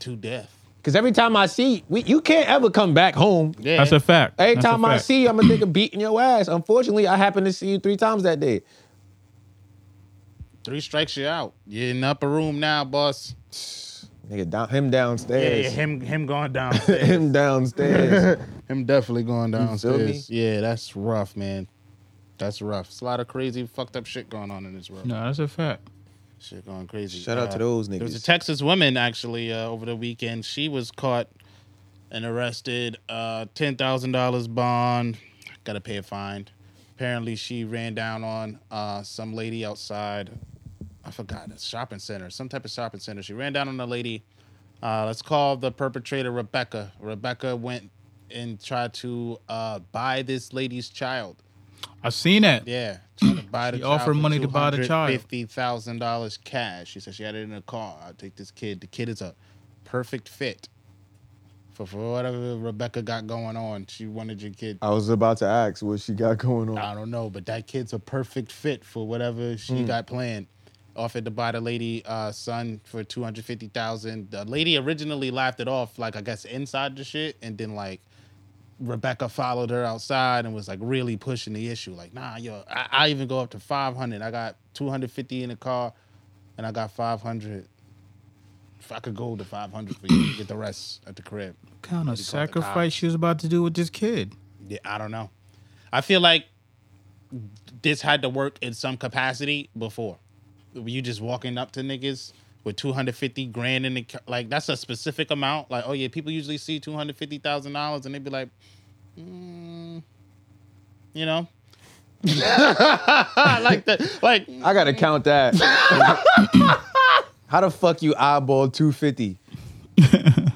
[SPEAKER 3] To death.
[SPEAKER 1] Cause every time I see we, you can't ever come back home.
[SPEAKER 3] Yeah.
[SPEAKER 4] That's a fact.
[SPEAKER 1] Every
[SPEAKER 4] That's a
[SPEAKER 1] time I
[SPEAKER 4] fact.
[SPEAKER 1] see you, I'm gonna think of beating your ass. Unfortunately, I happened to see you three times that day.
[SPEAKER 3] Three strikes you out. You're in the upper room now, boss.
[SPEAKER 1] Nigga, down, him downstairs.
[SPEAKER 3] him him going
[SPEAKER 1] <laughs>
[SPEAKER 3] down.
[SPEAKER 1] him downstairs.
[SPEAKER 4] <laughs>
[SPEAKER 3] him definitely going
[SPEAKER 1] feel me?
[SPEAKER 3] downstairs. Yeah, that's rough, man. That's rough. It's a lot of crazy, fucked up shit going on in this world.
[SPEAKER 4] No, that's a fact.
[SPEAKER 3] Shit going crazy. Uh,
[SPEAKER 1] Shout out to those
[SPEAKER 3] There was a
[SPEAKER 1] niggas.
[SPEAKER 3] Texas woman actually uh, over the weekend. She was caught and arrested. Uh, Ten thousand dollars bond. Got to pay a fine. Apparently, she ran down on uh, some lady outside. I forgot a shopping center, some type of shopping center. She ran down on a lady. Uh, let's call the perpetrator Rebecca. Rebecca went and tried to uh, buy this lady's child.
[SPEAKER 4] I've seen that.
[SPEAKER 3] Yeah, trying to buy the
[SPEAKER 4] She
[SPEAKER 3] child
[SPEAKER 4] offered money to buy the child.
[SPEAKER 3] Fifty thousand dollars cash. She said she had it in a car. I'll take this kid. The kid is a perfect fit for for whatever Rebecca got going on. She wanted your kid.
[SPEAKER 1] I was about to ask what she got going on.
[SPEAKER 3] I don't know, but that kid's a perfect fit for whatever she got planned. Offered to buy the lady uh, son for two hundred fifty thousand. The lady originally laughed it off, like I guess inside the shit, and then like Rebecca followed her outside and was like really pushing the issue. Like, nah, yo, I, I even go up to 500. I got 250 in the car and I got 500. If I could go to 500 for you, get the rest at the crib.
[SPEAKER 4] kind of
[SPEAKER 3] the
[SPEAKER 4] sacrifice
[SPEAKER 3] cops.
[SPEAKER 4] she was about to do with this kid.
[SPEAKER 3] Yeah, I don't know. I feel like this had to work in some capacity before. Were you just walking up to niggas with 250 grand in the ca- like that's a specific amount. Like, oh yeah, people usually see $250,000 and they be like, mm, you know? <laughs> like that, like
[SPEAKER 1] I gotta count that. How the fuck you eyeball two fifty? if, it ain't-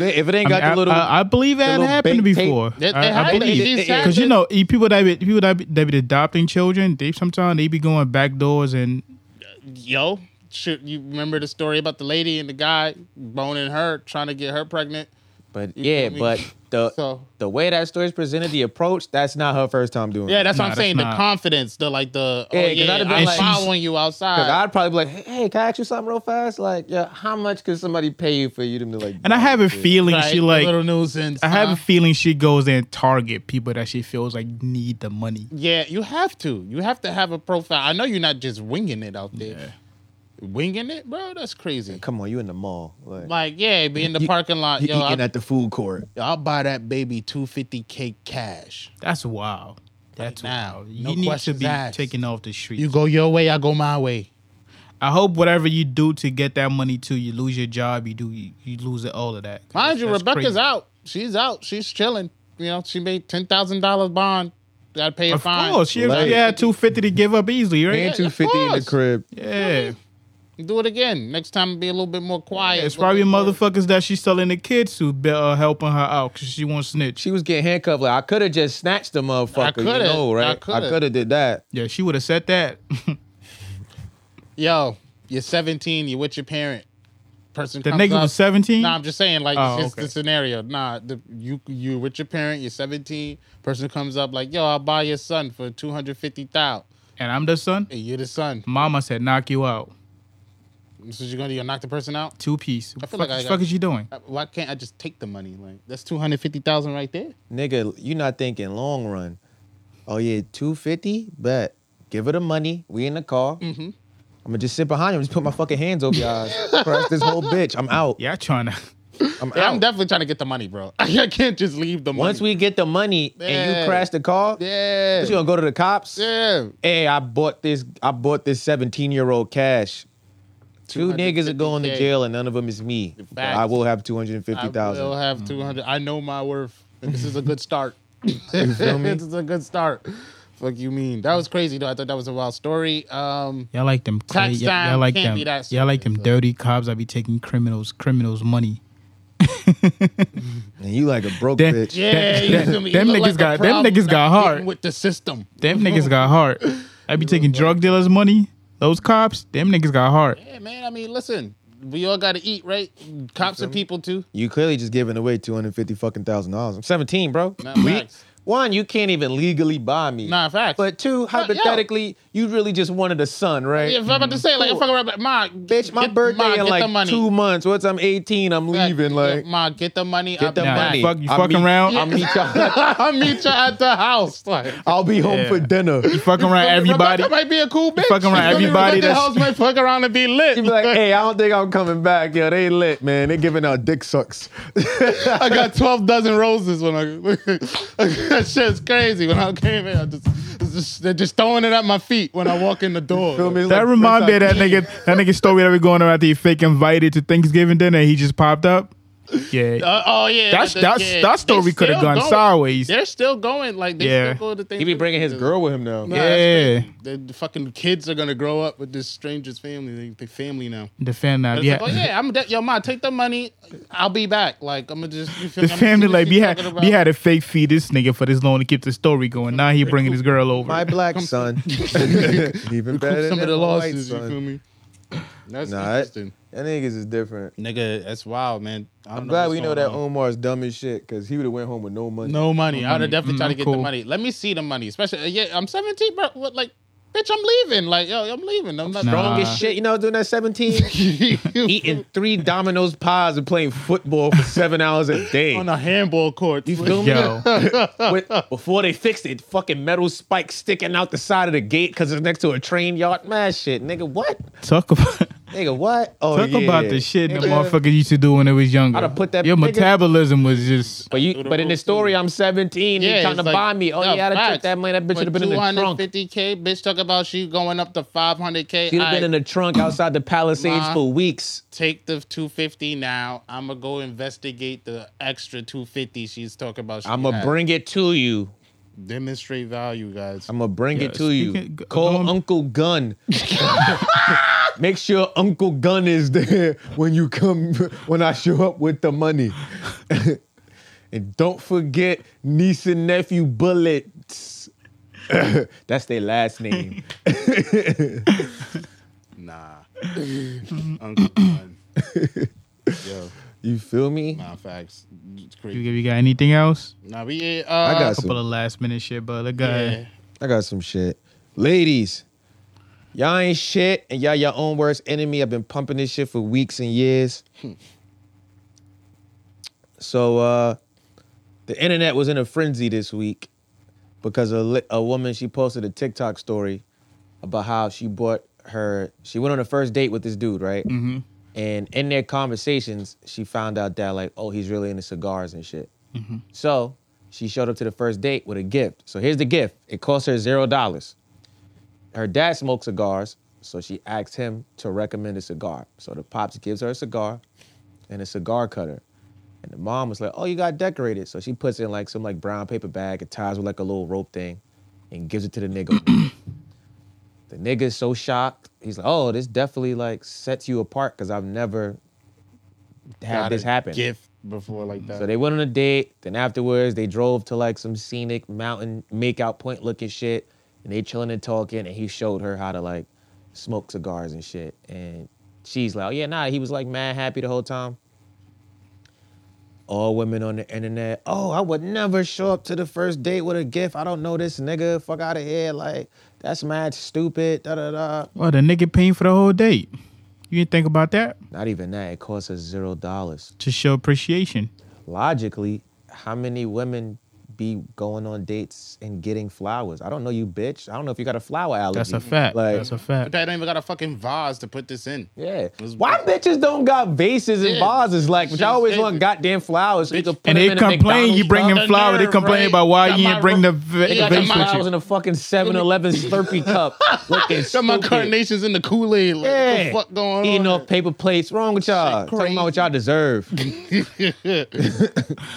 [SPEAKER 1] if it ain't
[SPEAKER 4] I,
[SPEAKER 1] got
[SPEAKER 4] mean, I-
[SPEAKER 1] the little,
[SPEAKER 4] I, I believe that
[SPEAKER 1] little
[SPEAKER 4] happened
[SPEAKER 1] baked tape.
[SPEAKER 4] before.
[SPEAKER 3] It- it
[SPEAKER 4] I, I
[SPEAKER 3] happened.
[SPEAKER 4] believe
[SPEAKER 3] It- it- it
[SPEAKER 4] because you know e- people that be, people that be, that be adopting children. They sometimes they be going back doors and
[SPEAKER 3] yo, should you remember the story about the lady and the guy boning her, trying to get her pregnant?
[SPEAKER 1] but
[SPEAKER 3] feel
[SPEAKER 1] yeah,
[SPEAKER 3] me?
[SPEAKER 1] but the
[SPEAKER 3] So-
[SPEAKER 1] the way that story's presented, the approach, that's not her first time doing.
[SPEAKER 3] Yeah,
[SPEAKER 1] it.
[SPEAKER 3] that's
[SPEAKER 4] Nah,
[SPEAKER 3] what I'm
[SPEAKER 4] that's
[SPEAKER 3] saying. The
[SPEAKER 4] not-
[SPEAKER 3] confidence, the like the oh
[SPEAKER 1] Yeah, 'cause
[SPEAKER 3] yeah,
[SPEAKER 1] I'd've been
[SPEAKER 3] I'm
[SPEAKER 1] like-
[SPEAKER 3] following you outside.
[SPEAKER 1] 'Cause I'd probably be like, hey, hey, can I ask you something real fast? Like, yeah, how much could somebody pay you for you to be like?
[SPEAKER 4] and I have a feeling
[SPEAKER 3] Right,
[SPEAKER 4] she
[SPEAKER 3] the
[SPEAKER 4] like
[SPEAKER 3] little nuisance.
[SPEAKER 4] I have
[SPEAKER 3] huh?
[SPEAKER 4] a feeling she goes and target people that she feels like need the money.
[SPEAKER 3] Yeah, you have to. You have to have a profile. I know you're not just winging it out there. Winging it, bro. That's crazy.
[SPEAKER 1] Come on, you in the mall? Like,
[SPEAKER 3] Like yeah, be in the parking lot.
[SPEAKER 1] you
[SPEAKER 3] Yo,
[SPEAKER 1] eating
[SPEAKER 3] I'll,
[SPEAKER 1] at the food court?
[SPEAKER 3] I'll buy that baby 250k cash.
[SPEAKER 4] That's wild. That's
[SPEAKER 3] now,
[SPEAKER 4] wild.
[SPEAKER 3] no
[SPEAKER 4] You need to
[SPEAKER 3] questions
[SPEAKER 4] be
[SPEAKER 3] asked.
[SPEAKER 4] taken off the street.
[SPEAKER 3] You go your way, I go my way.
[SPEAKER 4] I hope whatever you do to get that money too, you lose your job, you do you, you lose it, all of that.
[SPEAKER 3] Mind you,
[SPEAKER 4] That's
[SPEAKER 3] Rebecca's
[SPEAKER 4] crazy.
[SPEAKER 3] out. She's out. She's chilling. You know, she made ten thousand dollars bond. Got to pay a
[SPEAKER 4] Of
[SPEAKER 3] fine.
[SPEAKER 4] course, she,
[SPEAKER 1] Like-
[SPEAKER 4] she had two fifty to give up easily,
[SPEAKER 1] And
[SPEAKER 4] right?
[SPEAKER 1] two fifty in the
[SPEAKER 3] course.
[SPEAKER 1] crib.
[SPEAKER 4] Yeah.
[SPEAKER 3] Do it again next time. Be a little bit more quiet.
[SPEAKER 4] It's probably
[SPEAKER 3] Little bit more-
[SPEAKER 4] motherfuckers that she's selling the kids to be, uh, helping her out because she won't snitch.
[SPEAKER 1] She was getting handcuffed. Like, I could have just snatched the motherfucker. you
[SPEAKER 3] coulda.
[SPEAKER 1] know,
[SPEAKER 3] I
[SPEAKER 1] right?
[SPEAKER 3] coulda.
[SPEAKER 1] coulda did that.
[SPEAKER 4] Yeah, she would have said that. <laughs>
[SPEAKER 3] Yo, you're 17. You're with your parent. Person.
[SPEAKER 4] the
[SPEAKER 3] comes
[SPEAKER 4] nigga
[SPEAKER 3] up-
[SPEAKER 4] was 17.
[SPEAKER 3] Nah, I'm just saying, like,
[SPEAKER 4] Oh,
[SPEAKER 3] it's just
[SPEAKER 4] okay.
[SPEAKER 3] the scenario. Nah, the, you you with your parent, you're 17. Person comes up like, yo, I'll buy your son for 250 thousand.
[SPEAKER 4] and I'm the son.
[SPEAKER 3] And you're the son.
[SPEAKER 4] Mama said, knock you out.
[SPEAKER 3] So you're gonna do? You're gonna knock the person out?
[SPEAKER 4] Two piece. What the
[SPEAKER 3] feel
[SPEAKER 4] fuck,
[SPEAKER 3] like I
[SPEAKER 4] the
[SPEAKER 3] got-
[SPEAKER 4] fuck is you doing?
[SPEAKER 3] Uh, Why can't I just take the money? Like, that's 250 thousand right there.
[SPEAKER 1] Nigga, you not thinking long run. Oh yeah, two fifty. Bet. Give her the money. We in the car.
[SPEAKER 3] Mm-hmm.
[SPEAKER 1] I'm gonna just sit behind him. Just put my fucking hands over your
[SPEAKER 3] <laughs>
[SPEAKER 1] eyes. Press this whole bitch. I'm out.
[SPEAKER 4] Yeah, trying to.
[SPEAKER 1] I'm
[SPEAKER 3] Yeah,
[SPEAKER 1] out.
[SPEAKER 3] I'm definitely trying to get the money, bro. <laughs> I can't just leave the money.
[SPEAKER 1] Once we get the money and
[SPEAKER 3] Yeah.
[SPEAKER 1] you crash the car,
[SPEAKER 3] yeah,
[SPEAKER 1] what, you gonna go to the cops?
[SPEAKER 3] yeah.
[SPEAKER 1] Hey, I bought this. I bought this 17 year old cash. Two niggas are going to
[SPEAKER 3] 250K.
[SPEAKER 1] jail, and none of them is me. But I
[SPEAKER 3] Facts.
[SPEAKER 1] will have
[SPEAKER 3] I will
[SPEAKER 1] 250,000.
[SPEAKER 3] have 200. I know my worth. And this is
[SPEAKER 1] <laughs>
[SPEAKER 3] a good start.
[SPEAKER 1] feel me?
[SPEAKER 3] <laughs> this is a good start. Fuck you mean? That was crazy though. I thought that was a wild story. Um,
[SPEAKER 4] <laughs> Y'all like them. cra-
[SPEAKER 3] Tax
[SPEAKER 4] y'all-
[SPEAKER 3] time
[SPEAKER 4] y'all like
[SPEAKER 3] can't
[SPEAKER 4] them.
[SPEAKER 3] be that
[SPEAKER 4] Y'all like them
[SPEAKER 3] serious, though.
[SPEAKER 4] dirty cops. I be taking criminals, criminals' money.
[SPEAKER 1] And you like a broke
[SPEAKER 4] Then-
[SPEAKER 1] bitch.
[SPEAKER 3] yeah,
[SPEAKER 4] Them-
[SPEAKER 3] you feel me?
[SPEAKER 4] them
[SPEAKER 3] You look
[SPEAKER 4] niggas
[SPEAKER 3] like a
[SPEAKER 4] got- them
[SPEAKER 3] problem
[SPEAKER 4] niggas got
[SPEAKER 3] not
[SPEAKER 4] heart.
[SPEAKER 3] fitting with the system.
[SPEAKER 4] Them niggas got
[SPEAKER 3] <laughs>
[SPEAKER 4] heart. I be taking drug dealers' money. Those cops, them niggas
[SPEAKER 3] <laughs>
[SPEAKER 4] got heart.
[SPEAKER 3] Yeah, man. I mean, listen, we all got to eat, right? Cops are people too.
[SPEAKER 1] You clearly just giving away 250 fucking thousand dollars. I'm 17, bro.
[SPEAKER 3] Nah,
[SPEAKER 1] We-
[SPEAKER 3] facts.
[SPEAKER 1] one, you can't even legally buy me.
[SPEAKER 3] Nah, facts.
[SPEAKER 1] But two,
[SPEAKER 3] yo.
[SPEAKER 1] hypothetically, you really just wanted a son, right?
[SPEAKER 3] Yeah, if I'm about to say, like, if I go my
[SPEAKER 1] mm-hmm. Bitch, my birthday
[SPEAKER 3] ma,
[SPEAKER 1] in
[SPEAKER 3] get the
[SPEAKER 1] like
[SPEAKER 3] money.
[SPEAKER 1] two months. Once I'm 18, I'm
[SPEAKER 3] Fact,
[SPEAKER 1] leaving. Like,
[SPEAKER 3] ma, get the money.
[SPEAKER 1] get the
[SPEAKER 4] Nah,
[SPEAKER 1] money.
[SPEAKER 4] fuck- you
[SPEAKER 1] I'll
[SPEAKER 4] fucking
[SPEAKER 1] meet-
[SPEAKER 4] around.
[SPEAKER 1] I'll meet y'all.
[SPEAKER 3] <laughs> I'll meet you at the house. Like,
[SPEAKER 1] I'll be home
[SPEAKER 4] Yeah.
[SPEAKER 1] for dinner. You
[SPEAKER 4] Fuck around everybody.
[SPEAKER 3] Rebecca might be a cool bitch.
[SPEAKER 4] fuck around
[SPEAKER 3] You feel me?
[SPEAKER 4] everybody
[SPEAKER 3] Rebecca
[SPEAKER 4] that's-
[SPEAKER 3] house might fuck around
[SPEAKER 1] <laughs>
[SPEAKER 3] and be lit.
[SPEAKER 1] be like, hey, I don't think I'm coming back. Yo, they lit, man. They giving out dick sucks.
[SPEAKER 3] I
[SPEAKER 1] <laughs>
[SPEAKER 3] got twelve dozen roses when I. <laughs> that shit's crazy. When I came in, I just, it's just they're just throwing it at my feet when I walk in the door.
[SPEAKER 1] Feel me? It's
[SPEAKER 4] That
[SPEAKER 1] like
[SPEAKER 4] remind me of
[SPEAKER 1] Prince
[SPEAKER 4] that nigga, <laughs> that nigga story that we going around. He fake invited to Thanksgiving dinner. and He just popped up. Yeah,
[SPEAKER 3] Uh, oh yeah,
[SPEAKER 4] That's-
[SPEAKER 3] the-
[SPEAKER 4] that's- that story
[SPEAKER 3] They
[SPEAKER 4] coulda
[SPEAKER 3] still
[SPEAKER 4] gone
[SPEAKER 3] going.
[SPEAKER 4] sideways.
[SPEAKER 3] They're still going. Like they
[SPEAKER 4] Yeah.
[SPEAKER 3] still go to things.
[SPEAKER 1] He be bringing his girl with him now.
[SPEAKER 3] Nah, that's
[SPEAKER 4] yeah.
[SPEAKER 3] crazy. The fucking kids are gonna grow up with this stranger's family. They, they family now.
[SPEAKER 4] The fan now.
[SPEAKER 3] It's
[SPEAKER 4] Yeah.
[SPEAKER 3] like, oh yeah, I'm de- yo, ma, take the money. I'll be back. Like I'm gonna just you feel
[SPEAKER 4] <laughs> The
[SPEAKER 3] me? I'ma
[SPEAKER 4] family
[SPEAKER 3] see what
[SPEAKER 4] like
[SPEAKER 3] she
[SPEAKER 4] we had
[SPEAKER 3] talking about.
[SPEAKER 4] we had a fake feed this nigga for this long to keep the story going. Now he bringing his girl over.
[SPEAKER 1] My black
[SPEAKER 3] <laughs>
[SPEAKER 1] son. Even better
[SPEAKER 3] recoup some
[SPEAKER 1] than
[SPEAKER 3] of the
[SPEAKER 1] my white
[SPEAKER 3] losses. You
[SPEAKER 1] son.
[SPEAKER 3] feel me? That's
[SPEAKER 1] Nah, that,
[SPEAKER 3] interesting.
[SPEAKER 1] that niggas is different.
[SPEAKER 3] Nigga, that's wild, man. I don't
[SPEAKER 1] I'm glad
[SPEAKER 3] what's
[SPEAKER 1] we know
[SPEAKER 3] going
[SPEAKER 1] that
[SPEAKER 3] on.
[SPEAKER 1] Omar's dumb as shit because he would have went home with no money.
[SPEAKER 3] No money. I would have definitely
[SPEAKER 4] Mm,
[SPEAKER 3] tried to
[SPEAKER 4] I'm
[SPEAKER 3] get
[SPEAKER 4] cool.
[SPEAKER 3] uh, the money. Let me see the money, especially. Yeah, I'm 17, bro. What like? bitch, I'm leaving. Like, yo, I'm leaving. I'm not
[SPEAKER 4] Nah.
[SPEAKER 1] Strong as shit, you know, doing that 17, <laughs> eating three Domino's pies and playing football for seven hours a day.
[SPEAKER 3] on a handball court.
[SPEAKER 1] You feel me?
[SPEAKER 4] Yo,
[SPEAKER 1] Wait, before they fixed it, fucking metal spikes sticking out the side of the gate because it's next to a train yard. Mad shit, nigga. What?
[SPEAKER 4] <laughs> talk about
[SPEAKER 1] Nigga, what? Oh,
[SPEAKER 4] talk
[SPEAKER 1] yeah.
[SPEAKER 4] about the shit the
[SPEAKER 1] Nigga.
[SPEAKER 4] motherfucker used to do when it was younger.
[SPEAKER 1] I'd've put that
[SPEAKER 4] Your
[SPEAKER 1] nigga-
[SPEAKER 4] metabolism was just
[SPEAKER 1] But you, but in the story, I'm 17.
[SPEAKER 3] Yeah,
[SPEAKER 1] Yeah, trying
[SPEAKER 3] it's
[SPEAKER 1] to
[SPEAKER 3] like-
[SPEAKER 1] buy me. Oh,
[SPEAKER 3] no,
[SPEAKER 1] yeah, I'd have
[SPEAKER 3] facts.
[SPEAKER 1] took that money. That bitch would have been in the trunk.
[SPEAKER 3] 250k, bitch, talk about she going up to 500k.
[SPEAKER 1] She'd have been in the trunk outside the Palisades
[SPEAKER 3] Nah.
[SPEAKER 1] for weeks.
[SPEAKER 3] take the 250 now. I'm gonna go investigate the extra 250 she's talking about. she
[SPEAKER 1] I'm gonna
[SPEAKER 3] had.
[SPEAKER 1] bring it to you.
[SPEAKER 3] demonstrate value, guys.
[SPEAKER 1] I'm gonna bring
[SPEAKER 4] Yeah,
[SPEAKER 1] it to you.
[SPEAKER 4] speaking- g-
[SPEAKER 1] Call
[SPEAKER 4] going-
[SPEAKER 1] Uncle
[SPEAKER 4] <laughs>
[SPEAKER 1] Gun. Make sure Uncle Gun is there when you come when I show up with the money. <laughs> and don't forget niece and nephew bullets. <laughs> That's their last name.
[SPEAKER 3] Nah, <laughs> Uncle Glenn. Yo,
[SPEAKER 1] You feel me?
[SPEAKER 3] nah, facts. It's
[SPEAKER 4] you,
[SPEAKER 3] crazy.
[SPEAKER 4] you got anything else?
[SPEAKER 3] Nah, we uh,
[SPEAKER 1] I got
[SPEAKER 4] couple
[SPEAKER 1] some
[SPEAKER 4] of last minute shit, but look
[SPEAKER 3] yeah.
[SPEAKER 4] guy.
[SPEAKER 1] I got some shit. Ladies, y'all ain't shit and y'all your own worst enemy. I've been pumping this shit for weeks and years. Hmm. So uh the internet was in a frenzy this week because a, li- a woman she posted a TikTok story about how she bought her she went on a first date with this dude, right? Mm-hmm. And in their conversations, she found out that like, oh, he's really into cigars and shit. So she showed up to the first date with a gift. So here's the gift. It cost her zero dollars. Her dad smoked cigars, so she asked him to recommend a cigar. So the pops gives her a cigar and a cigar cutter. And the mom was like, "Oh, you got decorated." So she puts it in like some like brown paper bag and ties with like a little rope thing, and gives it to the nigga. the nigga is so shocked. He's like, "Oh, this definitely like sets you apart because I've never had
[SPEAKER 3] Got
[SPEAKER 1] this
[SPEAKER 3] a
[SPEAKER 1] happen."
[SPEAKER 3] Gift before like that.
[SPEAKER 1] So they went on a date. Then afterwards, they drove to like some scenic mountain makeout point looking shit, and they chilling and talking. And he showed her how to like smoke cigars and shit. And she's like, "Oh yeah, nah." He was like mad happy the whole time. All women on the internet. Oh, I would never show up to the first date with a gift. I don't know this nigga. Fuck out of here. Like that's mad stupid. Da da da.
[SPEAKER 4] Well, oh, the nigga paying for the whole date. You didn't think about that?
[SPEAKER 1] Not even that. It costs us zero dollars.
[SPEAKER 4] To show appreciation.
[SPEAKER 1] logically, how many women be going on dates and getting flowers? I don't know you, bitch. I don't know if you got a flower allergy.
[SPEAKER 4] That's a fact.
[SPEAKER 1] Like,
[SPEAKER 4] That's a
[SPEAKER 3] But
[SPEAKER 4] fact.
[SPEAKER 3] they don't even got a fucking vase to put this in.
[SPEAKER 1] yeah.
[SPEAKER 3] It's-
[SPEAKER 1] Why bitches don't got vases and
[SPEAKER 3] Yeah.
[SPEAKER 1] vases? Like, but
[SPEAKER 3] Shit's
[SPEAKER 1] y'all always
[SPEAKER 3] crazy.
[SPEAKER 1] want goddamn flowers. So you can put
[SPEAKER 4] And
[SPEAKER 1] them
[SPEAKER 4] they
[SPEAKER 1] in a
[SPEAKER 4] complain you
[SPEAKER 1] McDonald's
[SPEAKER 4] bring
[SPEAKER 1] cup.
[SPEAKER 4] him
[SPEAKER 3] The
[SPEAKER 4] flower. They
[SPEAKER 3] nerve,
[SPEAKER 4] complain
[SPEAKER 3] right?
[SPEAKER 4] about why
[SPEAKER 3] Got
[SPEAKER 4] you
[SPEAKER 3] my
[SPEAKER 4] didn't bring the
[SPEAKER 1] They got
[SPEAKER 4] vase
[SPEAKER 1] them
[SPEAKER 4] with
[SPEAKER 1] flowers
[SPEAKER 4] you.
[SPEAKER 1] in a fucking
[SPEAKER 3] <laughs>
[SPEAKER 1] 7-Eleven Slurpee cup. Looking
[SPEAKER 3] Got my
[SPEAKER 1] stupid.
[SPEAKER 3] carnations in the Kool Aid. Like,
[SPEAKER 1] Yeah.
[SPEAKER 3] What the fuck going
[SPEAKER 1] Eating
[SPEAKER 3] on?
[SPEAKER 1] off paper plates. Wrong with y'all.
[SPEAKER 3] Shit
[SPEAKER 1] Talking about what
[SPEAKER 3] crazy.
[SPEAKER 1] y'all
[SPEAKER 3] <laughs>
[SPEAKER 1] deserve.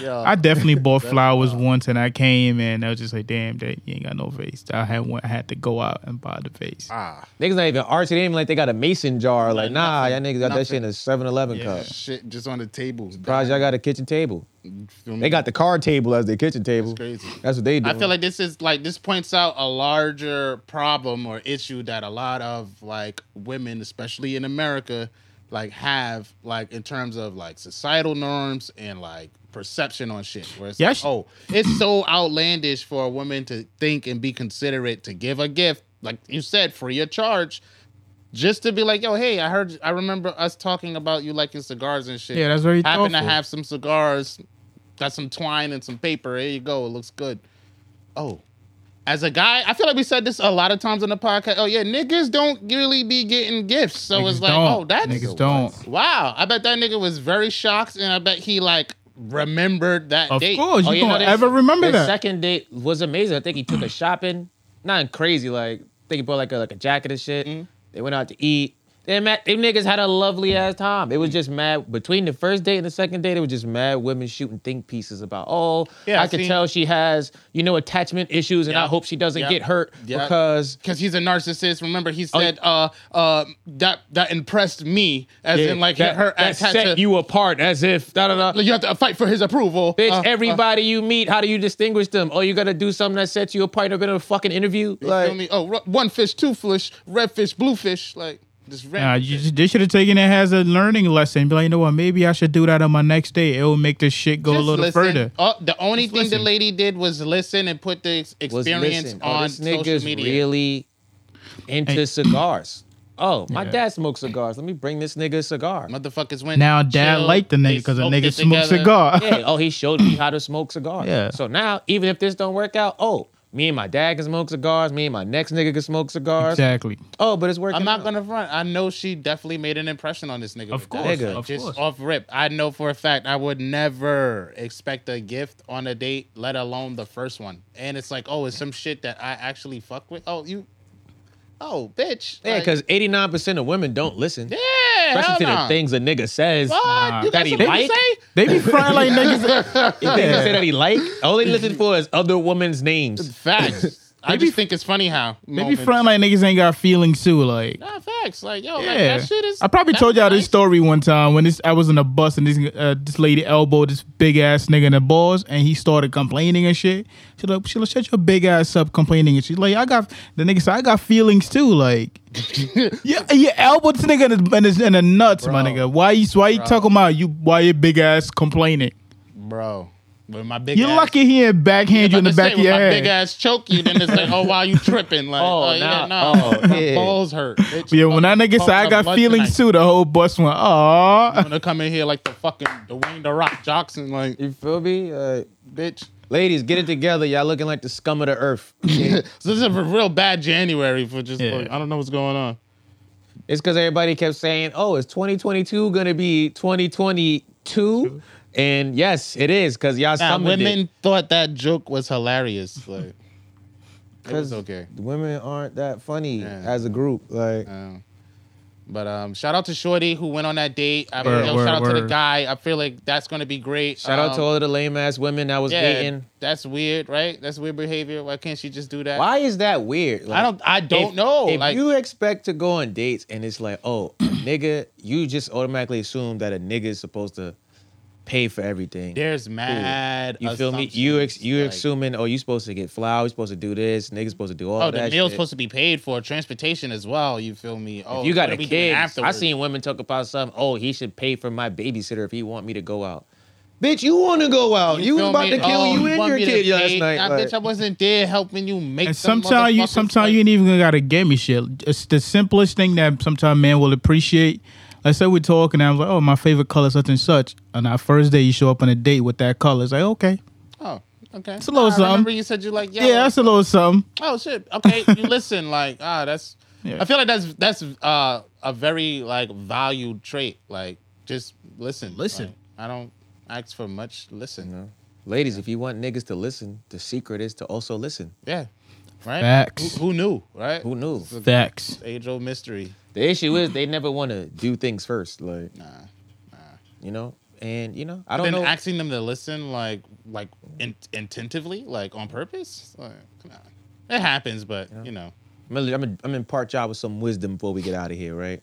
[SPEAKER 4] I definitely bought flowers once, and I came and I was just like, "Damn, that you ain't got no vase." I had one, I had to go out and buy the vase.
[SPEAKER 3] ah,
[SPEAKER 1] Niggas not even artsy. They ain't even like they got a mason jar. Like, nah, y'all
[SPEAKER 3] nothing.
[SPEAKER 1] niggas got that shit in a 7-Eleven
[SPEAKER 4] Yeah.
[SPEAKER 1] cup.
[SPEAKER 3] shit just on the table.
[SPEAKER 1] Surprised y'all got a kitchen table.
[SPEAKER 3] Feel me?
[SPEAKER 1] They got the card table as their kitchen table.
[SPEAKER 3] That's crazy.
[SPEAKER 1] That's what they do.
[SPEAKER 3] I feel like this is like this points out a larger problem or issue that a lot of like women, especially in America, like have like in terms of like societal norms and like perception on shit. Where it's
[SPEAKER 4] Yeah, I
[SPEAKER 3] like,
[SPEAKER 4] sh-
[SPEAKER 3] oh, it's so outlandish for a woman to think and be considerate to give a gift, like you said, free of charge. Just to be like, yo, hey, I heard, I remember us talking about you liking cigars and shit.
[SPEAKER 4] Yeah, that's very
[SPEAKER 3] Happen to
[SPEAKER 4] thoughtful.
[SPEAKER 3] have some cigars, got some twine and some paper. Here you go. It looks good. Oh, as a guy, I feel like we said this a lot of times on the podcast. Oh yeah, niggas don't really be getting gifts, so
[SPEAKER 4] Niggas
[SPEAKER 3] it's like,
[SPEAKER 4] don't.
[SPEAKER 3] oh, that's
[SPEAKER 4] Niggas don't.
[SPEAKER 3] Wow, I bet that nigga was very shocked, and I bet he like remembered that
[SPEAKER 4] Of
[SPEAKER 3] date.
[SPEAKER 4] course,
[SPEAKER 1] Oh,
[SPEAKER 4] you
[SPEAKER 1] you know
[SPEAKER 4] don't
[SPEAKER 1] this-
[SPEAKER 4] ever remember
[SPEAKER 1] Their
[SPEAKER 4] that.
[SPEAKER 1] second date was amazing. I think he took her shopping. Not crazy, like I think he bought like a like a jacket and shit.
[SPEAKER 3] Mm-hmm.
[SPEAKER 1] They went out to eat. They met them niggas had a lovely ass time. It was just mad between the first date and the second date, it was just mad women shooting think pieces about, oh,
[SPEAKER 3] Yeah,
[SPEAKER 1] I
[SPEAKER 3] I've
[SPEAKER 1] could
[SPEAKER 3] seen-
[SPEAKER 1] tell she has, you know, attachment issues and I
[SPEAKER 3] Yeah.
[SPEAKER 1] hope she doesn't
[SPEAKER 3] Yeah.
[SPEAKER 1] get hurt
[SPEAKER 3] Yeah.
[SPEAKER 1] because
[SPEAKER 3] Because he's a narcissist. Remember, he
[SPEAKER 1] Oh,
[SPEAKER 3] said, uh, uh, that that impressed me, as
[SPEAKER 1] Yeah,
[SPEAKER 3] in like
[SPEAKER 1] that,
[SPEAKER 3] her
[SPEAKER 1] that
[SPEAKER 3] ex had
[SPEAKER 1] set
[SPEAKER 3] to-
[SPEAKER 1] you apart as if da da da.
[SPEAKER 3] like, you have to fight for his approval.
[SPEAKER 1] Bitch,
[SPEAKER 3] Uh,
[SPEAKER 1] everybody you meet, how do you distinguish them? Oh, you gotta do something that sets you apart. You're gonna fucking interview.
[SPEAKER 3] you feel
[SPEAKER 1] Like,
[SPEAKER 3] me? Oh, ru- one fish, two fish, red fish, blue fish, like just random.
[SPEAKER 4] Nah, you, they should have taken it as a learning lesson. Be like, you know what? Maybe I should do that on my next day. It will make this shit go a
[SPEAKER 3] Just
[SPEAKER 4] little
[SPEAKER 3] listen.
[SPEAKER 4] further.
[SPEAKER 3] Oh, the only
[SPEAKER 4] Just
[SPEAKER 3] thing
[SPEAKER 4] listen.
[SPEAKER 3] the lady did was listen and put the ex-
[SPEAKER 1] was
[SPEAKER 3] experience
[SPEAKER 1] listen,
[SPEAKER 3] on
[SPEAKER 1] oh, this nigga's
[SPEAKER 3] social media.
[SPEAKER 1] really into cigars. Oh, my
[SPEAKER 4] Yeah.
[SPEAKER 1] dad smokes cigars. Let me bring this nigga a cigar.
[SPEAKER 3] Motherfuckers went
[SPEAKER 4] Now dad
[SPEAKER 3] chill,
[SPEAKER 4] liked the
[SPEAKER 3] they
[SPEAKER 4] nigga because the
[SPEAKER 3] smoked
[SPEAKER 4] nigga
[SPEAKER 3] it
[SPEAKER 4] smoked
[SPEAKER 3] together.
[SPEAKER 4] cigar.
[SPEAKER 1] <laughs> yeah. Oh, he showed me how to smoke cigars.
[SPEAKER 4] Yeah.
[SPEAKER 1] So now, even if this don't work out, oh, me and my dad can smoke cigars. Me and my next nigga can smoke cigars.
[SPEAKER 4] <laughs> exactly.
[SPEAKER 1] Oh, but it's working.
[SPEAKER 3] I'm not
[SPEAKER 1] out.
[SPEAKER 3] gonna front. I know she definitely made an impression on this nigga.
[SPEAKER 4] Of
[SPEAKER 3] with
[SPEAKER 4] course,
[SPEAKER 3] that.
[SPEAKER 1] of
[SPEAKER 3] just
[SPEAKER 4] course.
[SPEAKER 3] off rip. I know for a fact I would never expect a gift on a date, let alone the first one. And it's like, oh, it's some shit that I actually fuck with. Oh, you, oh, bitch.
[SPEAKER 1] Yeah,
[SPEAKER 3] Like,
[SPEAKER 1] because 89% of women don't listen.
[SPEAKER 3] yeah, hell
[SPEAKER 1] Especially to
[SPEAKER 3] nah.
[SPEAKER 1] the things a nigga says.
[SPEAKER 3] What?
[SPEAKER 1] that
[SPEAKER 3] You got
[SPEAKER 1] he
[SPEAKER 3] something to
[SPEAKER 1] like?
[SPEAKER 3] say?
[SPEAKER 4] They be
[SPEAKER 3] <laughs>
[SPEAKER 4] fronting like
[SPEAKER 1] <laughs>
[SPEAKER 4] niggas.
[SPEAKER 1] The things he said that he like. All they listen for is other women's names.
[SPEAKER 4] <laughs>
[SPEAKER 3] Facts. I
[SPEAKER 4] Maybe-
[SPEAKER 3] just think it's funny how
[SPEAKER 4] They be
[SPEAKER 3] moments.
[SPEAKER 4] fronting like niggas ain't got feelings too. Like
[SPEAKER 3] Nah, facts. Like yo, like,
[SPEAKER 4] Yeah,
[SPEAKER 3] that shit is.
[SPEAKER 4] I probably
[SPEAKER 3] that's
[SPEAKER 4] told y'all this
[SPEAKER 3] nice.
[SPEAKER 4] story one time when this I was in a bus and this uh, this lady elbowed this big ass nigga in the balls and he started complaining and shit. She like she like shut your big ass up complaining and she's like I got the nigga said I got feelings
[SPEAKER 3] <laughs>
[SPEAKER 4] too like yeah you elbowed this nigga in the, in the, in the nuts my
[SPEAKER 3] Bro.
[SPEAKER 4] nigga why you why you talking about you why your big ass complaining
[SPEAKER 3] bro. With my big.
[SPEAKER 4] you're
[SPEAKER 3] ass-
[SPEAKER 4] lucky he ain't backhand you in the
[SPEAKER 3] About to
[SPEAKER 4] back
[SPEAKER 3] say,
[SPEAKER 4] of your
[SPEAKER 3] when my
[SPEAKER 4] head
[SPEAKER 3] Big ass choke you, then it's like, oh wow, you tripping? Like,
[SPEAKER 1] Oh,
[SPEAKER 3] oh, yeah,
[SPEAKER 1] nah.
[SPEAKER 3] nah,
[SPEAKER 1] Oh,
[SPEAKER 3] <laughs> my
[SPEAKER 1] yeah.
[SPEAKER 3] balls hurt. Bitch,
[SPEAKER 4] yeah when that
[SPEAKER 3] fucking
[SPEAKER 4] nigga said I
[SPEAKER 3] fucked up
[SPEAKER 4] got
[SPEAKER 3] blood
[SPEAKER 4] feelings
[SPEAKER 3] tonight.
[SPEAKER 4] too the whole bus went
[SPEAKER 3] I'm
[SPEAKER 4] aw
[SPEAKER 3] gonna come in here like the fucking Dwayne the Rock Johnson, like
[SPEAKER 1] You feel me? Uh,
[SPEAKER 3] bitch.
[SPEAKER 1] ladies, get it together. Y'all looking like the scum of the earth. <laughs>
[SPEAKER 3] So this is a real bad January for just
[SPEAKER 4] Yeah.
[SPEAKER 3] like I don't know what's going on.
[SPEAKER 1] It's because everybody kept saying, "Oh, is 2022 gonna be 2022?" And yes, it is because y'all
[SPEAKER 3] Nah,
[SPEAKER 1] summoned
[SPEAKER 3] women
[SPEAKER 1] it.
[SPEAKER 3] thought that joke was hilarious. Like, it was okay.
[SPEAKER 1] Women aren't that funny
[SPEAKER 3] Yeah.
[SPEAKER 1] as a group. Like,
[SPEAKER 3] Um, but um, shout out to Shorty who went on that date. I
[SPEAKER 4] Word,
[SPEAKER 3] yo,
[SPEAKER 4] word,
[SPEAKER 3] shout out to the
[SPEAKER 4] word.
[SPEAKER 3] guy. I feel like that's gonna be great.
[SPEAKER 1] shout out to
[SPEAKER 3] Um,
[SPEAKER 1] all of the lame ass women that was dating.
[SPEAKER 3] That's weird, right? That's weird behavior. Why can't she just do that?
[SPEAKER 1] Why is that weird?
[SPEAKER 3] I don't. I don't
[SPEAKER 1] if,
[SPEAKER 3] know.
[SPEAKER 1] If
[SPEAKER 3] like,
[SPEAKER 1] you expect to go on dates and it's like, oh, <clears throat> nigga, you just automatically assume that a nigga is supposed to pay for everything.
[SPEAKER 3] there's mad.
[SPEAKER 1] you feel me? You ex- you
[SPEAKER 3] assumptions, like,
[SPEAKER 1] assuming, oh, you supposed to get flowers, you supposed to do this, niggas supposed to do all
[SPEAKER 3] Oh, the
[SPEAKER 1] that. shit.
[SPEAKER 3] meal's supposed to be paid for, transportation as well. You feel me? Oh,
[SPEAKER 1] If you got
[SPEAKER 3] what
[SPEAKER 1] a
[SPEAKER 3] are we doing
[SPEAKER 1] kid. I
[SPEAKER 3] afterwards?
[SPEAKER 1] seen women talk about something. Oh, he should pay for my babysitter if he want me to go out. Bitch, you want to go out? You, was
[SPEAKER 3] feel
[SPEAKER 1] about
[SPEAKER 3] me?
[SPEAKER 1] to kill
[SPEAKER 3] Oh,
[SPEAKER 1] you and
[SPEAKER 3] want
[SPEAKER 1] your
[SPEAKER 3] me to
[SPEAKER 1] kid last
[SPEAKER 3] pay?
[SPEAKER 1] night.
[SPEAKER 3] Nah,
[SPEAKER 1] like-
[SPEAKER 3] bitch, I wasn't there helping you make.
[SPEAKER 4] And
[SPEAKER 3] some
[SPEAKER 4] sometimes you,
[SPEAKER 3] motherfuckers,
[SPEAKER 4] sometimes
[SPEAKER 3] like-
[SPEAKER 4] you ain't even gotta give me shit. It's the simplest thing that sometimes man will appreciate. Let's say we're talking, and I'm like, oh, my favorite color such and such. And our first day, you show up on a date with that color. It's like, okay,
[SPEAKER 3] Oh, okay.
[SPEAKER 4] a little
[SPEAKER 3] Nah, I remember
[SPEAKER 4] something.
[SPEAKER 3] you said you like.
[SPEAKER 4] yeah,
[SPEAKER 3] yo,
[SPEAKER 4] that's a little something.
[SPEAKER 3] oh shit okay you listen like ah that's
[SPEAKER 4] Yeah.
[SPEAKER 3] i feel like that's that's uh a very like valued trait like just listen
[SPEAKER 4] Listen.
[SPEAKER 3] Like, i don't ask for much listen
[SPEAKER 1] Ladies, if you want niggas to listen, the secret is to also listen.
[SPEAKER 3] yeah right
[SPEAKER 4] Facts.
[SPEAKER 3] Who, who knew right
[SPEAKER 1] Who knew?
[SPEAKER 4] Facts.
[SPEAKER 3] age old mystery
[SPEAKER 1] The issue is they never want to do things first, like
[SPEAKER 3] nah
[SPEAKER 1] you know. And you know, I don't
[SPEAKER 3] then
[SPEAKER 1] know.
[SPEAKER 3] asking them to listen like like in- intentively like on purpose like come on. it happens but you know
[SPEAKER 1] I'm gonna, I'm gonna- I'm gonna impart y'all with some wisdom before we get out of here, right?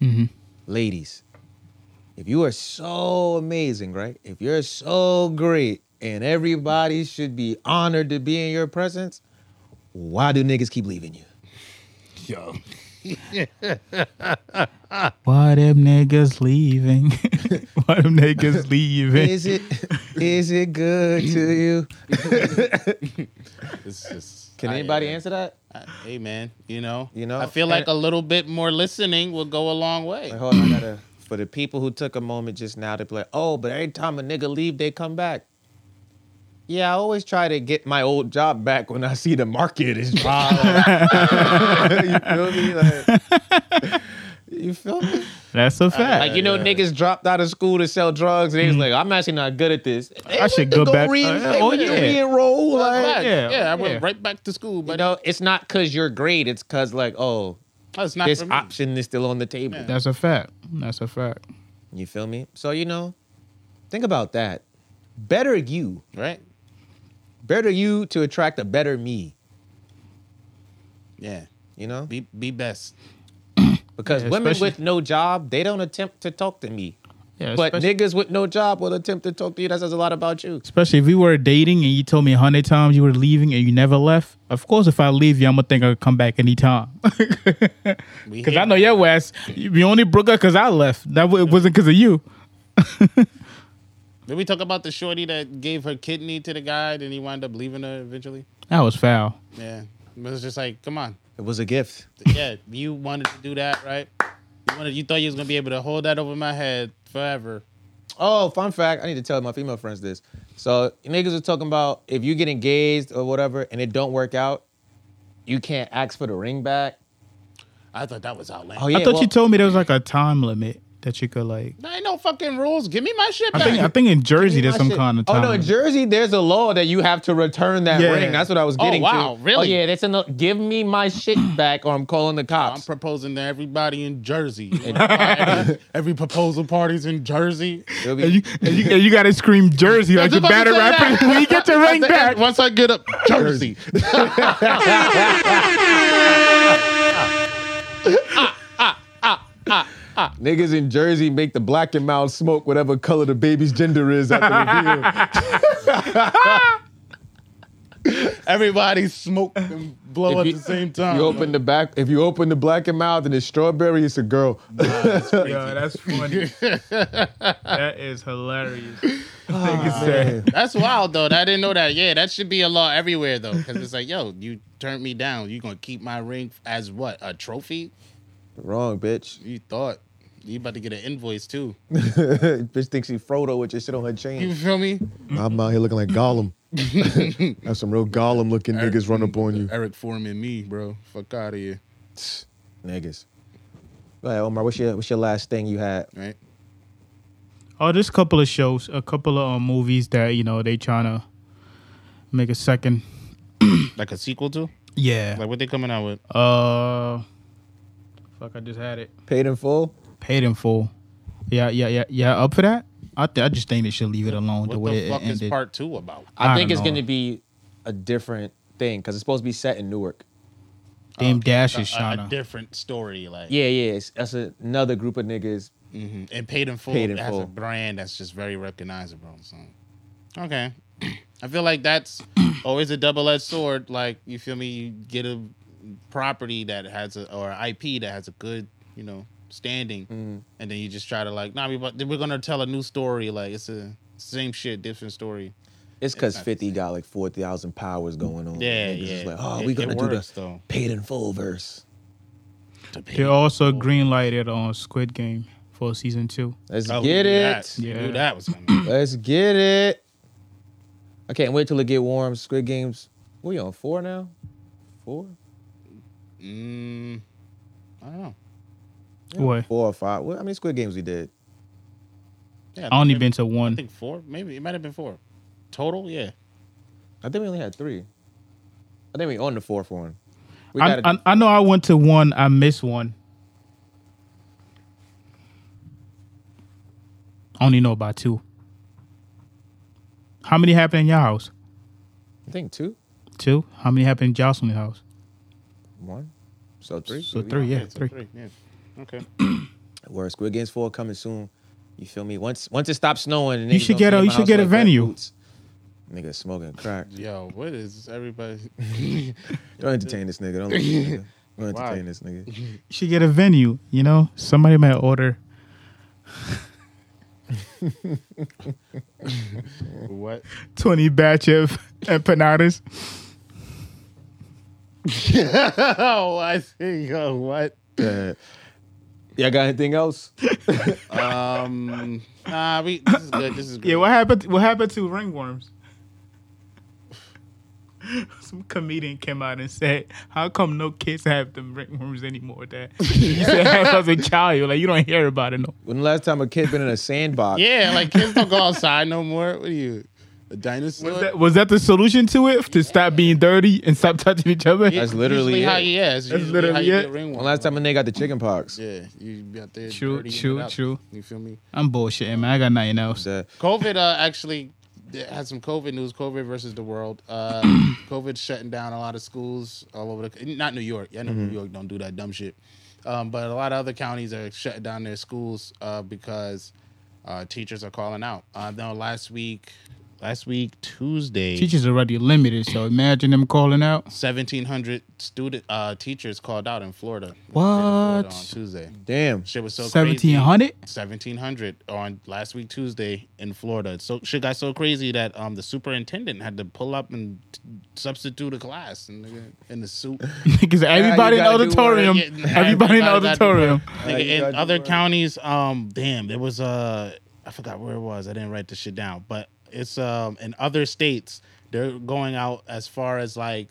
[SPEAKER 1] Ladies, if you are so amazing, right? If you're so great and everybody should be honored to be in your presence, why do niggas keep leaving you?
[SPEAKER 4] Why them niggas leaving? <laughs> Why them niggas leaving?
[SPEAKER 1] Is it is it good to you?
[SPEAKER 3] it's just
[SPEAKER 1] Can
[SPEAKER 3] I- uh,
[SPEAKER 1] anybody
[SPEAKER 3] yeah.
[SPEAKER 1] answer that?
[SPEAKER 3] I- hey man you know
[SPEAKER 1] You know,
[SPEAKER 3] i feel like
[SPEAKER 1] and-
[SPEAKER 3] a little bit more listening will go a long way
[SPEAKER 1] Wait, hold on, I gotta. <clears throat> For the people who took a moment just now to be like, oh, but every time a nigga leave, they come back. Yeah, I always try to get my old job back when I see the market is dry.
[SPEAKER 4] <laughs>
[SPEAKER 1] you feel me? Like, <laughs> you feel me?
[SPEAKER 4] That's a fact.
[SPEAKER 1] Like you know, niggas dropped out of school to sell drugs, and they was like, "I'm actually not good at this." They went
[SPEAKER 4] Mm. should
[SPEAKER 1] to
[SPEAKER 4] go back-
[SPEAKER 1] Re-
[SPEAKER 4] uh,
[SPEAKER 1] they
[SPEAKER 4] oh,
[SPEAKER 1] went to
[SPEAKER 4] yeah.
[SPEAKER 1] re-enroll. Like,
[SPEAKER 3] Facts.
[SPEAKER 4] yeah,
[SPEAKER 3] yeah, I went
[SPEAKER 4] yeah.
[SPEAKER 3] right back to school,
[SPEAKER 1] you
[SPEAKER 3] but
[SPEAKER 1] know, it's not because you're great; it's because like, oh,
[SPEAKER 3] that's not
[SPEAKER 1] this
[SPEAKER 4] Mm-hmm.
[SPEAKER 3] for me.
[SPEAKER 1] option is still on the table.
[SPEAKER 4] That's a fact. That's a fact.
[SPEAKER 1] You feel me? So you know, think about that. Better you,
[SPEAKER 3] right?
[SPEAKER 1] better you to attract a better me.
[SPEAKER 3] Yeah,
[SPEAKER 1] You know,
[SPEAKER 3] be be best.
[SPEAKER 1] <clears throat> because
[SPEAKER 4] Yeah,
[SPEAKER 1] women
[SPEAKER 4] especially-
[SPEAKER 1] with no job, they don't attempt to talk to me.
[SPEAKER 4] Yeah,
[SPEAKER 1] But
[SPEAKER 4] especially,
[SPEAKER 1] niggas with no job will attempt to talk to you. That says a lot about you.
[SPEAKER 4] especially if we were dating and you told me a hundred times you were leaving and you never left. Of course, if I leave you, I'm gonna think I'll come back anytime. <laughs>
[SPEAKER 3] We
[SPEAKER 4] Because
[SPEAKER 3] here.
[SPEAKER 4] I know your ass. You only broke up because I left. That wa- it wasn't because of you.
[SPEAKER 3] Did we talk about the shorty that gave her kidney to the guy, then he wound up leaving her eventually?
[SPEAKER 4] That was foul.
[SPEAKER 3] Yeah, it was just like, come on,
[SPEAKER 1] It was a gift.
[SPEAKER 3] yeah, you wanted to do that, right? You wanted, you thought you was gonna be able to hold that over my head forever.
[SPEAKER 1] Oh, fun fact. I need to tell my female friends this. So niggas are talking about if you get engaged or whatever and it don't work out, you can't ask for the ring back.
[SPEAKER 3] I thought that was outlandish.
[SPEAKER 1] Oh yeah.
[SPEAKER 4] I thought
[SPEAKER 1] well,
[SPEAKER 4] you told me there was like a time limit that you could like.
[SPEAKER 3] There ain't no fucking rules. Give me my shit
[SPEAKER 4] I
[SPEAKER 3] back.
[SPEAKER 4] think I think in Jersey
[SPEAKER 1] my
[SPEAKER 4] there's some
[SPEAKER 1] shit-
[SPEAKER 4] kind of
[SPEAKER 1] Oh
[SPEAKER 4] time.
[SPEAKER 1] no, in Jersey there's a law that you have to return that
[SPEAKER 4] Yeah.
[SPEAKER 1] ring. That's what I was
[SPEAKER 3] Oh,
[SPEAKER 1] getting
[SPEAKER 3] wow,
[SPEAKER 1] to.
[SPEAKER 3] really?
[SPEAKER 1] Oh yeah, that's enough. Give me my
[SPEAKER 4] <clears throat>
[SPEAKER 1] shit back or I'm calling the
[SPEAKER 3] I'm
[SPEAKER 1] cops.
[SPEAKER 3] proposing to everybody in
[SPEAKER 4] <laughs>
[SPEAKER 3] Jersey. You wanna buy every, every proposal party's in Jersey.
[SPEAKER 1] It'll be-
[SPEAKER 4] and you, and you and you gotta scream Jersey
[SPEAKER 3] I
[SPEAKER 4] like
[SPEAKER 3] was
[SPEAKER 4] you
[SPEAKER 3] about to
[SPEAKER 4] battle
[SPEAKER 3] say
[SPEAKER 1] <laughs>
[SPEAKER 4] rapper. <laughs>
[SPEAKER 3] that.
[SPEAKER 4] When you get your ring
[SPEAKER 3] At the
[SPEAKER 4] back,
[SPEAKER 3] end, Once I get up Jersey.
[SPEAKER 1] Niggas in Jersey make the black and mild smoke whatever color the baby's gender is at
[SPEAKER 3] <laughs>
[SPEAKER 1] the
[SPEAKER 3] Everybody smoke and blow
[SPEAKER 1] reveal.
[SPEAKER 3] at the same time.
[SPEAKER 1] You open the back. If you open the black and mild and it's strawberry, it's a girl. <laughs>
[SPEAKER 4] Yo, that's funny. that is hilarious.
[SPEAKER 1] Oh,
[SPEAKER 3] That's wild though. I didn't know that. Yeah, that should be a law everywhere though, because it's like, yo, you turned me down. You gonna keep my ring as what? A trophy?
[SPEAKER 1] Wrong, bitch. <laughs>
[SPEAKER 3] You thought you about to get an invoice too?
[SPEAKER 1] bitch thinks she Frodo with your shit on her
[SPEAKER 3] You <laughs>
[SPEAKER 4] Mm.
[SPEAKER 1] chain.
[SPEAKER 3] feel me?
[SPEAKER 1] I'm out here looking like
[SPEAKER 3] <laughs>
[SPEAKER 1] Gollum. Have some real Gollum looking niggas run up on you.
[SPEAKER 3] Eric Foreman, me, bro. Fuck out of here,
[SPEAKER 1] Niggas. Go ahead, Omar. What's your what's your last thing you had?
[SPEAKER 3] right?
[SPEAKER 4] Oh, there's a couple of shows, a couple of um, movies that you know they trying to make a second.
[SPEAKER 3] Like a sequel to?
[SPEAKER 4] Yeah.
[SPEAKER 3] Like what they coming out with?
[SPEAKER 4] Uh, fuck, I just had it.
[SPEAKER 1] Paid in full?
[SPEAKER 4] Paid in full. Yeah, yeah, yeah, yeah. Up for that? I th- I just think they should leave it alone the
[SPEAKER 3] What
[SPEAKER 4] way
[SPEAKER 3] the fuck
[SPEAKER 4] it
[SPEAKER 3] is
[SPEAKER 4] ended.
[SPEAKER 3] part two about?
[SPEAKER 1] I,
[SPEAKER 4] I
[SPEAKER 1] think
[SPEAKER 4] don't
[SPEAKER 1] it's
[SPEAKER 4] know.
[SPEAKER 1] gonna be a different thing because it's supposed to be set in Newark.
[SPEAKER 4] Dame Dash
[SPEAKER 3] A,
[SPEAKER 4] is
[SPEAKER 3] a
[SPEAKER 4] Shauna.
[SPEAKER 3] different story, like
[SPEAKER 1] Yeah, yeah. It's, that's another group of niggas.
[SPEAKER 3] mhm. and paid in full.
[SPEAKER 1] Paid in
[SPEAKER 3] it has
[SPEAKER 1] Full.
[SPEAKER 3] a brand that's just very recognizable. So, okay, <clears throat> I feel
[SPEAKER 1] <clears throat>
[SPEAKER 3] like that's always a double-edged sword. Like you feel me, you get a property that has a or IP that has a good, you know, standing,
[SPEAKER 1] Mm-hmm.
[SPEAKER 3] and then you just try to like, nah, we, but we're gonna tell a new story. Like it's a same shit, different story.
[SPEAKER 1] It's because
[SPEAKER 3] not the
[SPEAKER 1] 50 got like 4,000 powers going on.
[SPEAKER 3] Yeah,
[SPEAKER 1] Niggas is
[SPEAKER 3] yeah.
[SPEAKER 1] like, oh,
[SPEAKER 3] It-
[SPEAKER 1] we
[SPEAKER 3] it
[SPEAKER 1] gonna do
[SPEAKER 3] works,
[SPEAKER 1] the
[SPEAKER 3] though.
[SPEAKER 1] paid in full verse.
[SPEAKER 3] To pay
[SPEAKER 4] They
[SPEAKER 3] in
[SPEAKER 4] also
[SPEAKER 3] full.
[SPEAKER 4] greenlighted on Squid Game for season two.
[SPEAKER 1] Let's
[SPEAKER 3] Oh, we
[SPEAKER 1] get
[SPEAKER 3] knew
[SPEAKER 1] it.
[SPEAKER 3] that. We
[SPEAKER 4] Yeah.
[SPEAKER 3] knew that was
[SPEAKER 1] <clears throat>
[SPEAKER 3] coming.
[SPEAKER 1] Let's get it. I can't wait till it get warm. Squid Games. We on four now? Four?
[SPEAKER 3] mm, I don't know.
[SPEAKER 4] What?
[SPEAKER 1] Four or five? What, how many Squid Games we did?
[SPEAKER 3] Yeah,
[SPEAKER 4] I only
[SPEAKER 3] think-
[SPEAKER 4] been to
[SPEAKER 3] I
[SPEAKER 4] one.
[SPEAKER 3] think four, maybe it might have been four. Total, yeah.
[SPEAKER 1] I think we only had three. I think we on the fourth one. We
[SPEAKER 4] I,
[SPEAKER 1] gotta,
[SPEAKER 4] I, I know I went to one. I missed one. I only know about two. How many happened in your house?
[SPEAKER 1] I think two,
[SPEAKER 4] Two. How many happened in Jocelyn's house?
[SPEAKER 1] one, so three.
[SPEAKER 4] So three. Yeah,
[SPEAKER 3] so
[SPEAKER 4] three.
[SPEAKER 3] yeah. Okay.
[SPEAKER 1] Where Squid Games four coming soon? You feel me? Once once it stops snowing,
[SPEAKER 4] You should get a- you should get a venue.
[SPEAKER 1] Nigga smoking crack.
[SPEAKER 3] Yo, what is everybody?
[SPEAKER 4] <laughs>
[SPEAKER 1] Don't entertain this nigga. Don't, let this nigga. Don't
[SPEAKER 3] Why?
[SPEAKER 1] entertain this nigga.
[SPEAKER 4] You should get a venue. You know, somebody might order. <laughs>
[SPEAKER 3] what? <laughs>
[SPEAKER 4] 20 batch of <laughs> empanadas.
[SPEAKER 3] Oh, I see. Yo, what?
[SPEAKER 1] Yeah. Y'all got anything else?
[SPEAKER 3] Um, nah, we. This is good. This is good.
[SPEAKER 4] Yeah, what happened? What happened to ringworms? <laughs> Some comedian came out and said, "How come no kids have them ringworms anymore?" <laughs> That you said as a child, like you don't hear about it no.
[SPEAKER 1] When the last time a kid been in a sandbox?
[SPEAKER 3] Yeah, like kids don't go outside no more. What are you, a dinosaur?
[SPEAKER 4] Was that, was that the solution to it? To stop being dirty and stop touching each other?
[SPEAKER 1] That's literally
[SPEAKER 3] usually how
[SPEAKER 1] it.
[SPEAKER 3] you. Yeah, it's
[SPEAKER 4] That's
[SPEAKER 3] usually how
[SPEAKER 4] literally
[SPEAKER 3] you
[SPEAKER 4] it.
[SPEAKER 3] get ringworm.
[SPEAKER 1] When last time a nigga got the chicken pox?
[SPEAKER 3] Yeah, you be out there.
[SPEAKER 4] True,
[SPEAKER 3] dirtying it
[SPEAKER 4] true,
[SPEAKER 3] up.
[SPEAKER 4] true.
[SPEAKER 3] You feel me?
[SPEAKER 4] I'm bullshitting, man. I got nothing else.
[SPEAKER 1] That-
[SPEAKER 3] COVID uh, actually had some COVID news. COVID versus the world. Uh, COVID shutting down a lot of schools all over the. Not New York. Yeah, I know New York don't do that dumb shit. Um, but a lot of other counties are shutting down their schools uh, because uh, teachers are calling out. I know Uh, last week last week Tuesday.
[SPEAKER 4] Teachers already limited, so imagine them calling out.
[SPEAKER 3] 1700 student uh, teachers called out in Florida. In
[SPEAKER 4] What?
[SPEAKER 3] Florida on Tuesday.
[SPEAKER 1] Damn.
[SPEAKER 3] Shit was so crazy.
[SPEAKER 4] 1700?
[SPEAKER 3] 1700 on last week Tuesday in Florida. So shit got so crazy that um the superintendent had to pull up and t- substitute a class in the, in the suit.
[SPEAKER 4] <laughs> Because everybody
[SPEAKER 1] gotta
[SPEAKER 4] in the
[SPEAKER 1] do work.
[SPEAKER 4] auditorium,
[SPEAKER 3] Yeah,
[SPEAKER 4] everybody in the
[SPEAKER 3] everybody gotta do
[SPEAKER 4] auditorium.
[SPEAKER 3] Nigga,
[SPEAKER 1] you
[SPEAKER 3] in
[SPEAKER 1] gotta do
[SPEAKER 3] other
[SPEAKER 1] work.
[SPEAKER 3] counties, um, damn, there was uh, I forgot where it was. I didn't write this shit down, but it's um, in other states, they're going out as far as like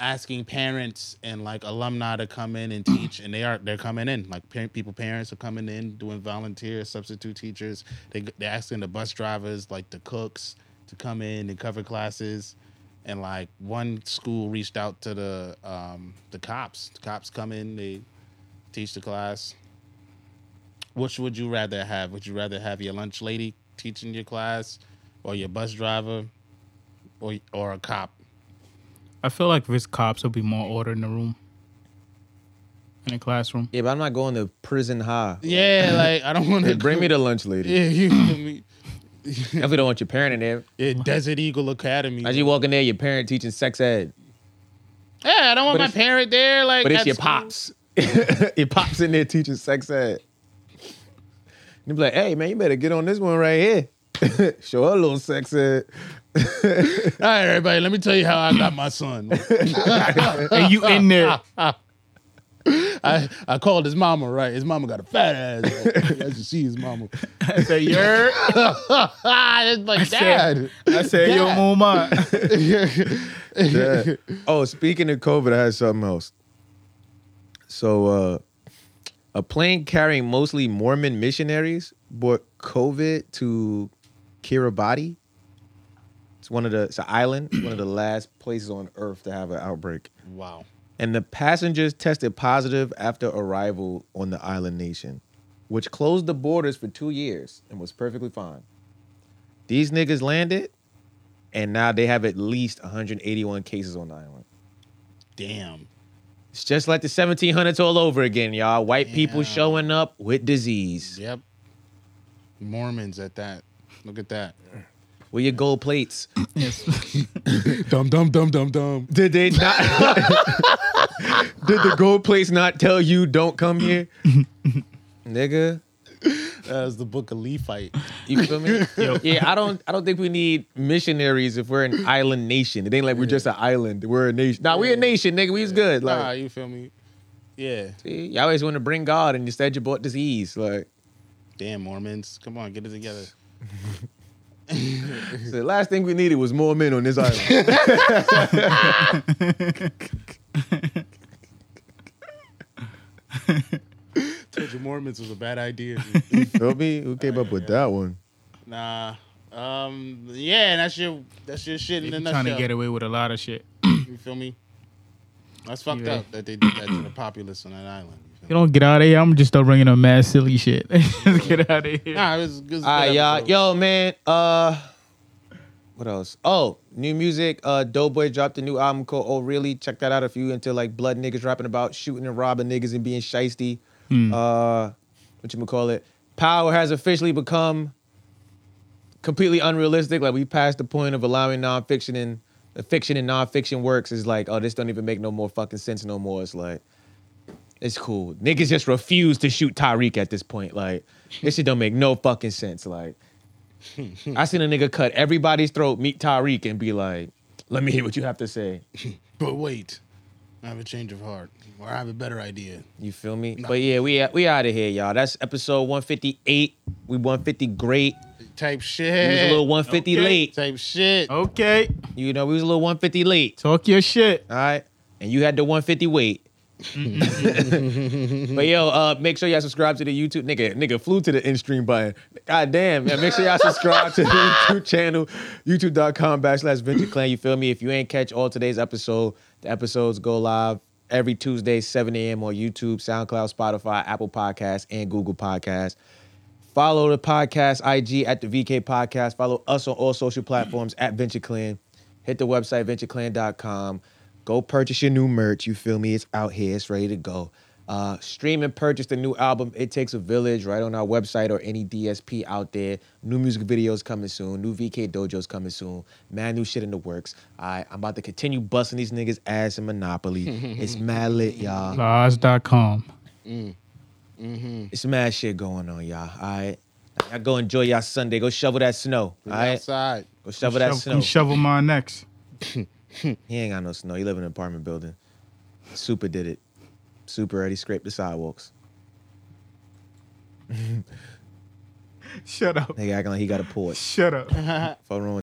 [SPEAKER 3] asking parents and like alumni to come in and teach, and they are they're coming in. Like parent, people, parents are coming in doing volunteer substitute teachers. They they're asking the bus drivers, like the cooks, to come in and cover classes. And like one school reached out to the um, the cops. The cops come in, they teach the class. Which would you rather have? Would you rather have your lunch lady teaching your class, or your bus driver, or or a cop?
[SPEAKER 4] I feel like if it's cops, there'll be more order in the room, in the classroom.
[SPEAKER 1] Yeah, but I'm not going to prison high.
[SPEAKER 3] <laughs> Yeah, like I don't want
[SPEAKER 1] Hey,
[SPEAKER 3] to
[SPEAKER 1] bring me the lunch lady.
[SPEAKER 3] <laughs> Yeah, you feel me?
[SPEAKER 1] If we don't want your parent in there,
[SPEAKER 3] Yeah, Desert Eagle Academy.
[SPEAKER 1] as you walk in there, your parent teaching sex ed.
[SPEAKER 3] yeah, I don't want
[SPEAKER 1] But
[SPEAKER 3] my
[SPEAKER 1] it's-
[SPEAKER 3] parent there. Like,
[SPEAKER 1] But it's
[SPEAKER 3] at
[SPEAKER 1] your
[SPEAKER 3] school.
[SPEAKER 1] pops. your pops <laughs> in there teaching sex ed. You be like, hey man, you better get on this one right here. <laughs> Show her a little sex ed.
[SPEAKER 3] All right, everybody, let me tell you how I got my son.
[SPEAKER 4] and you in
[SPEAKER 3] Ah.
[SPEAKER 4] there.
[SPEAKER 3] I, I called his mama. Right, his mama got a fat ass. As you see, his <laughs> mama. Ah,
[SPEAKER 4] I said, you're.
[SPEAKER 3] it's like dad.
[SPEAKER 1] <laughs>
[SPEAKER 4] I said, yo,
[SPEAKER 3] Dad.
[SPEAKER 4] mama.
[SPEAKER 1] Yeah.
[SPEAKER 4] <laughs>
[SPEAKER 1] oh, speaking of COVID, I had something else. So, uh, a plane carrying mostly Mormon missionaries brought COVID to Kiribati. It's one of the it's an island, one of the last places on Earth to have an outbreak.
[SPEAKER 3] Wow.
[SPEAKER 1] And the passengers tested positive after arrival on the island nation, which closed the borders for two years and was perfectly fine. These niggas landed, and now they have at least 181 cases on the island.
[SPEAKER 3] Damn.
[SPEAKER 1] It's just like the 1700s all over again, y'all. White people
[SPEAKER 3] Yeah.
[SPEAKER 1] showing up with disease.
[SPEAKER 3] Yep. Mormons at that. Look at <laughs> that.
[SPEAKER 1] With your gold plates.
[SPEAKER 4] Yes.
[SPEAKER 5] Dum dum dum dum dum.
[SPEAKER 1] <laughs> Did they not? <laughs> Did the gold plates not tell you don't come <laughs> here? Nigga.
[SPEAKER 3] That was the Book of Levite.
[SPEAKER 1] You feel me? Yeah, I don't. I don't think we need missionaries if we're an island nation. It ain't like we're just an island. We're a nation. Nah, we a nation, nigga. We's good.
[SPEAKER 3] Nah,
[SPEAKER 1] Like
[SPEAKER 3] you feel me? Yeah.
[SPEAKER 1] see, you always want to bring God, and instead you brought disease. Like
[SPEAKER 3] Damn Mormons. Come on, get it together.
[SPEAKER 1] so the last thing we needed was more men on this island.
[SPEAKER 3] <laughs> Told you Mormons was a bad idea.
[SPEAKER 1] feel me? Who came up with that one?
[SPEAKER 3] <laughs> nah. Um. Yeah, and that's your that's your shit in a
[SPEAKER 4] <laughs> Trying
[SPEAKER 3] nutshell.
[SPEAKER 4] to get away with a lot of shit.
[SPEAKER 3] You feel me? That's fucked
[SPEAKER 4] Yeah.
[SPEAKER 3] up that they did that to the populace on that island. You feel
[SPEAKER 4] You
[SPEAKER 3] me?
[SPEAKER 4] don't get out of here. I'm just start bringing up mad silly shit. <laughs> Just get out of here.
[SPEAKER 3] Nah, it was, it was a
[SPEAKER 1] All
[SPEAKER 3] good
[SPEAKER 1] right, y'all.
[SPEAKER 3] episode.
[SPEAKER 1] Yo, man. Uh, what else? Oh, new music. Uh, Doughboy dropped a new album called Oh Really. Check that out if you into like blood niggas rapping about shooting and robbing niggas and being shisty. Uh, what you call it? Power has officially become completely unrealistic. Like we passed the point of allowing nonfiction and uh, fiction and nonfiction works. Is like, oh, this don't even make no more fucking sense no more. It's like. It's cool. Niggas just refuse to shoot Tyreek at this point. Like, this shit don't make no fucking sense. Like, I seen a nigga cut everybody's throat, meet Tyreek, and be like, let me hear what you have to say.
[SPEAKER 3] But wait, I have a change of heart, or I have a better idea.
[SPEAKER 1] You feel me? But yeah, we we out of here, y'all. That's episode 158. We 150 great.
[SPEAKER 3] Type
[SPEAKER 1] We
[SPEAKER 3] shit.
[SPEAKER 1] was a little 150
[SPEAKER 4] Okay.
[SPEAKER 1] late.
[SPEAKER 3] Type shit.
[SPEAKER 4] Okay.
[SPEAKER 1] You know, we was a little 150 late.
[SPEAKER 4] Talk your shit.
[SPEAKER 1] All right. And you had the 150 weight. <laughs> but yo, uh, make sure y'all subscribe to the YouTube. Nigga, nigga flew to the in stream button. God damn, yeah. Make sure y'all subscribe to the YouTube channel, youtube.com backslash venture clan. You feel me? If you ain't catch all today's episode, the episodes go live every Tuesday, 7 a.m. on YouTube, SoundCloud, Spotify, Apple Podcasts, and Google Podcasts. Follow the podcast IG at the VK Podcast. Follow us on all social platforms at Venture Clan. Hit the website, ventureclan.com. Go purchase your new merch. You feel me? It's out here. It's ready to go. Uh, stream and purchase the new album, It Takes a Village, right on our website or any DSP out there. New music videos coming soon. New VK Dojo's coming soon. Mad new shit in the works. I, I'm about to continue busting these niggas' ass in Monopoly. it's mad lit, y'all.
[SPEAKER 4] Laws.com.
[SPEAKER 1] It's mad shit going on, y'all. All right. Now go enjoy y'all Sunday. Go shovel that snow. All right.
[SPEAKER 3] outside.
[SPEAKER 1] Go shovel that
[SPEAKER 4] Shove-
[SPEAKER 1] snow.
[SPEAKER 4] come shovel my next.
[SPEAKER 1] He ain't got no snow. He live in an apartment building. Super did it. Super already scraped the sidewalks.
[SPEAKER 4] Shut up.
[SPEAKER 1] Nigga acting like he got a porch.
[SPEAKER 4] Shut up.
[SPEAKER 1] Fuck wrong